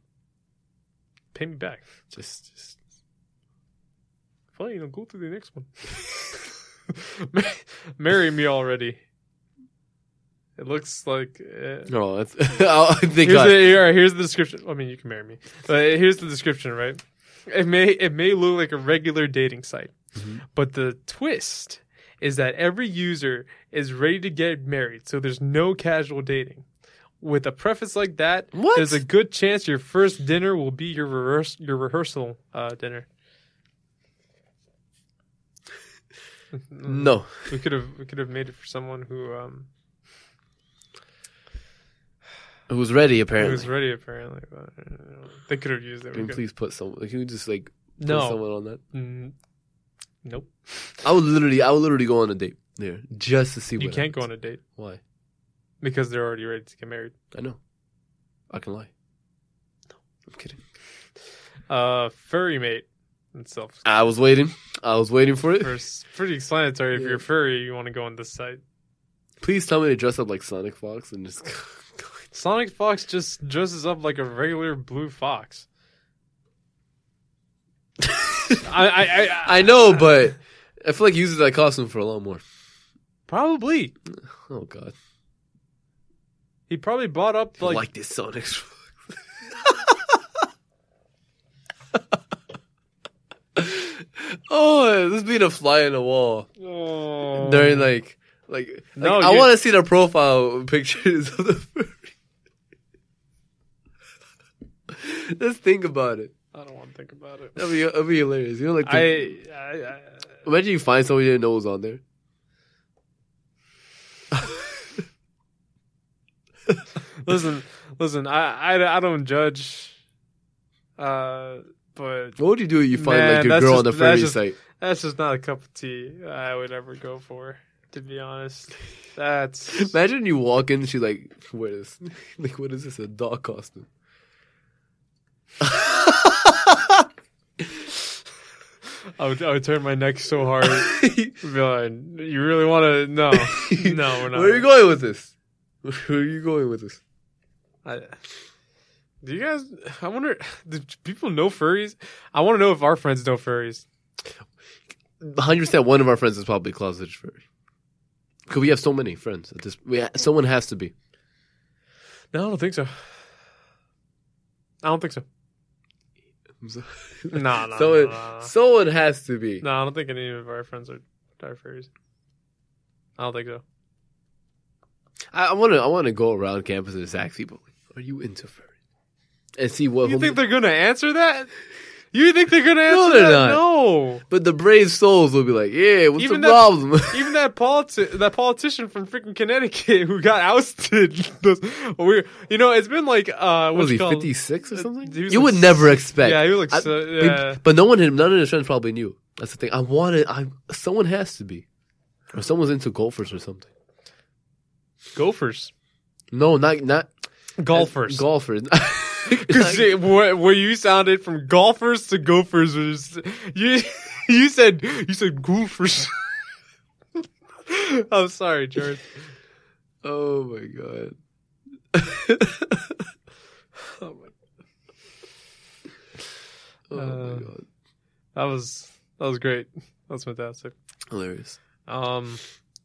A: Pay me back.
B: Just, just
A: Fine, I'll go to the next one. Mar- Marry me already. It looks like. Uh,
B: no. That's, I think
A: here's,
B: I-
A: the, here- here's the description. I mean, you can marry me. But here's the description, right? It may it may look like a regular dating site,
B: Mhm.
A: but the twist is that every user is ready to get married, so there's no casual dating. With a preface like that,
B: What?
A: there's a good chance your first dinner will be your reverse your rehearsal uh, dinner.
B: No,
A: we could have we could have made it for someone who um
B: who's ready
A: who
B: apparently.
A: was ready apparently, but you know, they could have used it. We
B: Can we
A: could-
B: please put someone? Can we just like put
A: no,
B: someone on that?
A: Mm, nope.
B: I would literally, I would literally go on a date there just to see.
A: You
B: what
A: can't go on
B: happens.
A: a date
B: Why?
A: because they're already ready to get married.
B: I know. I can lie. No, I'm kidding.
A: Uh, furry mate itself.
B: I was waiting. I was waiting for it.
A: First, pretty explanatory. If
B: Yeah.
A: you're furry, you want to go on this site.
B: Please tell me to dress up like Sonic Fox and just.
A: Sonic Fox just dresses up like a regular blue fox. I, I, I, I
B: I know, but I feel like he uses that costume for a lot more.
A: probably
B: Oh God!
A: he probably bought up
B: Like,
A: like,
B: this Sonic. oh, this being a fly in the wall
A: Oh.
B: during like like. like,
A: No,
B: I
A: you-
B: want to see the profile pictures of the furry. Let's think about it.
A: I don't want to think about it.
B: That'd be, that'd be hilarious. You know, like the-
A: I, I, I
B: imagine you find someone you didn't know was on there.
A: listen, listen. I, I, I don't judge. Uh, but
B: What would you do if you find
A: Man,
B: like your
A: that's
B: girl on the
A: just-
B: furry
A: that's just-
B: site?
A: that's just not a cup of tea I would ever go for. To be honest, that's
B: Imagine you walk in and she's like, what is like what is this? A dog costume.
A: I would, I would turn my neck so hard. Be like, you really want to? No, no, we're not.
B: Where are you going with this? Where are you going with this?
A: I, do you guys? I wonder. Do people know furries? I want to know if our friends know furries.
B: hundred percent one of our friends is probably closeted furry. Cause we have so many friends at this we ha- someone has to be.
A: No, I don't think so. I don't think so.
B: So-
A: No, no,
B: someone,
A: no, no, no.
B: someone has to be.
A: No, I don't think any of our friends are are furries. I don't think so.
B: I, I wanna I wanna go around campus and just ask people, are you into furry? And see what
A: You
B: homies-
A: think they're gonna answer that? You think they're gonna
B: No,
A: answer
B: they're
A: that?
B: not.
A: No.
B: But the brave souls will be like, yeah, what's
A: Even
B: the
A: that-
B: problem?
A: Even that politi- that politician from freaking Connecticut who got ousted. Those, we, you know, it's been like uh,
B: What was
A: what's
B: he,
A: it called?
B: 56 or
A: Uh,
B: something?
A: he was
B: You
A: like
B: would never expect.
A: Yeah, he was
B: I-
A: like, so,
B: Maybe-
A: yeah.
B: But no one, none of his friends probably knew. That's the thing. I wanted, I, someone has to be. Or someone's into golfers or something.
A: Gophers,
B: No, not, not uh,
A: golfers.
B: Golfers.
A: Because
B: Like,
A: where, where you sounded from golfers to gophers was you you said you said goofers. I'm sorry, George.
B: oh my god.
A: Oh my-
B: Oh
A: Uh,
B: my god.
A: That was that was great. That was fantastic.
B: Hilarious.
A: Um,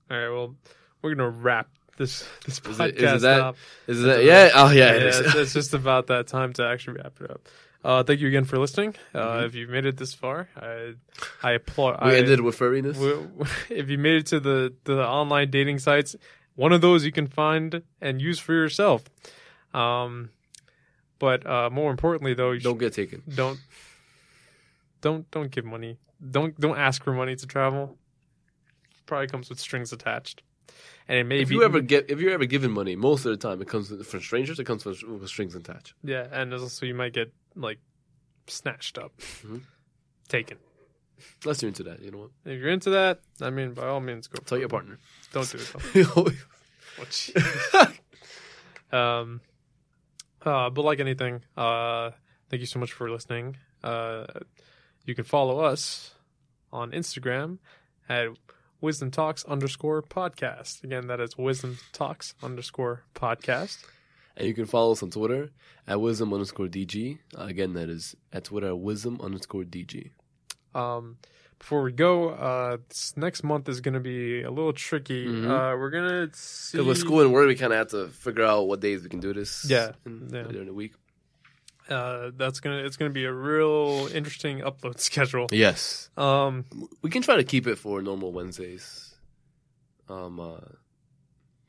A: all right. Well, we're gonna wrap this this
B: Is
A: podcast
B: it- is it that-
A: up.
B: Is that, yeah? Oh yeah.
A: Yeah,
B: it is.
A: it's, it's just about that time to actually wrap it up. Uh, thank you again for listening. Uh,
B: Mhm.
A: If you've made it this far, I I applaud.
B: we
A: I,
B: ended with furriness.
A: w- if you made it to the the online dating sites, one of those you can find and use for yourself. Um, but uh, more importantly, though, you
B: Don't get taken.
A: should- don't don't don't give money. Don't don't ask for money to travel. Probably comes with strings attached, and it may
B: If
A: be
B: you ever get, if you're ever given money, most of the time it comes from strangers. It comes from with strings attached.
A: Yeah, and also you might get like snatched up,
B: Mhm.
A: taken.
B: Unless you're into that, you know what?
A: If you're into that, I mean, by all means, go. for
B: Tell
A: it.
B: your partner.
A: Don't do it. though. Oh, gee. um, uh, but like anything, uh, thank you so much for listening. Uh, you can follow us on Instagram at Wisdom Talks underscore podcast. Again, that is Wisdom Talks underscore podcast.
B: And you can follow us on Twitter at wisdom underscore DG. Uh, Again, that is at Twitter at wisdom underscore DG.
A: Um, before we go, uh, this next month is going to be a little tricky.
B: Mhm.
A: Uh, we're gonna see.
B: Because with school and work, we kind of have to figure out what days we can do this.
A: Yeah,
B: in-
A: yeah.
B: During the week.
A: Uh, that's gonna it's gonna be a real interesting upload schedule.
B: Yes.
A: Um,
B: We can try to keep it for normal Wednesdays um, uh,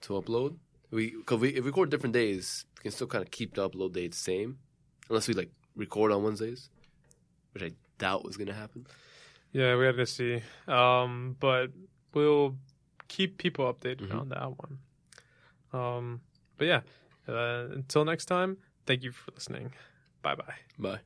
B: to upload. We, cause we If we record different days, we can still kind of keep the upload dates same. Unless we like record on Wednesdays, which I doubt was going to happen.
A: Yeah, we had to see. Um, but we'll keep people updated
B: Mhm.
A: on that one. Um, but yeah, uh, until next time, thank you for listening. Bye bye.
B: Bye.